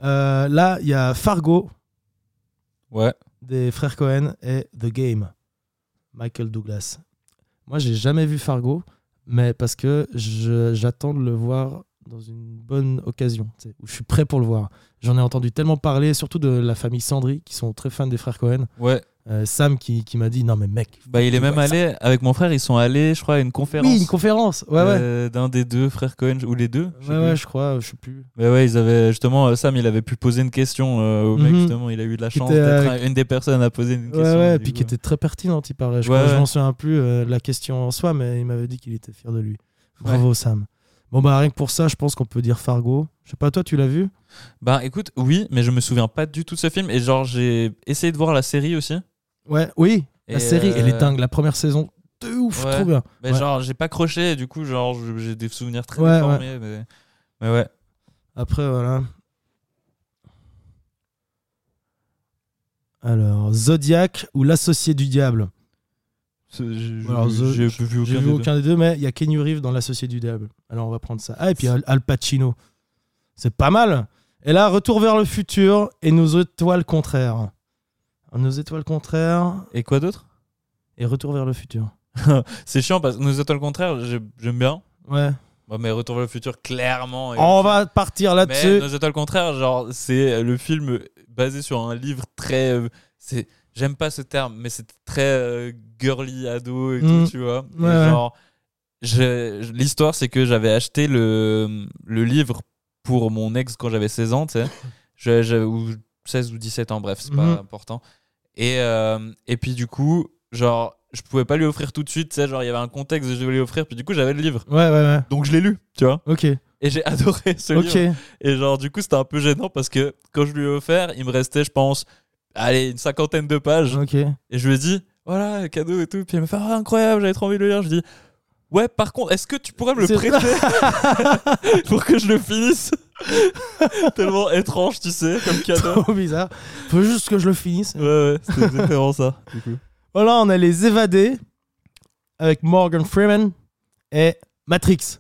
A: Euh, là, il y a Fargo
B: Ouais.
A: des frères Cohen et The Game, Michael Douglas. Moi, j'ai jamais vu Fargo, mais parce que je- j'attends de le voir dans une bonne occasion, tu sais, où je suis prêt pour le voir. J'en ai entendu tellement parler, surtout de la famille Sandry, qui sont très fans des frères Cohen.
B: ouais.
A: Euh, Sam qui, qui m'a dit Non, mais mec,
B: Bah, il est même
A: Ouais, ça-
B: allé, avec mon frère, ils sont allés, je crois, à une conférence
A: oui, une conférence Ouais, ouais.
B: euh, d'un des deux frères Cohen, ou les deux. je sais
A: ouais, ouais,
B: plus.
A: je crois, je sais plus.
B: Mais ouais, ils avaient, justement, euh, Sam, il avait pu poser une question euh, au mec,
A: Mhm.
B: justement, il a eu de la
A: Qui
B: chance
A: était,
B: d'être
A: euh,
B: un- une des personnes à poser une
A: Ouais,
B: question.
A: ouais,
B: du
A: puis qui
B: coup.
A: était très pertinente, il paraît. Je,
B: Ouais,
A: crois, je
B: ouais.
A: m'en souviens plus euh, de la question en soi, mais il m'avait dit qu'il était fier de lui. Bravo, Sam. Bon, bah, rien que pour ça, je pense qu'on peut dire Fargo. Je sais pas, toi, tu l'as vu
B: Bah, écoute, oui, mais je me souviens pas du tout de ce film, et genre, j'ai essayé de voir la série aussi.
A: Ouais, oui, la
B: Et,
A: série, elle
B: euh,
A: est dingue. La première saison, de ouf,
B: Ouais.
A: trop bien.
B: Mais
A: Ouais.
B: genre, j'ai pas croché, et du coup, genre, je- j'ai des souvenirs très
A: Ouais, ouais.
B: déformés, mais. Mais ouais.
A: Après, voilà. Alors, Zodiac ou L'Associé du Diable
B: C'est- J'ai
A: Alors, The-
B: j'ai- j'ai vu aucun
A: J'ai
B: des
A: vu
B: deux.
A: aucun des deux, mais il y a Kenny Reeves dans L'Associé du Diable. Alors, on va prendre ça. Ah, et puis Al, Al Pacino. C'est pas mal. Et là, retour vers le futur et nos étoiles contraires. Nos étoiles contraires
B: Et quoi d'autre
A: et retour vers le futur.
B: C'est chiant parce que nous étoiles contraires, j'ai- j'aime bien.
A: Ouais.
B: Bon, mais Retour vers le futur, clairement. est
A: On
B: le
A: va partir
B: film. Ah, Mais
A: là-dessus.
B: Nos étoiles contraires, genre, c'est le film basé sur un livre très. euh, C'est. J'aime pas ce terme, mais c'est très euh, girly ado et
A: Mm.
B: tout, tu vois. Et
A: Ouais, ouais.
B: genre, je- je- l'histoire, c'est que j'avais acheté le, le livre pour mon ex quand j'avais 16 ans, tu sais. Je- je- ou 16 ou 17 ans, bref, c'est
A: Mhm.
B: pas important. Et, euh, et puis du coup, genre, je pouvais pas lui offrir tout de suite, tu sais, genre, il y avait un contexte, je voulais lui offrir, puis du coup, j'avais le livre.
A: Ouais, ouais, ouais.
B: Donc je l'ai lu, tu vois.
A: Ok.
B: Et j'ai adoré ce
A: Ok.
B: livre. Et genre, du coup, c'était un peu gênant parce que quand je lui ai offert, il me restait, je pense, allez, une cinquantaine de pages.
A: Ok.
B: Et je lui ai dit, voilà, cadeau et tout. Puis elle me fait, ah, incroyable, j'avais trop envie de le lire. Je lui ai dit, ouais, par contre, est-ce que tu pourrais me le
A: C'est-
B: prêter pour que je le finisse Tellement étrange, tu sais, comme cadeau.
A: Trop bizarre. Faut juste que je le finisse.
B: Ouais, ouais, c'était exactement ça.
A: Voilà, on a les évadés avec Morgan Freeman et Matrix.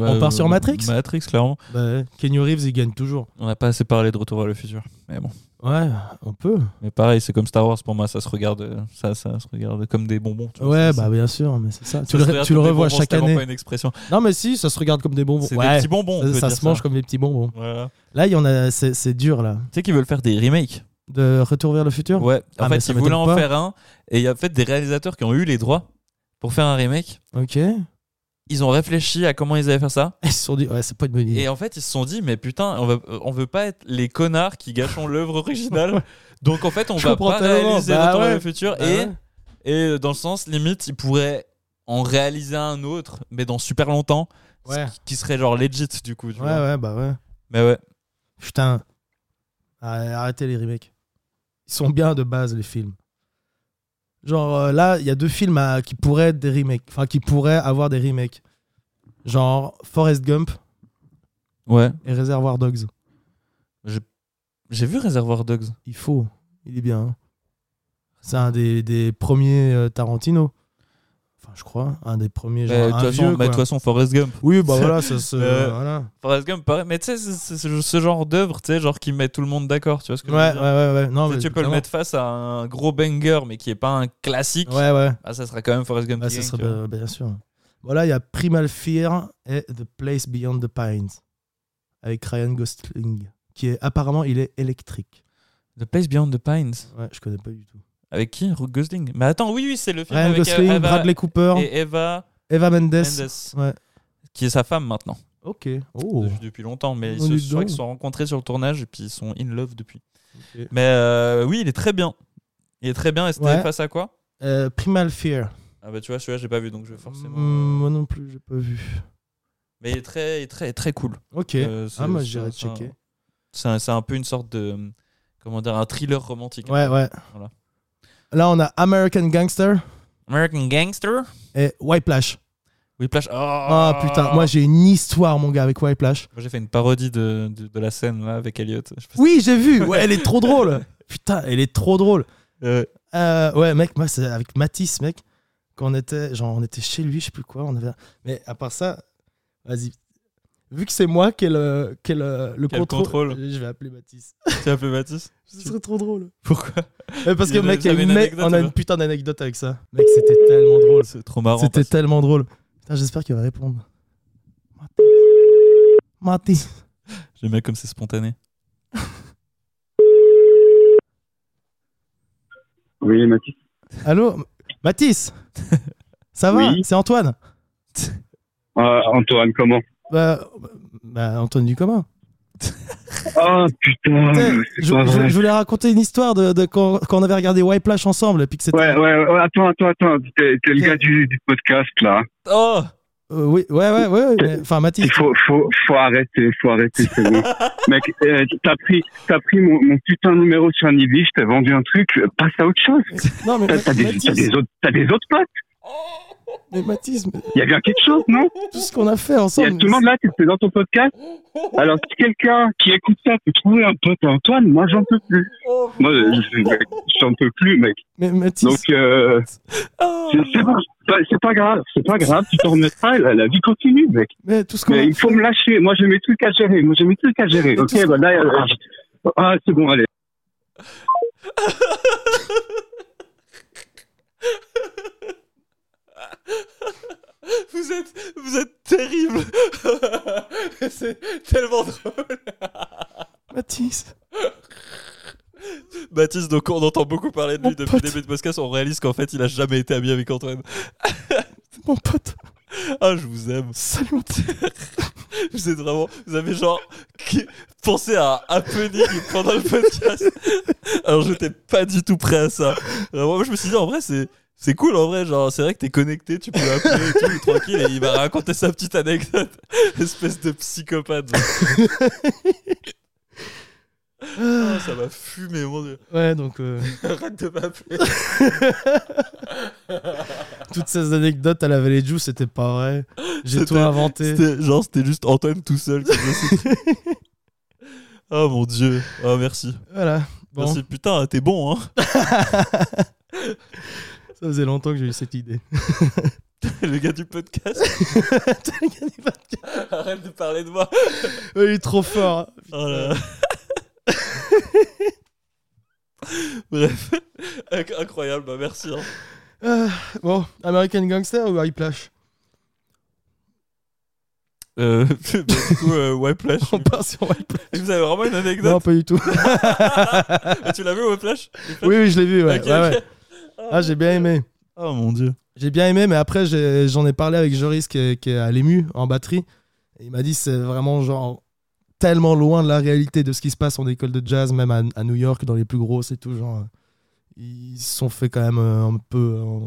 A: On part sur Matrix
B: Matrix, clairement.
A: Bah, Kenny Reeves, il gagne toujours.
B: On n'a pas assez parlé de Retour vers le futur. Mais bon.
A: Ouais, on peut.
B: Mais pareil, c'est comme Star Wars pour moi, ça se regarde, euh, ça, ça se regarde comme des bonbons. tu vois.
A: Ouais,
B: Ça-
A: bah
B: ça-
A: bien sûr, mais c'est ça.
B: ça
A: Tu
B: se
A: le,
B: regarde
A: tu le
B: comme des
A: revois
B: bonbons,
A: chaque
B: c'est tellement
A: année.
B: pas une expression.
A: Non, mais si, ça se regarde comme des bonbons.
B: C'est
A: Ouais,
B: des petits bonbons. on
A: ça,
B: peut
A: ça
B: dire
A: se mange comme des petits bonbons.
B: Voilà.
A: Là, il y en a, c'est c'est dur là.
B: Tu sais qu'ils veulent faire des remakes.
A: De Retour vers le futur.
B: Ouais. En
A: Ah, mais
B: fait,
A: ça
B: ils voulaient en
A: m'étonne pas.
B: faire un, et il y a en fait des réalisateurs qui ont eu les droits pour faire un remake.
A: Ok. Ils
B: Ils ont réfléchi à comment ils allaient faire ça,
A: se sont dit, ouais, c'est pas une bonne idée.
B: et en fait, ils se sont dit, mais putain, on veut, on veut pas être les connards qui gâchons l'œuvre originale. Donc en fait, on
A: Je
B: va
A: comprends
B: pas
A: tellement.
B: réaliser
A: Bah
B: Retour vers
A: ouais.
B: le futur,
A: Bah
B: et
A: ouais.
B: Et euh, dans le sens, limite, ils pourraient en réaliser un autre, mais dans super longtemps, ce
A: Ouais.
B: qui- qui serait genre legit du coup. tu
A: Ouais,
B: vois.
A: ouais, bah ouais.
B: Mais ouais,
A: Putain. Arrête- Arrêtez les remakes. Ils sont bien de base, les films. Genre euh, là, il y a deux films à- qui pourraient être des remakes. Enfin, qui pourraient avoir des remakes. Genre Forrest Gump
B: ouais.
A: et Reservoir Dogs.
B: J'ai vu Reservoir Dogs.
A: Il faut. Il est bien. hein. C'est un des, des premiers euh, Tarantino. Enfin, je crois. Un des premiers. Genre,
B: Mais De
A: un
B: toute façon-
A: vieux,
B: mais de toute
A: quoi.
B: façon, Forrest Gump.
A: Oui, bah voilà, ça se.
B: Euh,
A: voilà.
B: Forrest Gump, pareil. Mais tu sais, c'est- c'est ce- ce genre d'œuvre, tu sais, genre qui met tout le monde d'accord, tu vois ce que
A: Ouais,
B: je veux
A: ouais,
B: dire
A: ouais, ouais. Non,
B: Tu sais,
A: mais
B: tu peux le
A: clairement.
B: mettre face à un gros banger, mais qui est pas un classique.
A: Ouais, ouais.
B: Ah, ça sera quand même Forrest Gump.
A: Ah,
B: qui
A: ça
B: gagne,
A: serait
B: tu vois.
A: bien, bien sûr. Voilà, il y a Primal Fear et The Place Beyond the Pines avec Ryan Gosling, qui est apparemment il est électrique.
B: The Place Beyond the Pines.
A: Ouais, je connais pas du tout.
B: Avec qui Ryan Gosling. Mais attends, oui, oui, c'est le film
A: Ryan
B: avec euh,
A: Gosling,
B: Eva
A: Bradley Cooper,
B: et Eva
A: Eva Mendes.
B: Mendes,
A: Ouais.
B: qui est sa femme maintenant.
A: Ok. Oh.
B: de- depuis longtemps, mais ils
A: Oh,
B: se,
A: dis
B: je crois
A: donc.
B: qu'ils se sont rencontrés sur le tournage et puis ils sont in love depuis.
A: Ok.
B: Mais euh, oui, il est très bien. Il est très bien. Et c'était
A: Ouais.
B: face à quoi
A: Euh, Primal Fear.
B: Ah bah tu vois, celui-là j'ai pas vu donc je vais forcément.
A: Hmm, moi non plus, j'ai pas vu.
B: Mais il est très, il est très, très cool.
A: Ok.
B: Euh, c'est-
A: ah, moi
B: c'est-
A: j'irai
B: c'est un-
A: checker.
B: C'est un, c'est un peu une sorte de comment dire, un thriller romantique.
A: Ouais, ouais.
B: Voilà.
A: Là, on a American Gangster
B: American Gangster.
A: et Whiplash.
B: Whiplash. Oh,
A: Ah putain, moi j'ai une histoire, mon gars, avec Whiplash.
B: Moi, j'ai fait une parodie de, de, de la scène là avec Elliot. Je sais pas si-
A: Oui, j'ai vu. Ouais, elle est trop drôle. Putain, elle est trop drôle.
B: Euh,
A: Euh, ouais, mec, moi, c'est avec Matisse, mec. Quand on était, genre, on était chez lui, je sais plus quoi. On avait... Mais à part ça, vas-y. Vu que c'est moi qui ai le, qui ai le, le
B: Qui a le
A: contrôle,
B: contrôle.
A: je vais appeler Matisse.
B: tu as appelé Mathis
A: Ce serait trop drôle.
B: Pourquoi
A: Ouais, parce
B: Il y
A: que,
B: en a-
A: mec,
B: ça
A: il y a
B: avait
A: une
B: une
A: mec-
B: anecdote,
A: on a
B: ça
A: une putain d'anecdote avec ça. Mec, c'était tellement drôle.
B: C'est trop marrant.
A: C'était
B: parce-
A: tellement drôle. Putain, j'espère qu'il va répondre. Matisse.
B: J'aime bien comme c'est spontané.
D: Oui, Mathis.
A: Matisse. Allô Matisse Ça va
D: Oui.
A: C'est Antoine
D: Ah, Antoine, comment
A: Bah, bah, Antoine Ducommun.
D: Ah putain,
A: Tu sais,
D: c'est
A: je,
D: pas
A: je-
D: vrai.
A: je voulais raconter une histoire de, de quand, quand on avait regardé White Plash ensemble et puis que c'était.
D: Ouais, ouais, ouais, attends, attends, attends. T'es t'es le
A: Ok.
D: gars du, du podcast là.
B: Oh
A: Euh, oui, ouais, ouais, ouais. ouais, mais- Enfin, Mathis.
D: Il faut, faut, faut arrêter, faut arrêter, c'est bon. Mec, euh, t'as pris, t'as pris mon, mon putain de numéro sur Nibi, je t'ai vendu un truc, euh, passe à autre chose.
A: Non, mais,
D: T'as t'as des, t'as
A: Mathis,
D: des, autres- t'as des autres potes.
A: mais Mathis, mais
D: Il y a bien quelque chose, non
A: tout ce qu'on a fait
D: Il y a
A: ensemble.
D: tout le monde là, t'es t'es dans ton podcast. Alors, si quelqu'un qui écoute ça peut trouver un pote à Antoine, moi j'en peux plus.
A: Oh,
D: Moi, je- j'en peux plus, mec.
A: Mais Mathis,
D: Donc, euh,
B: Oh.
D: C'est c'est pas, pas- c'est pas grave, c'est pas grave, tu t'en remettras, la, la vie continue, mec.
A: mais tout ce qu'on a
D: Mais il faut me lâcher, moi j'ai mes trucs à gérer, moi j'ai mes trucs à gérer.
A: Mais
D: Ok,
A: tout ce-
D: bah là, euh, je- ah, c'est bon, allez.
B: Vous êtes, vous êtes terrible. c'est tellement drôle.
A: Mathis.
B: Baptiste, donc on entend beaucoup parler de lui
A: Mon
B: depuis
A: pote.
B: le début de podcast. On réalise qu'en fait, il a jamais été ami avec Antoine.
A: Mon pote,
B: Ah, je vous aime.
A: salut mon pote.
B: Vous êtes vraiment, vous avez genre qui- pensé à un happening pendant le podcast. Alors, j'étais pas du tout prêt à ça. Vraiment, moi, je me suis dit, en vrai, c'est. C'est cool en vrai, genre c'est vrai que t'es connecté, tu peux appeler et tout, tranquille, et il va raconter sa petite anecdote. Espèce de psychopathe. Ah, ça m'a fumé, mon dieu.
A: Ouais, donc euh,
B: Arrête de m'appeler.
A: toutes ces anecdotes à la vallée de Joux, c'était pas vrai. J'ai tout
B: C'était-
A: inventé.
B: C'était- Genre, c'était juste Antoine tout seul qui faisait ce truc. Oh mon dieu. Oh, merci.
A: Voilà. Bon,
B: Merci. Putain, t'es bon, hein.
A: ça faisait longtemps que j'ai eu cette idée.
B: le gars du podcast.
A: Le gars du podcast.
B: Arrête de parler de moi.
A: Ouais, Il est trop fort.
B: Oh là là. Bref, Inc- incroyable, bah merci. hein.
A: Euh, bon, American Gangster ou Whiplash
B: Euh, bah, du coup, euh, Whiplash.
A: On part sur Whiplash.
B: Et Vous avez vraiment une
A: Non,
B: anecdote
A: pas du tout.
B: Ah, Tu l'as vu, Whiplash
A: oui, oui, je l'ai vu. Ouais.
B: Ok,
A: ouais,
B: ok.
A: ouais. Ah, j'ai bien aimé.
B: Oh mon dieu.
A: J'ai bien aimé, mais après, j'ai- j'en ai, parlé avec Joris qui est, qui est à l'EMU en batterie. Et il m'a dit c'est vraiment genre tellement loin de la réalité de ce qui se passe en école de jazz, même à, à New York, dans les plus grosses et tout. Genre, euh, ils se sont fait quand même euh, un peu. euh,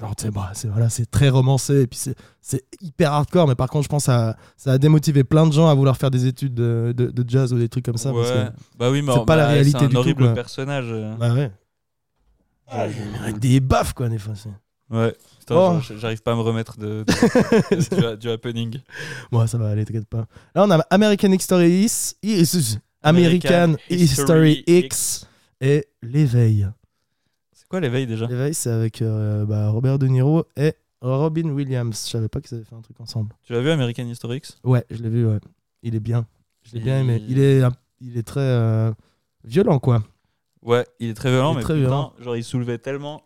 A: genre, tu sais, bah, c'est voilà, c'est très romancé et puis c'est- c'est hyper hardcore. Mais par contre, je pense que ça, ça a démotivé plein de gens à vouloir faire des études de, de- de jazz ou des trucs comme ça. parce
B: Ouais.
A: que-
B: Bah oui, mais
A: c'est pas la
B: bah,
A: réalité
B: C'est un
A: du tout,
B: horrible
A: quoi.
B: personnage. euh.
A: bah ouais. Avec des baffes, quoi, des fois. c'est-
B: Ouais. Putain,
A: Oh.
B: je- j'arrive pas à me remettre de, de- du, du happening.
A: Bon, ça va aller, t'inquiète pas. Là, on a American History X, Is- American
B: American
A: History
B: History
A: X et L'éveil.
B: C'est quoi l'éveil déjà
A: L'éveil, c'est avec euh, bah, Robert De Niro et Robin Williams. Je savais pas qu'ils avaient fait un truc ensemble.
B: Tu l'as vu American History X
A: Ouais, je l'ai vu, ouais. Il est bien. Je l'ai bien
B: Il-
A: aimé. Il est, un- il est très euh, violent, quoi.
B: Ouais, il est très violent,
A: Il est
B: mais
A: très
B: putain,
A: violent.
B: genre il soulevait tellement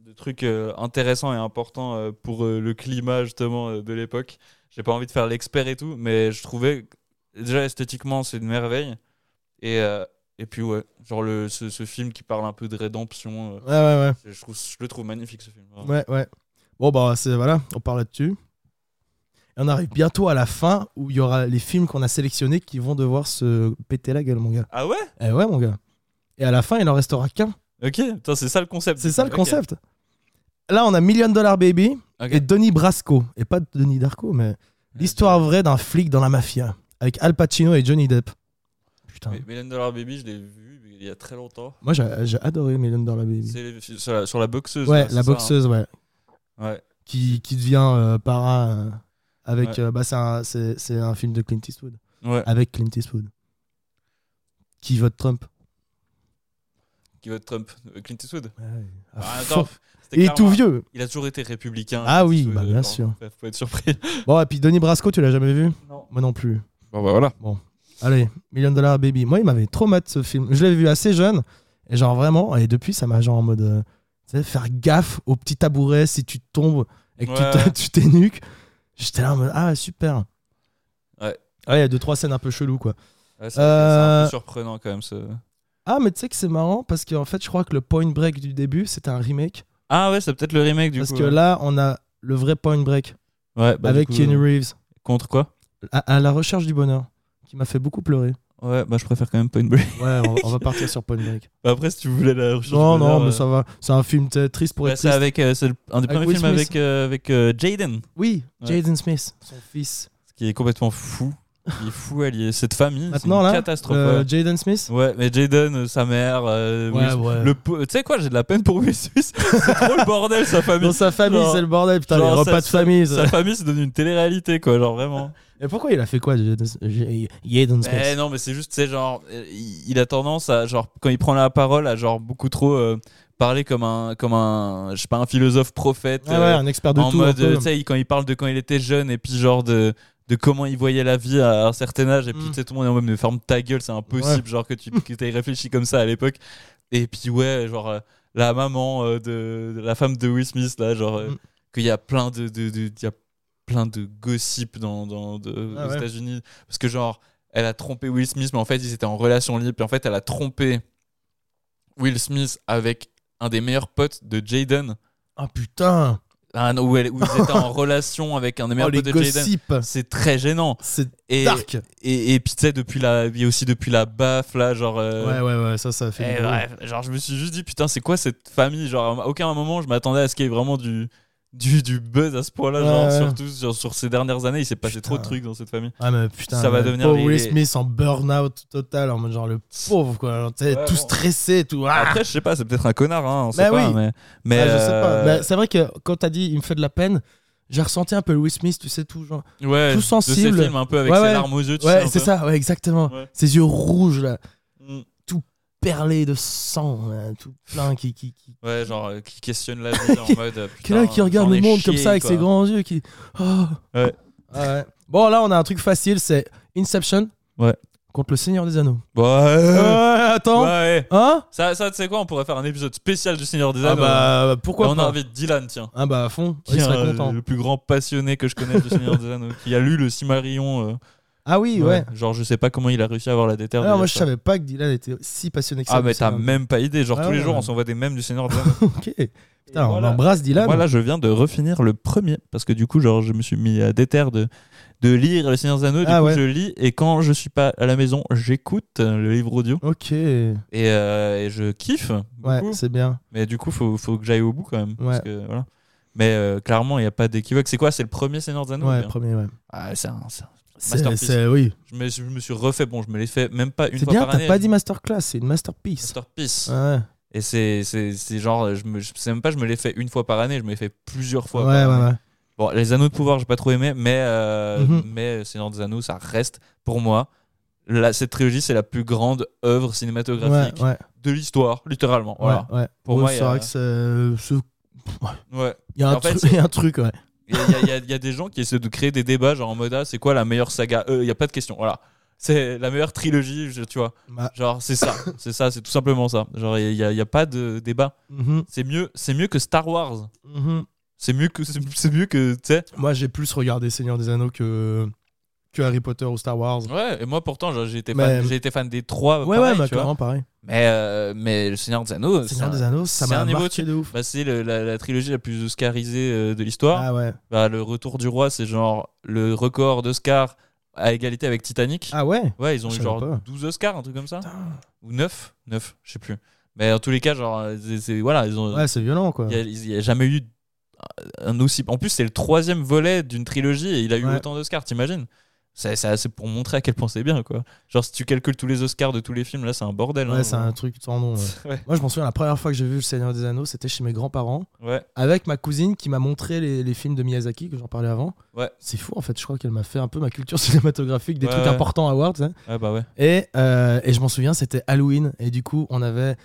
B: de trucs euh, intéressants et importants euh, pour euh, le climat justement euh, de l'époque. J'ai pas envie de faire l'expert et tout, mais je trouvais que- déjà esthétiquement c'est une merveille. Et, euh, et puis ouais, genre le, ce, ce film qui parle un peu de rédemption, euh,
A: Ouais, ouais,
B: je, trouve, je le trouve magnifique ce film.
A: ouais.
B: vraiment.
A: Ouais, ouais. Bon, bah, c'est voilà, on parle là-dessus. Et on arrive bientôt à la fin où il y aura les films qu'on a sélectionnés qui vont devoir se péter la gueule, mon gars.
B: Ah ouais
A: Eh ouais, mon gars. Et à la fin, il en restera qu'un.
B: Ok, putain, c'est ça le concept.
A: C'est ça le
B: Ok.
A: concept. Là, on a Million Dollar Baby
B: Ok. Euh,
A: et Donnie Brasco. Et pas Donnie Darko, mais l'histoire vraie d'un flic dans la mafia. Avec Al Pacino et Johnny Depp. Putain.
B: Mais Million Dollar Baby, je l'ai vu mais il y a très longtemps.
A: Moi, j'ai j'ai adoré Million Dollar Baby.
B: C'est sur la, sur la boxeuse.
A: Ouais,
B: là, c'est
A: la
B: ça, hein.
A: boxeuse, ouais.
B: Ouais.
A: Qui, qui devient euh, para. euh, avec.
B: Ouais.
A: euh, bah, c'est un, c'est- c'est un film de Clint Eastwood.
B: ouais.
A: Avec Clint Eastwood. Qui vote Trump.
B: Qui vote Trump Euh, Clint Eastwood
A: À
B: Ah,
A: fond.
B: attends, c'était
A: Et
B: clairement-
A: tout vieux.
B: Il a toujours été républicain.
A: Ah
B: Clint
A: oui,
B: Eastwood,
A: bah,
B: euh,
A: bien
B: bon,
A: sûr.
B: bref, Faut être surpris.
A: Bon, et puis Denis Brasco, tu l'as jamais vu
B: Non.
A: Moi non plus.
B: Bon bah voilà.
A: Allez, Million Dollar Baby. Moi, il m'avait trop mat ce film. Je l'avais vu assez jeune. Et genre vraiment, et depuis, ça m'a genre en mode. euh, tu sais, faire gaffe au petit tabouret si tu tombes et que tu
B: Ouais.
A: te- tu t'énuques. J'étais là en mode. Ah, super.
B: Ouais.
A: Ouais, il y a deux, trois scènes un peu chelou quoi.
B: c'est
A: Euh,
B: un peu surprenant quand même ce.
A: Ah, mais tu sais que c'est marrant parce qu'en fait, je crois que le point break du début, c'était un remake.
B: Ah ouais, c'est peut-être le remake du
A: parce
B: coup.
A: que
B: ouais.
A: là, on a le vrai point break
B: Ouais, bah, du
A: avec
B: coup,
A: Keanu Reeves
B: Contre quoi
A: à, à la recherche du bonheur qui m'a fait beaucoup pleurer.
B: Ouais, bah je préfère quand même Point Break.
A: Ouais, on, on va partir sur point break.
B: Bah, Après, si tu voulais la recherche.
A: Non,
B: de
A: non,
B: bonheur,
A: mais
B: euh,
A: ça va. C'est un film t- triste pour
B: bah,
A: être
B: c'est
A: triste.
B: avec euh, c'est le- un des
A: Avec
B: premiers
A: Will
B: films
A: Smith.
B: avec euh, avec euh, Jaden,
A: Oui,
B: Ouais.
A: Jaden Smith, son fils.
B: ce qui est complètement fou. Il est fou allié. Cette famille, c'est
A: Maintenant,
B: une
A: là,
B: catastrophe.
A: euh,
B: ouais.
A: Jaden Smith
B: Ouais, mais Jaden, euh, sa mère, euh,
A: Ouais,
B: Will-
A: ouais.
B: le po- tu sais quoi, j'ai de la peine pour Will Smith. c'est trop le bordel sa famille.
A: Dans sa famille,
B: Genre-
A: c'est le bordel, putain,
B: genre,
A: les
B: ça-
A: repas de famille. ça.
B: Sa famille, c'est devenu une télé-réalité, quoi, genre vraiment.
A: Et pourquoi il a fait quoi, Jaden J- Jaden Smith
B: Eh non, mais c'est juste, c'est genre, euh, il il a tendance à, genre, quand il prend la parole, à genre beaucoup trop euh, parler comme un, comme un, je sais pas, un philosophe prophète.
A: Ah ouais,
B: euh,
A: un expert de
B: en
A: tout. un
B: mode,
A: peu.
B: euh, tu sais, il- quand il parle de quand il était jeune et puis genre de, de comment il voyait la vie à un certain âge. Et puis,
A: Mm.
B: tu sais, tout le monde est en mode, mais ferme ta gueule, c'est impossible, genre, que tu aies réfléchi comme ça à l'époque. Et puis, ouais, genre, euh, la maman euh, de, de la femme de Will Smith, là, genre, euh,
A: Mm.
B: qu'il y a plein de. de, de- il y a plein de gossip dans, dans- de-
A: Ah
B: aux
A: ouais.
B: États-Unis. Parce que, genre, elle a trompé Will Smith, mais en fait, ils étaient en relation libre. Puis en fait, elle a trompé Will Smith avec un des meilleurs potes de Jaden.
A: Ah putain,
B: Ah non, où, elle- où ils étaient en relation avec un des
A: oh,
B: meilleurs
A: les
B: potes de Jaden.
A: gossips,
B: C'est très gênant.
A: c'est
B: Et, euh,
A: dark.
B: et, et puis tu sais, depuis la, il y a aussi depuis la baffe là, genre. euh,
A: Ouais, ouais, ouais, ça, ça fait.
B: eh,
A: du bruit.
B: bref, genre je me suis juste dit putain, c'est quoi cette famille Genre à aucun moment je m'attendais à ce qu'il y ait vraiment du du, du buzz à ce point-là,
A: Ouais,
B: genre
A: ouais.
B: surtout sur, sur ces dernières années, il s'est passé
A: Putain.
B: trop de trucs dans cette famille.
A: Ah, mais putain,
B: Ça va
A: le
B: devenir
A: pauvre
B: les-
A: Will
B: les-
A: Smith en burn-out total, en mode genre le pauvre, quoi. genre, tu sais,
B: Ouais,
A: tout
B: bon.
A: stressé, tout. Ah
B: Après, je sais pas, c'est peut-être un connard, hein, on
A: Bah
B: sait pas,
A: oui.
B: mais mais
A: Ah, je sais pas.
B: euh,
A: Mais c'est vrai que quand t'as dit il me fait de la peine, j'ai ressenti un peu Will Smith, tu sais, tout genre.
B: ouais,
A: tout
B: de
A: sensible.
B: ces films un peu avec
A: Ouais,
B: ses
A: ouais.
B: larmes aux yeux, tu sais,
A: Ouais,
B: un
A: c'est
B: peu.
A: ça, ouais, exactement.
B: Ouais.
A: Ses yeux rouges, là.
B: Mm.
A: perlé de sang, là, tout plein, qui, qui, qui-
B: Ouais, genre, euh, qui questionne la vie en mode. euh,
A: qui est là,
B: putain,
A: qui regarde
B: j'en
A: le
B: ai
A: monde comme
B: chié,
A: ça avec
B: quoi.
A: ses grands yeux, qui. Oh.
B: Ouais.
A: Ah ouais. Bon, là, on a un truc facile, c'est Inception.
B: Ouais.
A: Contre le Seigneur des Anneaux.
B: Ouais.
A: Euh, Ouais, attends.
B: Ouais.
A: Hein
B: Ça, ça tu sais quoi, on pourrait faire un épisode spécial du Seigneur des
A: Ah
B: Anneaux.
A: bah,
B: Et
A: pourquoi
B: on
A: pas
B: invite Dylan, tiens.
A: Ah bah, à fond.
B: Qui
A: Il
B: est
A: serait
B: un-
A: content.
B: le plus grand passionné que je connaisse du Seigneur des Anneaux, qui a lu le Cimarion. euh,
A: Ah oui, ouais.
B: Genre, je sais pas comment il a réussi à avoir la déterre. de
A: Alors, moi,
B: lire
A: je
B: ça.
A: savais pas que Dylan était si passionné que ça.
B: Ah, mais
A: du
B: t'as
A: Seigneur.
B: même pas idée. Genre,
A: Ah
B: tous les
A: ouais,
B: jours,
A: ouais.
B: on s'envoie des mèmes du Seigneur des Anneaux.
A: Ok. Putain, on
B: voilà.
A: embrasse Dylan.
B: Moi, là, je viens de refinir le premier parce que du coup, genre, je me suis mis à déterre de, de lire Le Seigneur des Anneaux. Du
A: Ah
B: coup,
A: ouais.
B: je lis et quand je suis pas à la maison, j'écoute euh, le livre audio
A: Ok.
B: et, euh, et je kiffe
A: Ouais,
B: beaucoup.
A: c'est bien.
B: mais du coup, faut, faut que j'aille au bout quand même. parce
A: Ouais.
B: que, voilà. Mais euh, clairement, il n'y a pas d'équivoque. C'est quoi C'est le premier Seigneur des Anneaux ou
A: Ouais,
B: bien
A: premier, ouais.
B: Ah, c'est un- c'est un-
A: C'est,
B: Masterpiece.
A: c'est- oui.
B: Je, me, je me suis refait. Bon, je me l'ai fait même pas une
A: C'est
B: fois
A: bien,
B: par
A: t'as
B: année.
A: pas dit masterclass, c'est une masterpiece.
B: Masterpiece.
A: Ouais,
B: Et c'est c'est- c'est genre, je, me, je sais même pas, je me l'ai fait une fois par année, je me l'ai fait plusieurs
A: ouais,
B: fois. par
A: ouais.
B: année.
A: ouais.
B: Bon, les anneaux de pouvoir, j'ai pas trop aimé, mais, euh,
A: Mhm.
B: mais Seigneur des Anneaux, ça reste pour moi. la- cette trilogie, c'est la plus grande œuvre cinématographique
A: Ouais, ouais,
B: de l'histoire, littéralement. Voilà.
A: ouais, ouais.
B: Pour
A: Ouais,
B: moi, il y
A: c'est
B: a-
A: vrai que euh, c'est- c'est-
B: Ouais.
A: il y a un
B: En fait,
A: truc-
B: c'est-
A: il y a un truc, ouais.
B: Il y, a- il y a- il y a des gens qui essaient de créer des débats, genre en mode, ah, c'est quoi la meilleure saga Euh, Il y a pas de question. Voilà. C'est la meilleure trilogie, je- tu vois.
A: Bah,
B: Genre, c'est ça. c'est ça, c'est tout simplement ça. Genre, il n'y a, il y a pas de débat.
A: mhm,
B: C'est mieux, c'est mieux que Star Wars.
A: mhm.
B: C'est mieux que, c'est c'est mieux que, tu sais.
A: Moi, j'ai plus regardé Seigneur des Anneaux que, que Harry Potter ou Star Wars.
B: Ouais, et moi pourtant, genre, j'ai été,
A: Mais-
B: fan- j'ai été fan des trois.
A: Ouais,
B: pareil,
A: ouais, bah,
B: tu vois.
A: clairement, pareil.
B: Mais, euh, mais le Seigneur des Anneaux, c'est
A: Seigneur
B: un-
A: des Anneaux, ça
B: c'est
A: m'a
B: un niveau au-dessus.
A: marqué de ouf.
B: bah, c'est le- la, la trilogie la plus oscarisée euh, de l'histoire.
A: Ah ouais.
B: Bah, le Retour du Roi, c'est genre le record d'Oscar à égalité avec Titanic.
A: Ah ouais
B: Ouais, ils ont
A: Je
B: eu
A: savais
B: genre
A: pas.
B: 12 Oscars, un truc comme ça. Ou 9 9, je sais plus. Mais en tous les cas, genre, euh, c'est, c'est- voilà, ils ont.
A: Ouais, c'est violent, quoi.
B: Il y a- Il n'y a, jamais eu un aussi. En plus, c'est le troisième volet d'une trilogie et il a eu
A: Ouais.
B: autant d'Oscars, t'imagines C'est c'est- c'est pour montrer à quel point c'est bien, quoi. Genre, si tu calcules tous les Oscars de tous les films, là, c'est un bordel. hein.
A: Ouais, c'est un truc sans nom. ouais.
B: Ouais.
A: Moi, je m'en souviens, la première fois que j'ai vu Le Seigneur des Anneaux, c'était chez mes grands-parents,
B: Ouais.
A: avec ma cousine qui m'a montré les, les films de Miyazaki, que j'en parlais avant.
B: Ouais.
A: C'est fou, en fait, je crois qu'elle m'a fait un peu ma culture cinématographique, des
B: Ouais,
A: trucs
B: ouais.
A: importants à voir, tu sais.
B: Ouais, bah ouais.
A: Et, euh, et je m'en souviens, c'était Halloween, et du coup, on avait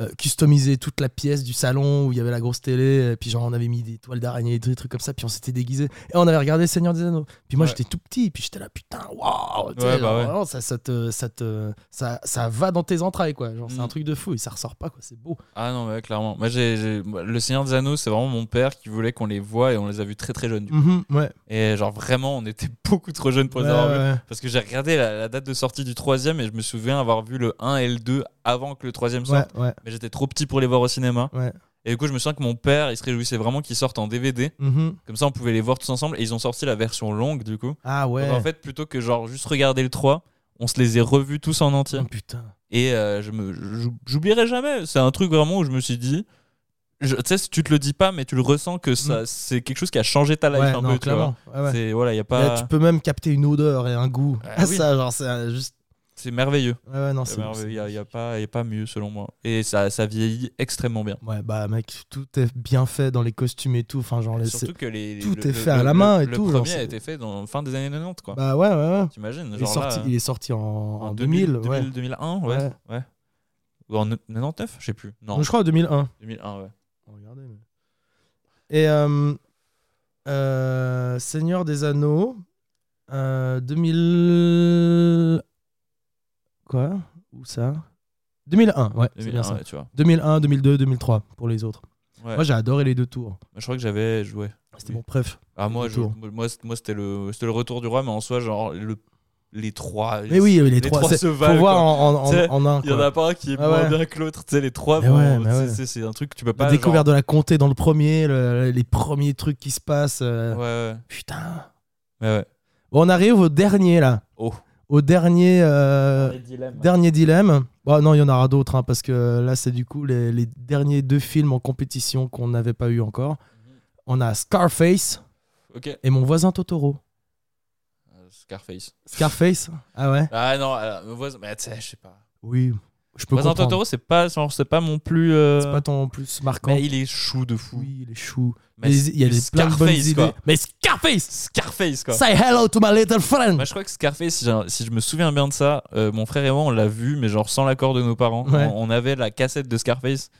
A: euh, customisé toute la pièce du salon où il y avait la grosse télé, et puis genre, on avait mis des toiles d'araignée, des trucs comme ça, puis on s'était déguisés, et on avait regardé Le Seigneur des Anneaux. Puis moi,
B: Ouais.
A: j'étais tout petit, puis j'étais là, putain, waouh!
B: Ouais,
A: tu sais,
B: bah
A: genre,
B: ouais.
A: vraiment, ça, ça, te, ça, te- ça, ça va dans tes entrailles, quoi. Genre, c'est
B: Mm.
A: un truc de fou, et ça ressort pas, quoi, c'est beau.
B: Ah non, mais ouais, clairement. Moi, j'ai, j'ai- moi, Le Seigneur des Anneaux, c'est vraiment mon père qui voulait qu'on les voit et on les a vus très très jeunes. du coup.
A: Mhm, ouais.
B: Et genre, vraiment, on était beaucoup trop jeunes pour les
A: Ouais,
B: avoir vus.
A: ouais, ouais.
B: Parce que j'ai regardé la, la date de sortie du troisième et je me souviens avoir vu le 1 et le 2 avant que le troisième sorte.
A: Ouais, ouais.
B: Mais j'étais trop petit pour les voir au cinéma.
A: Ouais.
B: Et du coup, je me souviens que mon père, il se réjouissait vraiment qu'ils sortent en DVD.
A: Mhm.
B: Comme ça, on pouvait les voir tous ensemble. Et ils ont sorti la version longue, du coup.
A: Ah ouais.
B: Donc, en fait, plutôt que genre juste regarder le 3, on se les a revus tous en entier.
A: Oh, putain.
B: Et euh, je me, j'ou- j'oublierai jamais. C'est un truc vraiment où je me suis dit. je- Tu sais, si tu te le dis pas, mais tu le ressens que ça, c'est quelque chose qui a changé ta life
A: Mm. Ouais,
B: un
A: non,
B: peu. tu vois.
A: clairement. Ouais, ouais.
B: C'est, voilà, y a
A: Là,
B: pas.
A: tu peux même capter une odeur et un goût.
B: Ah
A: Ah,
B: oui.
A: ça, genre, c'est euh, juste.
B: c'est merveilleux.
A: Ouais, ouais, non,
B: C'est
A: Ah, c'est.
B: merveilleux.
A: c'est-
B: Euh, Y a, y a pas, y a pas mieux, selon moi. Et ça, ça vieillit extrêmement bien.
A: Ouais, bah, mec, tout est bien fait dans les costumes et tout. Enfin, genre, les-
B: Surtout que les,
A: tout est fait à la main et
B: le
A: tout, genre,
B: premier a
A: c'est-
B: été fait dans fin des années 90, quoi.
A: Bah, ouais, ouais, ouais.
B: T'imagines
A: Il est,
B: genre là,
A: sorti, il est sorti en, en
B: 2000,
A: 2000, ouais.
B: 2000, 2001, ouais.
A: Ouais.
B: ouais. Ou en 99, je sais plus. Non,
A: Donc, je crois en 2001.
B: 2001, ouais.
A: Regardez, mais- Et euh, euh, Seigneur des Anneaux, euh, 2000. Quoi Où ça 2001, ouais, c'est
B: 2001,
A: bien ça.
B: ouais, tu vois.
A: 2001, 2002, 2003 pour les autres.
B: Ouais.
A: Moi, j'ai adoré les deux tours.
B: je crois que j'avais joué.
A: C'était
B: Oui.
A: mon préf.
B: Ah, moi, je-
A: Retour.
B: moi, c'est- moi, c'était le, c'était le retour du roi, mais en soi, genre, le, les trois.
A: Mais oui, les, trois,
B: trois
A: c'est-
B: se
A: faut
B: valent,
A: voir
B: quoi.
A: en, en,
B: Bah, Tu sais,
A: en, en un.
B: Il y en
A: quoi.
B: a pas un qui est
A: Ah
B: moins
A: ouais.
B: bien que l'autre. Tu sais, les trois,
A: Mais
B: bon,
A: ouais, mais
B: c'est-
A: ouais.
B: c'est c'est un truc que tu peux
A: La
B: pas.
A: découverte de la comté dans le premier, le- les premiers trucs qui se passent. euh,
B: genre- Ouais, ouais.
A: Putain.
B: Ouais, ouais.
A: Bon, on arrive au dernier là.
B: Oh.
A: Au dernier, euh, dernier dilemme. Bon, non, il y en aura d'autres hein, parce que là, c'est du coup les, les derniers deux films en compétition qu'on n'avait pas eu encore.
B: Mhm.
A: On a Scarface
B: Ok.
A: et Mon voisin Totoro.
B: Euh, Scarface. euh,
A: Scarface Ah ouais
B: Ah non, alors, me vois- mais tu sais, je sais pas.
A: Oui. Je peux
B: Vincent
A: comprendre.
B: Totoro, c'est pas, genre, c'est pas mon plus. euh,
A: C'est pas ton plus marquant.
B: Mais il est chou de fou.
A: Oui, les choux.
B: Mais
A: il y a des plein de bonnes idées.
B: Scarface, quoi.
A: Mais Scarface
B: Scarface, quoi.
A: Say hello to my little friend
B: Moi, je crois que Scarface, si, j'ai- si je me souviens bien de ça, euh, mon frère et moi, on l'a vu, mais genre sans l'accord de nos parents.
A: Ouais.
B: On, on avait la cassette de Scarface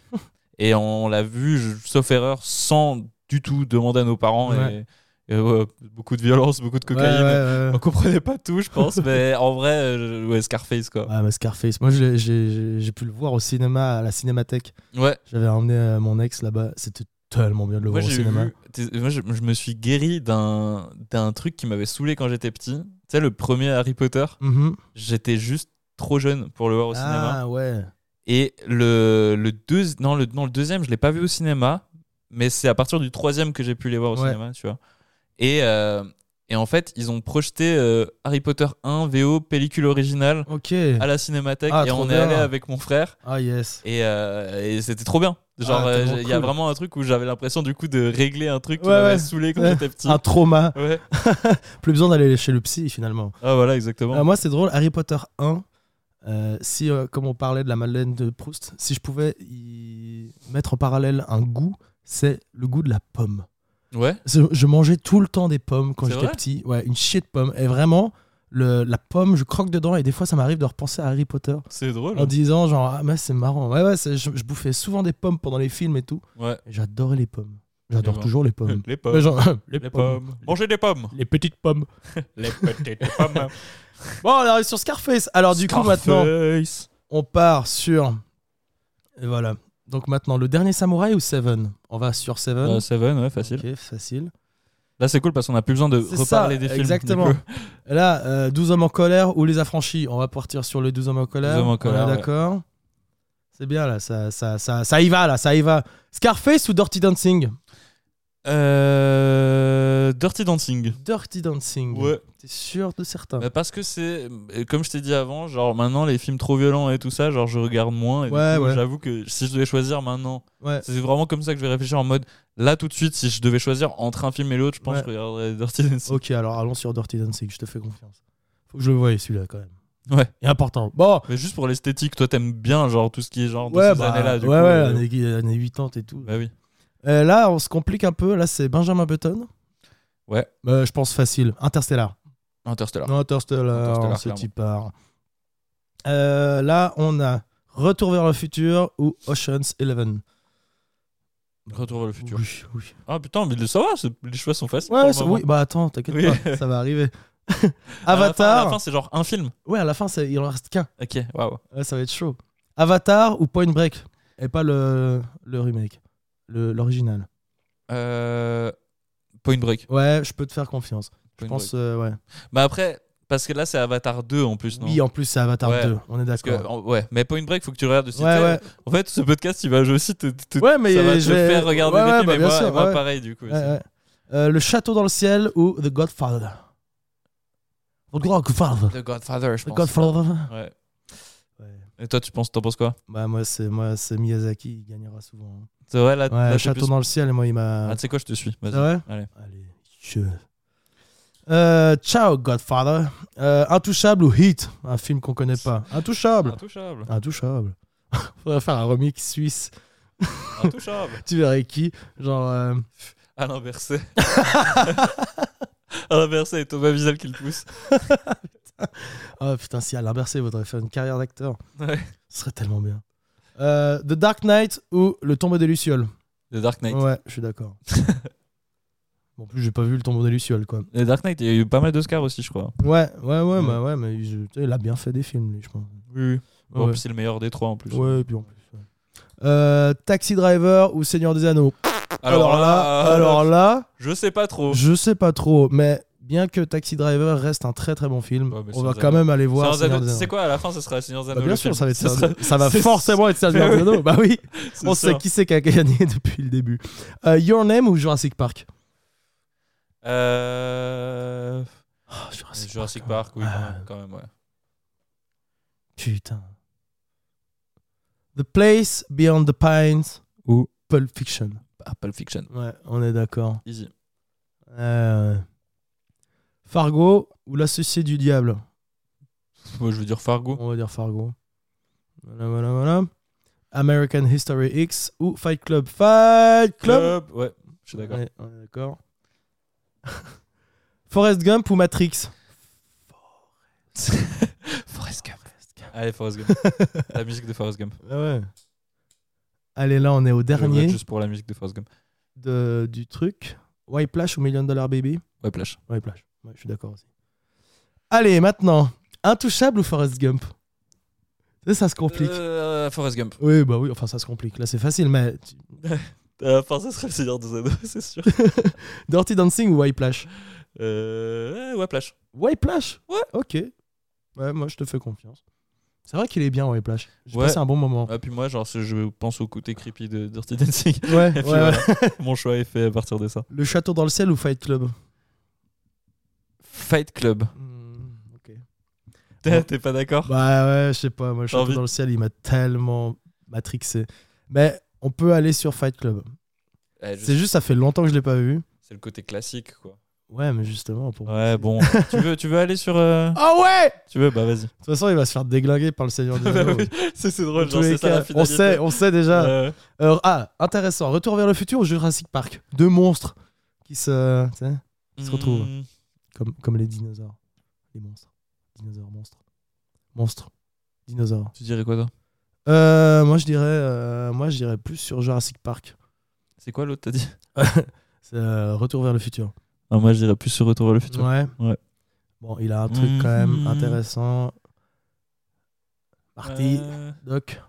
B: et on, l'a vu, je- sauf erreur, sans du tout demander à nos parents.
A: Ouais.
B: Et, et, ouais, beaucoup de violence, beaucoup de cocaïne. On comprenait pas tout, je pense, mais en vrai, euh, ouais, Scarface, quoi.
A: Ouais, mais Scarface. Moi, je l'ai- j'ai- j'ai j'ai pu le voir au cinéma, à la cinémathèque.
B: Ouais.
A: J'avais emmené euh, mon ex là-bas. C'était tellement bien de le
B: Moi,
A: voir au
B: j'ai
A: cinéma.
B: vu- t'es- moi, je, je me suis guéri d'un d'un truc qui m'avait saoulé quand j'étais petit. Tu sais, le premier Harry Potter,
A: Mhm.
B: j'étais juste trop jeune pour le voir au cinéma.
A: Ah ouais.
B: Et le, le, deux, non, le, non, le deuxième, je l'ai pas vu au cinéma, mais c'est à partir du troisième que j'ai pu les voir au
A: Ouais.
B: cinéma, tu vois. Et, euh, et en fait, ils ont projeté euh, Harry Potter 1 VO, pellicule originale,
A: Ok.
B: à la cinémathèque,
A: Ah,
B: et
A: trop
B: on est
A: bien.
B: allé avec mon frère,
A: Ah yes.
B: et, euh, et c'était trop bien. Genre,
A: Ah,
B: euh, il
A: tellement
B: y a
A: cool.
B: vraiment un truc où j'avais l'impression du coup de régler un truc qui
A: Ouais,
B: m'avait
A: ouais.
B: saoulé quand
A: Ouais.
B: j'étais petit.
A: Un trauma.
B: Ouais.
A: Plus besoin d'aller chez le psy finalement.
B: Ah, voilà, exactement.
A: Ah, moi, c'est drôle. Harry Potter 1. euh, si, euh, comme on parlait de la Madeleine de Proust, si je pouvais y mettre en parallèle un goût, c'est le goût de la pomme.
B: ouais.
A: Je, je mangeais tout le temps des pommes quand
B: C'est
A: j'étais
B: vrai
A: petit. Ouais, une chier de pommes. Et vraiment, le, la pomme, je croque dedans et des fois, ça m'arrive de repenser à Harry Potter
B: C'est drôle.
A: en disant genre ah mais c'est marrant. Ouais ouais, c'est- je, je bouffais souvent des pommes pendant les films et tout.
B: Ouais.
A: Et J'adorais les pommes.
B: Eh
A: J'adore
B: ben.
A: toujours les pommes.
B: Les
A: Mais
B: pommes.
A: Euh, genre, les,
B: Les
A: pommes.
B: pommes. Mangez des pommes.
A: Les petites pommes.
B: Les petites pommes.
A: Bon, on arrive sur Scarface. Alors du coup maintenant,
B: Scarface.
A: on part sur et voilà. Donc maintenant le dernier samouraï ou Seven On va sur Seven.
B: Euh, Seven, ouais, facile.
A: Ok, facile.
B: Là, c'est cool parce qu'on a plus besoin de
A: C'est
B: Euh, reparler
A: ça,
B: des films.
A: exactement.
B: Nico.
A: Et Là, euh, 12 hommes en colère ou les affranchis. On va partir sur les 12 hommes en colère.
B: 12 hommes en
A: On est
B: colère, ouais.
A: D'accord. C'est bien là, ça, ça, ça, ça y va là, ça y va. Scarface ou Dirty Dancing
B: Euh, Dirty Dancing.
A: Dirty Dancing.
B: Ouais.
A: T'es sûr de certain
B: Bah, parce que c'est, euh, comme je t'ai dit avant, genre maintenant les films trop violents et tout ça, genre je regarde moins. Et du
A: Ouais,
B: coup,
A: ouais.
B: J'avoue que si je devais choisir maintenant,
A: Ouais.
B: c'est vraiment comme ça que je vais réfléchir en mode là tout de suite, si je devais choisir entre un film et l'autre, je pense
A: Ouais.
B: que je regarderais Dirty Dancing.
A: Ok, alors allons sur Dirty Dancing, je te fais confiance. Faut que je le voie celui-là quand même.
B: Ouais.
A: Et important. Bon
B: Mais juste pour l'esthétique, toi t'aimes bien genre tout ce qui est genre de
A: Ouais,
B: ces
A: bah,
B: années-là.
A: ouais,
B: du
A: ouais,
B: coup, euh,
A: années, années 80 et tout.
B: Bah oui.
A: Euh, là, on se complique un peu. Là, c'est Benjamin Button.
B: Ouais.
A: Euh, je pense facile. Interstellar.
B: Interstellar.
A: Non, Interstellar,
B: Interstellar,
A: c'est
B: clairement.
A: y part. Euh, là, on a Retour vers le futur ou Ocean's Eleven.
B: Retour vers le futur.
A: Oui, oui.
B: Ah putain, mais ça va, c'est- les choix sont faciles. pour
A: Ouais,
B: le
A: ça-
B: moment.
A: oui, bah attends, t'inquiète
B: Oui.
A: pas, ça va arriver.
B: À la fin-
A: Avatar.
B: À la fin, c'est genre un film.
A: Ouais, à la fin, c'est- il en reste qu'un.
B: Ok, waouh.
A: Ouais, ça va être chaud. Avatar ou Point Break Et pas le, le remake, le- l'original.
B: Euh, Point Break.
A: Ouais, je peux te faire confiance.
B: Point
A: Je pense, euh, ouais.
B: Break. Bah après, parce que là c'est Avatar 2 en plus, non
A: Oui, en plus, c'est Avatar
B: Ouais.
A: 2, on est
B: Parce que,
A: d'accord.
B: en- ouais, mais Point Break, faut que tu regardes aussi.
A: Ouais,
B: Tu sais,
A: ouais.
B: En fait, ce podcast, il va aussi te, te-
A: Ouais, mais
B: ça va te
A: je vais
B: faire regarder
A: ouais,
B: des
A: ouais,
B: films
A: bah,
B: et
A: bien
B: moi,
A: sûr,
B: et moi,
A: ouais.
B: pareil du coup.
A: Ouais, ouais. Euh, le château dans le ciel ou The Godfather The Godfather.
B: The Godfather, je
A: The
B: pense.
A: Godfather.
B: Ouais.
A: Ouais.
B: Et toi, tu penses, t'en penses quoi
A: Bah, moi, c'est moi, c'est Miyazaki, il gagnera souvent.
B: C'est vrai, là,
A: Ouais,
B: là,
A: le
B: t'es
A: château
B: plus-
A: dans le ciel, moi, il m'a.
B: Ah, tu sais quoi, je te suis. Vas-y.
A: c'est vrai
B: Allez.
A: Allez, je. Euh, ciao, Godfather. Euh, Intouchable ou Hit Un film qu'on connaît pas. Intouchable
B: Intouchable.
A: Intouchable. Faudrait faire un remix suisse.
B: Intouchable.
A: Tu verrais qui Genre. euh,
B: Alain Berset. Alain Berset et Thomas Wiesel qui le poussent.
A: Oh putain, si Alain Berset voudrait faire une carrière d'acteur,
B: Ouais.
A: ce serait tellement bien. Euh, The Dark Knight ou Le tombeau des Lucioles
B: The Dark Knight.
A: Ouais, je suis d'accord. bon, en plus, j'ai pas vu Le tombeau des Lucioles, quoi.
B: The Dark Knight, il y a eu pas mal d'Oscars aussi, je crois.
A: Ouais, ouais, ouais, bah ouais mais il, tu sais, il a bien fait des films, lui, je pense.
B: Oui, oui. Bon, en
A: ouais.
B: plus, c'est le meilleur des trois en plus.
A: Ouais, et puis en plus. ouais. Euh, Taxi Driver ou Seigneur des Anneaux
B: Alors, là, euh, oh.
A: alors là,
B: je sais pas trop.
A: je sais pas trop, mais bien que Taxi Driver reste un très très bon film,
B: Ouais, mais
A: on
B: Seigneur
A: va
B: des
A: quand
B: Anneaux.
A: même aller voir.
B: Seigneur des
A: Seigneur
B: Anneaux,
A: des
B: Tu sais
A: Anneaux.
B: quoi, à la fin, ce sera Seigneur des
A: Bah,
B: Anneaux.
A: bien
B: le film.
A: sûr, ça va, être
B: Ce
A: Seigneur
B: sera-
A: des- ça va
B: c'est-
A: forcément être Seigneur
B: Mais
A: des
B: oui.
A: Anneaux. Bah oui,
B: c'est
A: on sait
B: sûr.
A: qui c'est qui a gagné depuis le début. Euh, Your Name ou Jurassic Park
B: Euh,
A: Ah, Jurassic,
B: Jurassic
A: Park.
B: Park, oui, quand
A: Ah.
B: même, quand même, ouais.
A: Putain. The Place Beyond the Pines ou Pulp Fiction.
B: Ah, Pulp Fiction.
A: Ouais, on est d'accord.
B: Easy.
A: Euh, Fargo ou L'associé du diable
B: Moi, je veux dire Fargo.
A: On va dire Fargo. Voilà, voilà, voilà. American History X ou Fight Club. Fight Club
B: Ouais, je suis d'accord.
A: Ouais, on est d'accord. Forrest Gump ou Matrix
B: Forrest Gump. Allez, Forrest Gump. la musique de Forrest Gump.
A: Ah ouais. Allez, là, on est au
B: Je vote
A: dernier
B: Juste pour la musique de Forrest Gump.
A: de- du truc. Whiplash ou Million Dollar Baby
B: Ouais, plage.
A: Whiplash. Ouais, je suis d'accord aussi. Allez, maintenant, Intouchable ou Forrest Gump Ça, ça se complique.
B: Euh, Forrest Gump.
A: Oui, bah oui, enfin, ça se complique. Là, c'est facile, mais. tu-
B: Euh, Enfin, ça serait le Seigneur des Anneaux, c'est sûr.
A: Dirty Dancing ou Whiplash
B: Euh, ouais, plage.
A: Whiplash
B: Ouais.
A: Ok. Ouais, moi, je te fais confiance. C'est vrai qu'il est bien, Whiplash. J'ai
B: Ouais.
A: passé un bon moment.
B: Ah, puis moi, genre, je pense au côté creepy de Dirty Dancing.
A: Ouais,
B: Et
A: ouais,
B: puis
A: ouais.
B: voilà. Mon choix est fait à partir de ça.
A: Le château dans le ciel ou Fight Club
B: Fight Club.
A: Hmm, Ok.
B: T'es t'es pas d'accord
A: Bah ouais, je sais pas. Moi, le château
B: envie-
A: dans le ciel, il m'a tellement matrixé. Mais on peut aller sur Fight Club.
B: Eh, je-
A: C'est juste, ça fait longtemps que je l'ai pas vu.
B: C'est le côté classique, quoi.
A: Ouais, mais justement. Pour...
B: Ouais, bon. tu, veux, tu veux aller sur. euh,
A: Ah ouais
B: Tu veux Bah, vas-y.
A: De toute façon, il va se faire déglinguer par le Seigneur des
B: Bah
A: Anneaux.
B: oui, c'est c'est
A: Dans
B: drôle,
A: tous
B: genre,
A: les
B: c'est ça la
A: cas, on
B: finalité.
A: sait, on sait déjà.
B: Euh,
A: Euh, ah, intéressant. Retour vers le futur ou Jurassic Park Deux monstres qui se, tu sais, Ils se retrouvent.
B: hmm,
A: comme, comme les dinosaures. Les monstres. Dinosaures, monstres. Monstres. Dinosaures.
B: Tu dirais quoi, toi
A: Euh, moi, je dirais, euh, moi, je dirais plus sur Jurassic Park.
B: C'est quoi l'autre, t'as dit
A: C'est euh, Retour vers le futur.
B: Ah, Moi, je dirais plus sur Retour vers le futur.
A: Ouais.
B: Ouais.
A: Bon, il a un truc quand même
B: Mhm.
A: intéressant. Parti,
B: Euh,
A: Doc.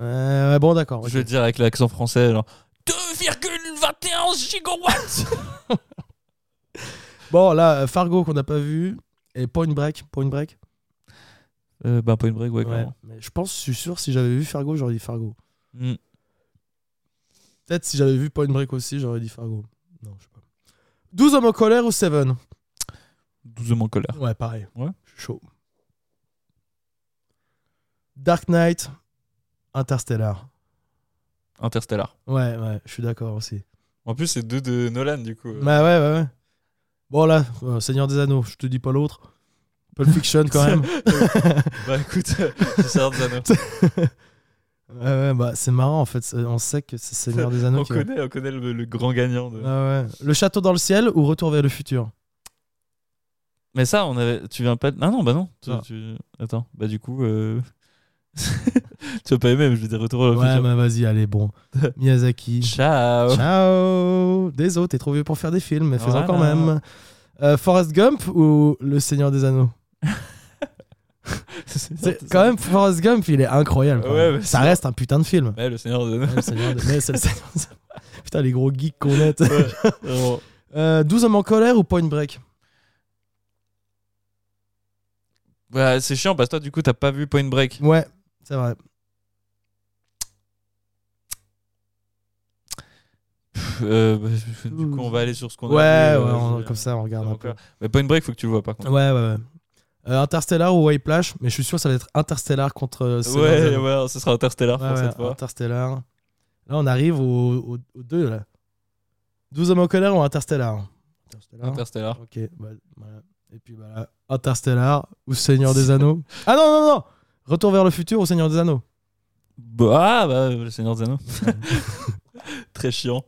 A: Euh, ouais, bon, d'accord.
B: Je vais
A: ok.
B: le dire avec l'accent français, genre. 2,21 gigawatts
A: Bon, là, euh, Fargo qu'on n'a pas vu et Point Break. Point Break.
B: euh, Bah, Point Break, ouais,
A: Ouais,
B: clairement.
A: mais je pense, je suis sûr, si j'avais vu Fargo, j'aurais dit Fargo.
B: Hmm.
A: Peut-être si j'avais vu Point Break aussi, j'aurais dit Fargo. Non, je sais pas. 12 hommes en colère ou Seven
B: Doucement colère.
A: Ouais, pareil.
B: Ouais.
A: Je suis chaud. Dark Knight, Interstellar.
B: Interstellar.
A: Ouais, ouais, je suis d'accord aussi.
B: En plus, c'est deux de Nolan, du coup.
A: Mais ouais, ouais, ouais. Bon, là, euh, Seigneur des Anneaux, je te dis pas l'autre. Pulp Fiction, quand même.
B: bah, écoute, c'est Seigneur des Anneaux.
A: Ouais, ouais, bah, c'est marrant, en fait. c'est- On sait que c'est Seigneur des Anneaux
B: On
A: qui va-
B: connaît, on connaît le, le grand gagnant. De...
A: Ouais, ouais. Le château dans le ciel ou Retour vers le futur
B: Mais ça, on avait. Tu viens pas. de- Ah non, bah non. Tu,
A: Ah.
B: tu- Attends. Bah du coup. euh, tu vas pas aimer, mais je vais dire retour à la
A: Ouais,
B: future.
A: bah vas-y, allez, bon. Miyazaki.
B: Ciao.
A: Ciao Désolé, t'es trop vieux pour faire des films, mais fais-en
B: Voilà.
A: quand même. Euh, Forrest Gump ou Le Seigneur des Anneaux C'est- Quand même, Forrest Gump, il est incroyable. quand
B: Ouais,
A: même.
B: mais
A: ça
B: c'est-
A: reste un putain de film.
B: Ouais, le Seigneur des
A: Ouais,
B: Anneaux.
A: le Seigneur des- mais c'est le Seigneur des Anneaux. Putain, les gros geeks qu'on est.
B: Ouais, vraiment.
A: Euh, 12 hommes en colère ou Point Break
B: Bah, c'est chiant parce que toi, du coup, t'as pas vu Point Break.
A: Ouais, c'est vrai.
B: Pff, euh, bah, du coup, on va aller sur ce qu'on
A: Ouais, ouais,
B: a. vu, euh,
A: on-
B: je-
A: comme ça, on regarde un peu.
B: encore. euh, Mais Point Break, faut que tu le vois par
A: Ouais,
B: contre.
A: ouais, ouais. Euh, Interstellar ou Whiplash Mais je suis sûr que ça va être Interstellar contre euh, Seigneur des
B: Ouais,
A: Anneaux.
B: ouais, ce sera Interstellar
A: Ouais,
B: pour
A: ouais,
B: cette fois.
A: Interstellar. Là, on arrive aux au, au deux, là. 12 hommes en colère ou Interstellar Interstellar.
B: Interstellar.
A: Ok, bah, voilà. Et puis, bah, là, Interstellar ou Seigneur des Anneaux Ah non, non, non Retour vers le futur ou Seigneur des Anneaux
B: Bah, ah, bah, le Seigneur des Anneaux. Très chiant.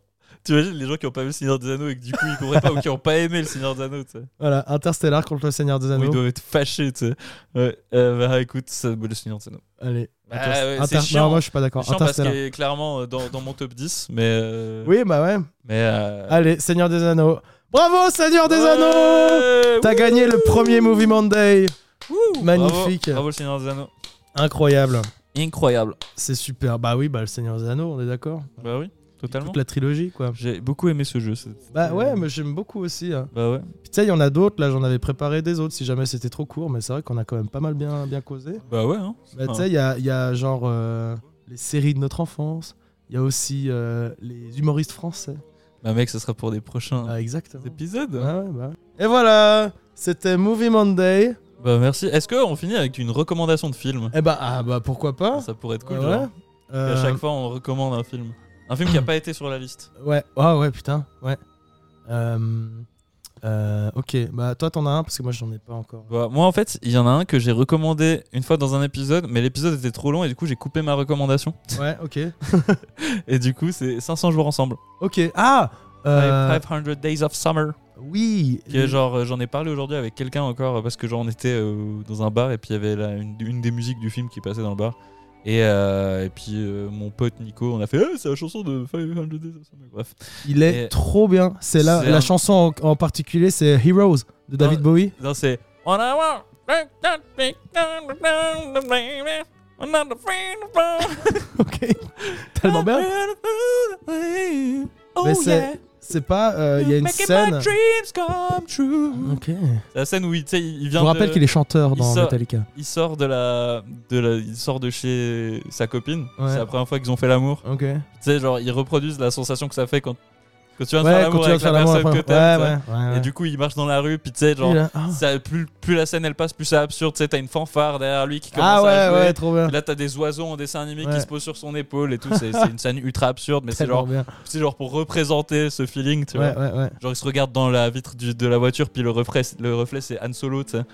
B: Tu imagines les gens qui ont pas vu le Seigneur des Anneaux et que du coup ils comprennent pas ou qui ont pas aimé le Seigneur des Anneaux, tu sais.
A: Voilà, Interstellar contre le Seigneur des
B: Ou ils
A: Anneaux.
B: doivent être fâchés, tu sais. Ouais, euh, bah écoute, ça, bah, le Seigneur des Anneaux.
A: Allez.
B: Ah
A: Inter-
B: ouais,
A: Inter-
B: c'est chiant.
A: Non, moi, je suis pas
B: C'est
A: d'accord.
B: chiant parce
A: Interstellar.
B: qu'il est clairement euh, dans, dans mon top 10, mais. euh,
A: Oui, bah ouais.
B: Mais. euh,
A: Allez, Seigneur des Anneaux. Bravo, Seigneur des
B: ouais,
A: Anneaux
B: wouh,
A: T'as gagné le premier Movie Monday.
B: wouh,
A: Magnifique.
B: Bravo, bravo, le Seigneur des Anneaux.
A: Incroyable.
B: Incroyable.
A: C'est super. Bah oui, bah le Seigneur des Anneaux, on est d'accord.
B: Bah oui, totalement.
A: Toute la trilogie, quoi.
B: J'ai beaucoup aimé ce jeu. c'est-
A: Bah ouais, mais j'aime beaucoup aussi. hein.
B: Bah ouais.
A: Puis tu sais, il y en a d'autres, là j'en avais préparé des autres si jamais c'était trop court, mais c'est vrai qu'on a quand même pas mal bien, bien causé.
B: Bah ouais, hein.
A: Bah, tu sais, il y a, il y a genre euh, les séries de notre enfance, il y a aussi euh, les humoristes français.
B: Bah mec, ce sera pour des prochains
A: Ah, exactement.
B: épisodes.
A: Ah ouais, bah. Et voilà, c'était Movie Monday.
B: Bah merci. Est-ce qu'on finit avec une recommandation de film
A: Eh bah, ah, bah pourquoi pas
B: Ça pourrait être cool.
A: Ouais.
B: genre.
A: Euh,
B: À chaque fois, on recommande un film. Un film qui a pas été sur la liste.
A: Ouais, ah ouais, putain, ouais. Euh, Euh, ok, bah toi t'en as un parce que moi j'en ai pas encore.
B: Bah, moi, en fait, il y en a un que j'ai recommandé une fois dans un épisode, mais l'épisode était trop long et du coup, j'ai coupé ma recommandation.
A: Ouais, ok.
B: Et du coup, c'est 500 jours ensemble.
A: Ok, ah euh,
B: 500 Days of Summer.
A: Oui
B: Qui est genre, euh, j'en ai parlé aujourd'hui avec quelqu'un encore euh, parce que genre on était euh, dans un bar et puis il y avait là, une, une des musiques du film qui passait dans le bar. Et, euh, et puis euh, mon pote Nico, on a fait Eh, c'est la chanson de 500 Days of Summer. Bref.
A: Il est
B: Et-
A: trop bien. C'est la,
B: C'est
A: la
B: un- Ah.
A: chanson en, en particulier, c'est Heroes de David
B: Non.
A: Bowie.
B: Non, c'est On a one- On a the freedom from-
A: Ok. Tellement bien.
B: Oh
A: Mais c'est-
B: yeah.
A: C'est pas. euh, Il y a une
B: Making my
A: scène.
B: dreams come true.
A: Ok.
B: C'est la scène où il, tu sais, il
A: Je
B: vient
A: vous rappelle
B: de-
A: qu'il est chanteur
B: il
A: dans
B: sort-
A: Metallica.
B: il sort de la, de la- il sort de chez sa copine.
A: Ouais.
B: C'est la première fois qu'ils ont fait l'amour.
A: Ok. Ouais,
B: Tu sais, genre ils reproduisent la sensation que ça fait quand, quand tu viens de faire l'amour
A: quand tu vas
B: avec
A: faire
B: la
A: l'amour
B: personne
A: après.
B: que
A: Ouais,
B: t'aimes. tu sais.
A: ouais, ouais, ouais.
B: Et du coup, ils marchent dans la rue, puis tu sais, genre
A: Il a- ah.
B: ça, plus, plus la scène elle passe, plus c'est absurde. Tu sais, t'as une fanfare derrière lui qui commence
A: Ah
B: à
A: ouais,
B: jouer.
A: ouais, trop bien.
B: Et Là, t'as des oiseaux en dessin animé
A: Ouais.
B: qui se posent sur son épaule et tout. C'est c'est une scène ultra absurde, mais c'est
A: Tellement
B: genre,
A: bien.
B: c'est genre pour représenter ce feeling, tu vois.
A: Ouais, ouais, ouais.
B: Genre, il se regarde dans la vitre du- de la voiture, puis le reflet, le reflet c'est Han Solo, tu sais.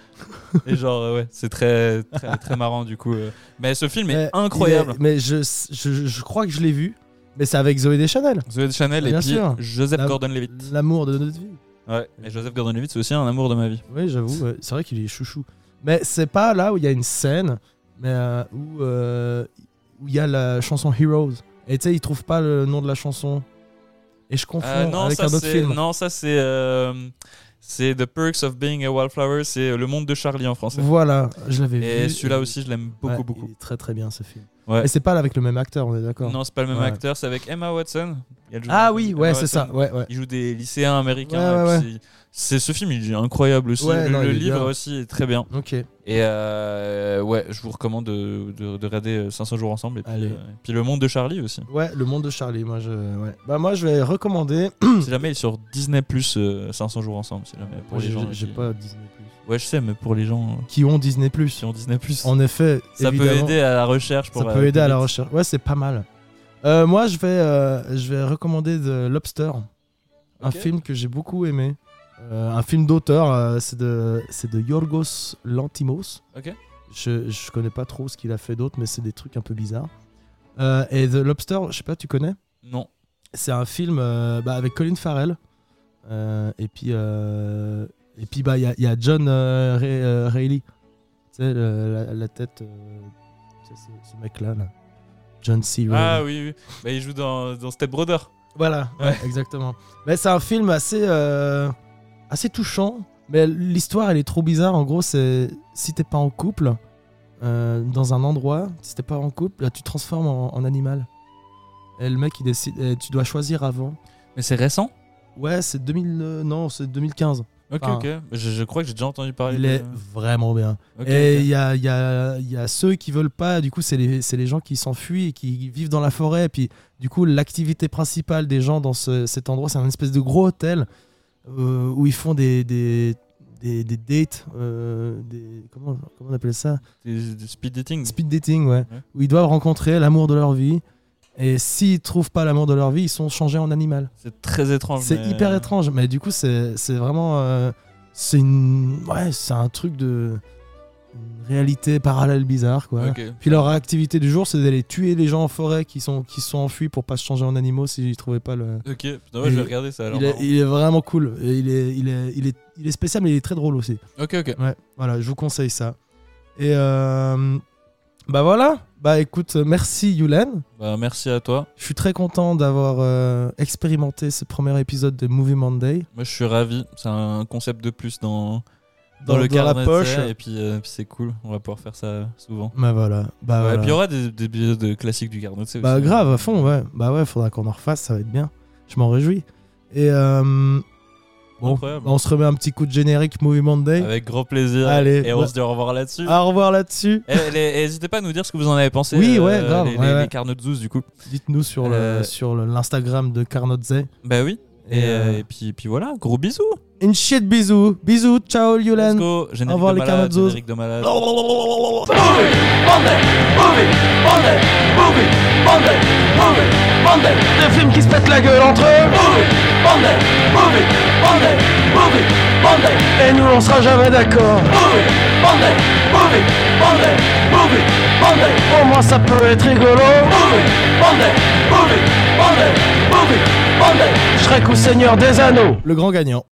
B: Et genre, euh, ouais, c'est très, très, très marrant du coup. euh. Mais ce film est
A: Mais
B: incroyable.
A: il est- mais je, je, je crois que je l'ai vu, mais c'est avec Zoé Deschanel.
B: Zoé Chanel et
A: Bien
B: puis
A: sûr.
B: Joseph
A: La-
B: Gordon-Levitt.
A: L'amour de notre vie.
B: Ouais, mais Joseph Gordon-Levitt, c'est aussi un amour de ma vie.
A: Oui, j'avoue, ouais. c'est vrai qu'il est chouchou. Mais c'est pas là où il y a une scène mais, euh, où euh, où il y a la chanson Heroes. Et tu sais, ils trouvent pas le nom de la chanson. Et je confonds
B: Euh, non,
A: avec
B: ça,
A: un autre
B: c'est-
A: film.
B: non, ça c'est. euh, c'est The Perks of Being a Wallflower, c'est euh, Le Monde de Charlie en français.
A: Voilà, je l'avais vu. euh,
B: Et celui-là aussi, je l'aime beaucoup,
A: Ouais,
B: beaucoup.
A: Il est très très bien ce film.
B: Ouais.
A: Et c'est pas là avec le même acteur, on est d'accord
B: Non, c'est pas le même
A: Ouais.
B: acteur, c'est avec Emma Watson. Elle joue-
A: Ah oui,
B: Emma
A: ouais,
B: Watson.
A: c'est ça. Ouais, ouais.
B: Il joue des lycéens américains.
A: Ouais,
B: et
A: ouais,
B: puis c'est c'est- ce film, il est incroyable aussi.
A: Ouais,
B: le
A: non,
B: le
A: il est
B: livre
A: bien.
B: aussi est très bien.
A: Ok.
B: Et euh, ouais, je vous recommande de, de, de regarder euh, 500 jours ensemble. Et puis,
A: Allez.
B: euh, et puis le monde de Charlie aussi.
A: Ouais, Le Monde de Charlie. Moi, je, ouais. bah, moi, je vais recommander.
B: si jamais il est sur Disney Plus 500 jours ensemble. Si jamais Ah, pour
A: Moi,
B: les
A: j'ai-
B: gens.
A: j'ai
B: qui-
A: pas Disney Plus.
B: Ouais, je sais, mais pour les gens euh,
A: Qui ont Disney Plus.
B: qui ont Disney Plus,
A: En effet,
B: ça peut
A: évidemment.
B: aider à la recherche. Pour euh,
A: Ça peut aider à la recherche. Ouais, c'est pas mal. Euh, moi, je vais, euh, je vais recommander The Lobster, un
B: Ok.
A: film que j'ai beaucoup aimé. Euh, un film d'auteur, euh, c'est de, c'est de Yorgos Lantimos.
B: Ok.
A: Je, je connais pas trop ce qu'il a fait d'autre, mais c'est des trucs un peu bizarres. Euh, et The Lobster, je sais pas, tu connais
B: Non.
A: C'est un film euh, bah, avec Colin Farrell. Euh, et puis, euh, et puis bah, il y, a- il y a John euh, Ray- euh, Reilly. Tu sais, le- la, la tête. euh, tu sais, ce, ce mec-là, là. John C. Reilly.
B: Ah oui, oui. Bah, il joue dans, dans Step Brother.
A: Voilà, ouais,
B: Ouais.
A: exactement. Mais c'est un film assez, euh, assez touchant. Mais l'histoire, elle est trop bizarre. En gros, c'est si t'es pas en couple, euh, dans un endroit, si t'es pas en couple, là, tu te transformes en, en animal. Et le mec, il décide. et tu dois choisir avant.
B: Mais c'est récent.
A: Ouais, c'est 2000. euh, non, c'est 2015.
B: Ok,
A: Ah.
B: ok. Je, je crois que j'ai déjà entendu parler.
A: Il
B: de-
A: est vraiment bien.
B: Ok,
A: et
B: ok.
A: il y, a, il y a- il y a ceux qui veulent pas, du coup, c'est les, c'est les gens qui s'enfuient et qui vivent dans la forêt. Et puis, du coup, l'activité principale des gens dans ce- cet endroit, c'est un espèce de gros hôtel euh, où ils font des, des, des, des dates, euh, des, comment, comment on appelle ça
B: Des- des speed dating.
A: Speed dating, ouais,
B: Ouais.
A: Où ils doivent rencontrer l'amour de leur vie. Et s'ils trouvent pas l'amour de leur vie, ils sont changés en animal.
B: C'est très étrange.
A: C'est
B: mais- euh,
A: hyper étrange, mais du coup, c'est c'est vraiment. euh, c'est une. Ouais, c'est un truc de. Une réalité parallèle bizarre, quoi.
B: Ok.
A: Puis leur activité du jour, c'est d'aller tuer les gens en forêt qui sont, qui sont enfuis pour pas se changer en animaux s'ils trouvaient pas le.
B: Ok, putain, ouais, je
A: Il-
B: vais regarder ça alors.
A: Il est, il est vraiment cool. Et il, est, il, est, il, est, il est spécial, mais il est très drôle aussi.
B: Ok, ok.
A: Ouais, voilà, je vous conseille ça. Et. euh, bah voilà. Bah écoute, merci Yulen.
B: Bah, merci à toi.
A: Je suis très content d'avoir euh, expérimenté ce premier épisode de Movie Monday.
B: Moi, je suis ravi. C'est un concept de plus dans,
A: Dans-
B: dans, le
A: dans la
B: carnet. tu
A: poche.
B: sais, Et puis, euh, puis c'est cool. On va pouvoir faire ça souvent.
A: Bah voilà.
B: Ouais,
A: Bah, voilà.
B: Et puis, euh, il y aura des, des épisodes classiques du carnet. tu sais,
A: Bah
B: aussi. hein.
A: grave, à fond, ouais. Bah ouais, faudra qu'on en refasse, ça va être bien. Je m'en réjouis. Et euh, bon,
B: Incroyable. Ah
A: on se remet un petit coup de générique Movie Monday.
B: Avec grand plaisir.
A: Allez,
B: Et
A: bah-
B: on se dit au revoir là-dessus. Eh,
A: Au revoir là-dessus.
B: N'hésitez pas à nous dire ce que vous en avez pensé. euh,
A: Oui, ouais, grave,
B: Les,
A: ouais,
B: les-
A: ouais.
B: les carnets de Zeus, du coup.
A: Dites-nous sur le
B: Euh,
A: sur le- l'Instagram de Carnotze. Et,
B: Bah oui. Et,
A: euh,
B: euh, et puis, puis voilà, gros bisous.
A: une shit bisous. Bisous, ciao
B: Let's
A: Yulen.
B: go. Générique
A: au revoir,
B: de
A: les carnets
B: malade,
A: de Zeus.
B: générique de malade.
C: Monday, Monday, Monday, Monday, Monday, Monday, Monday, Monday.
E: Bandai, de films qui se pètent la gueule entre eux. Movie, Bandai, movie, Bandai, movie, Bandai. Et nous on sera jamais d'accord. Movie, Bandai, movie, Bandai, movie, Bandai. Pour moi ça peut être rigolo. Movie, Bandai, movie, Bandai, movie, Bandai. Shrek ou Seigneur des Anneaux.
A: Le grand gagnant.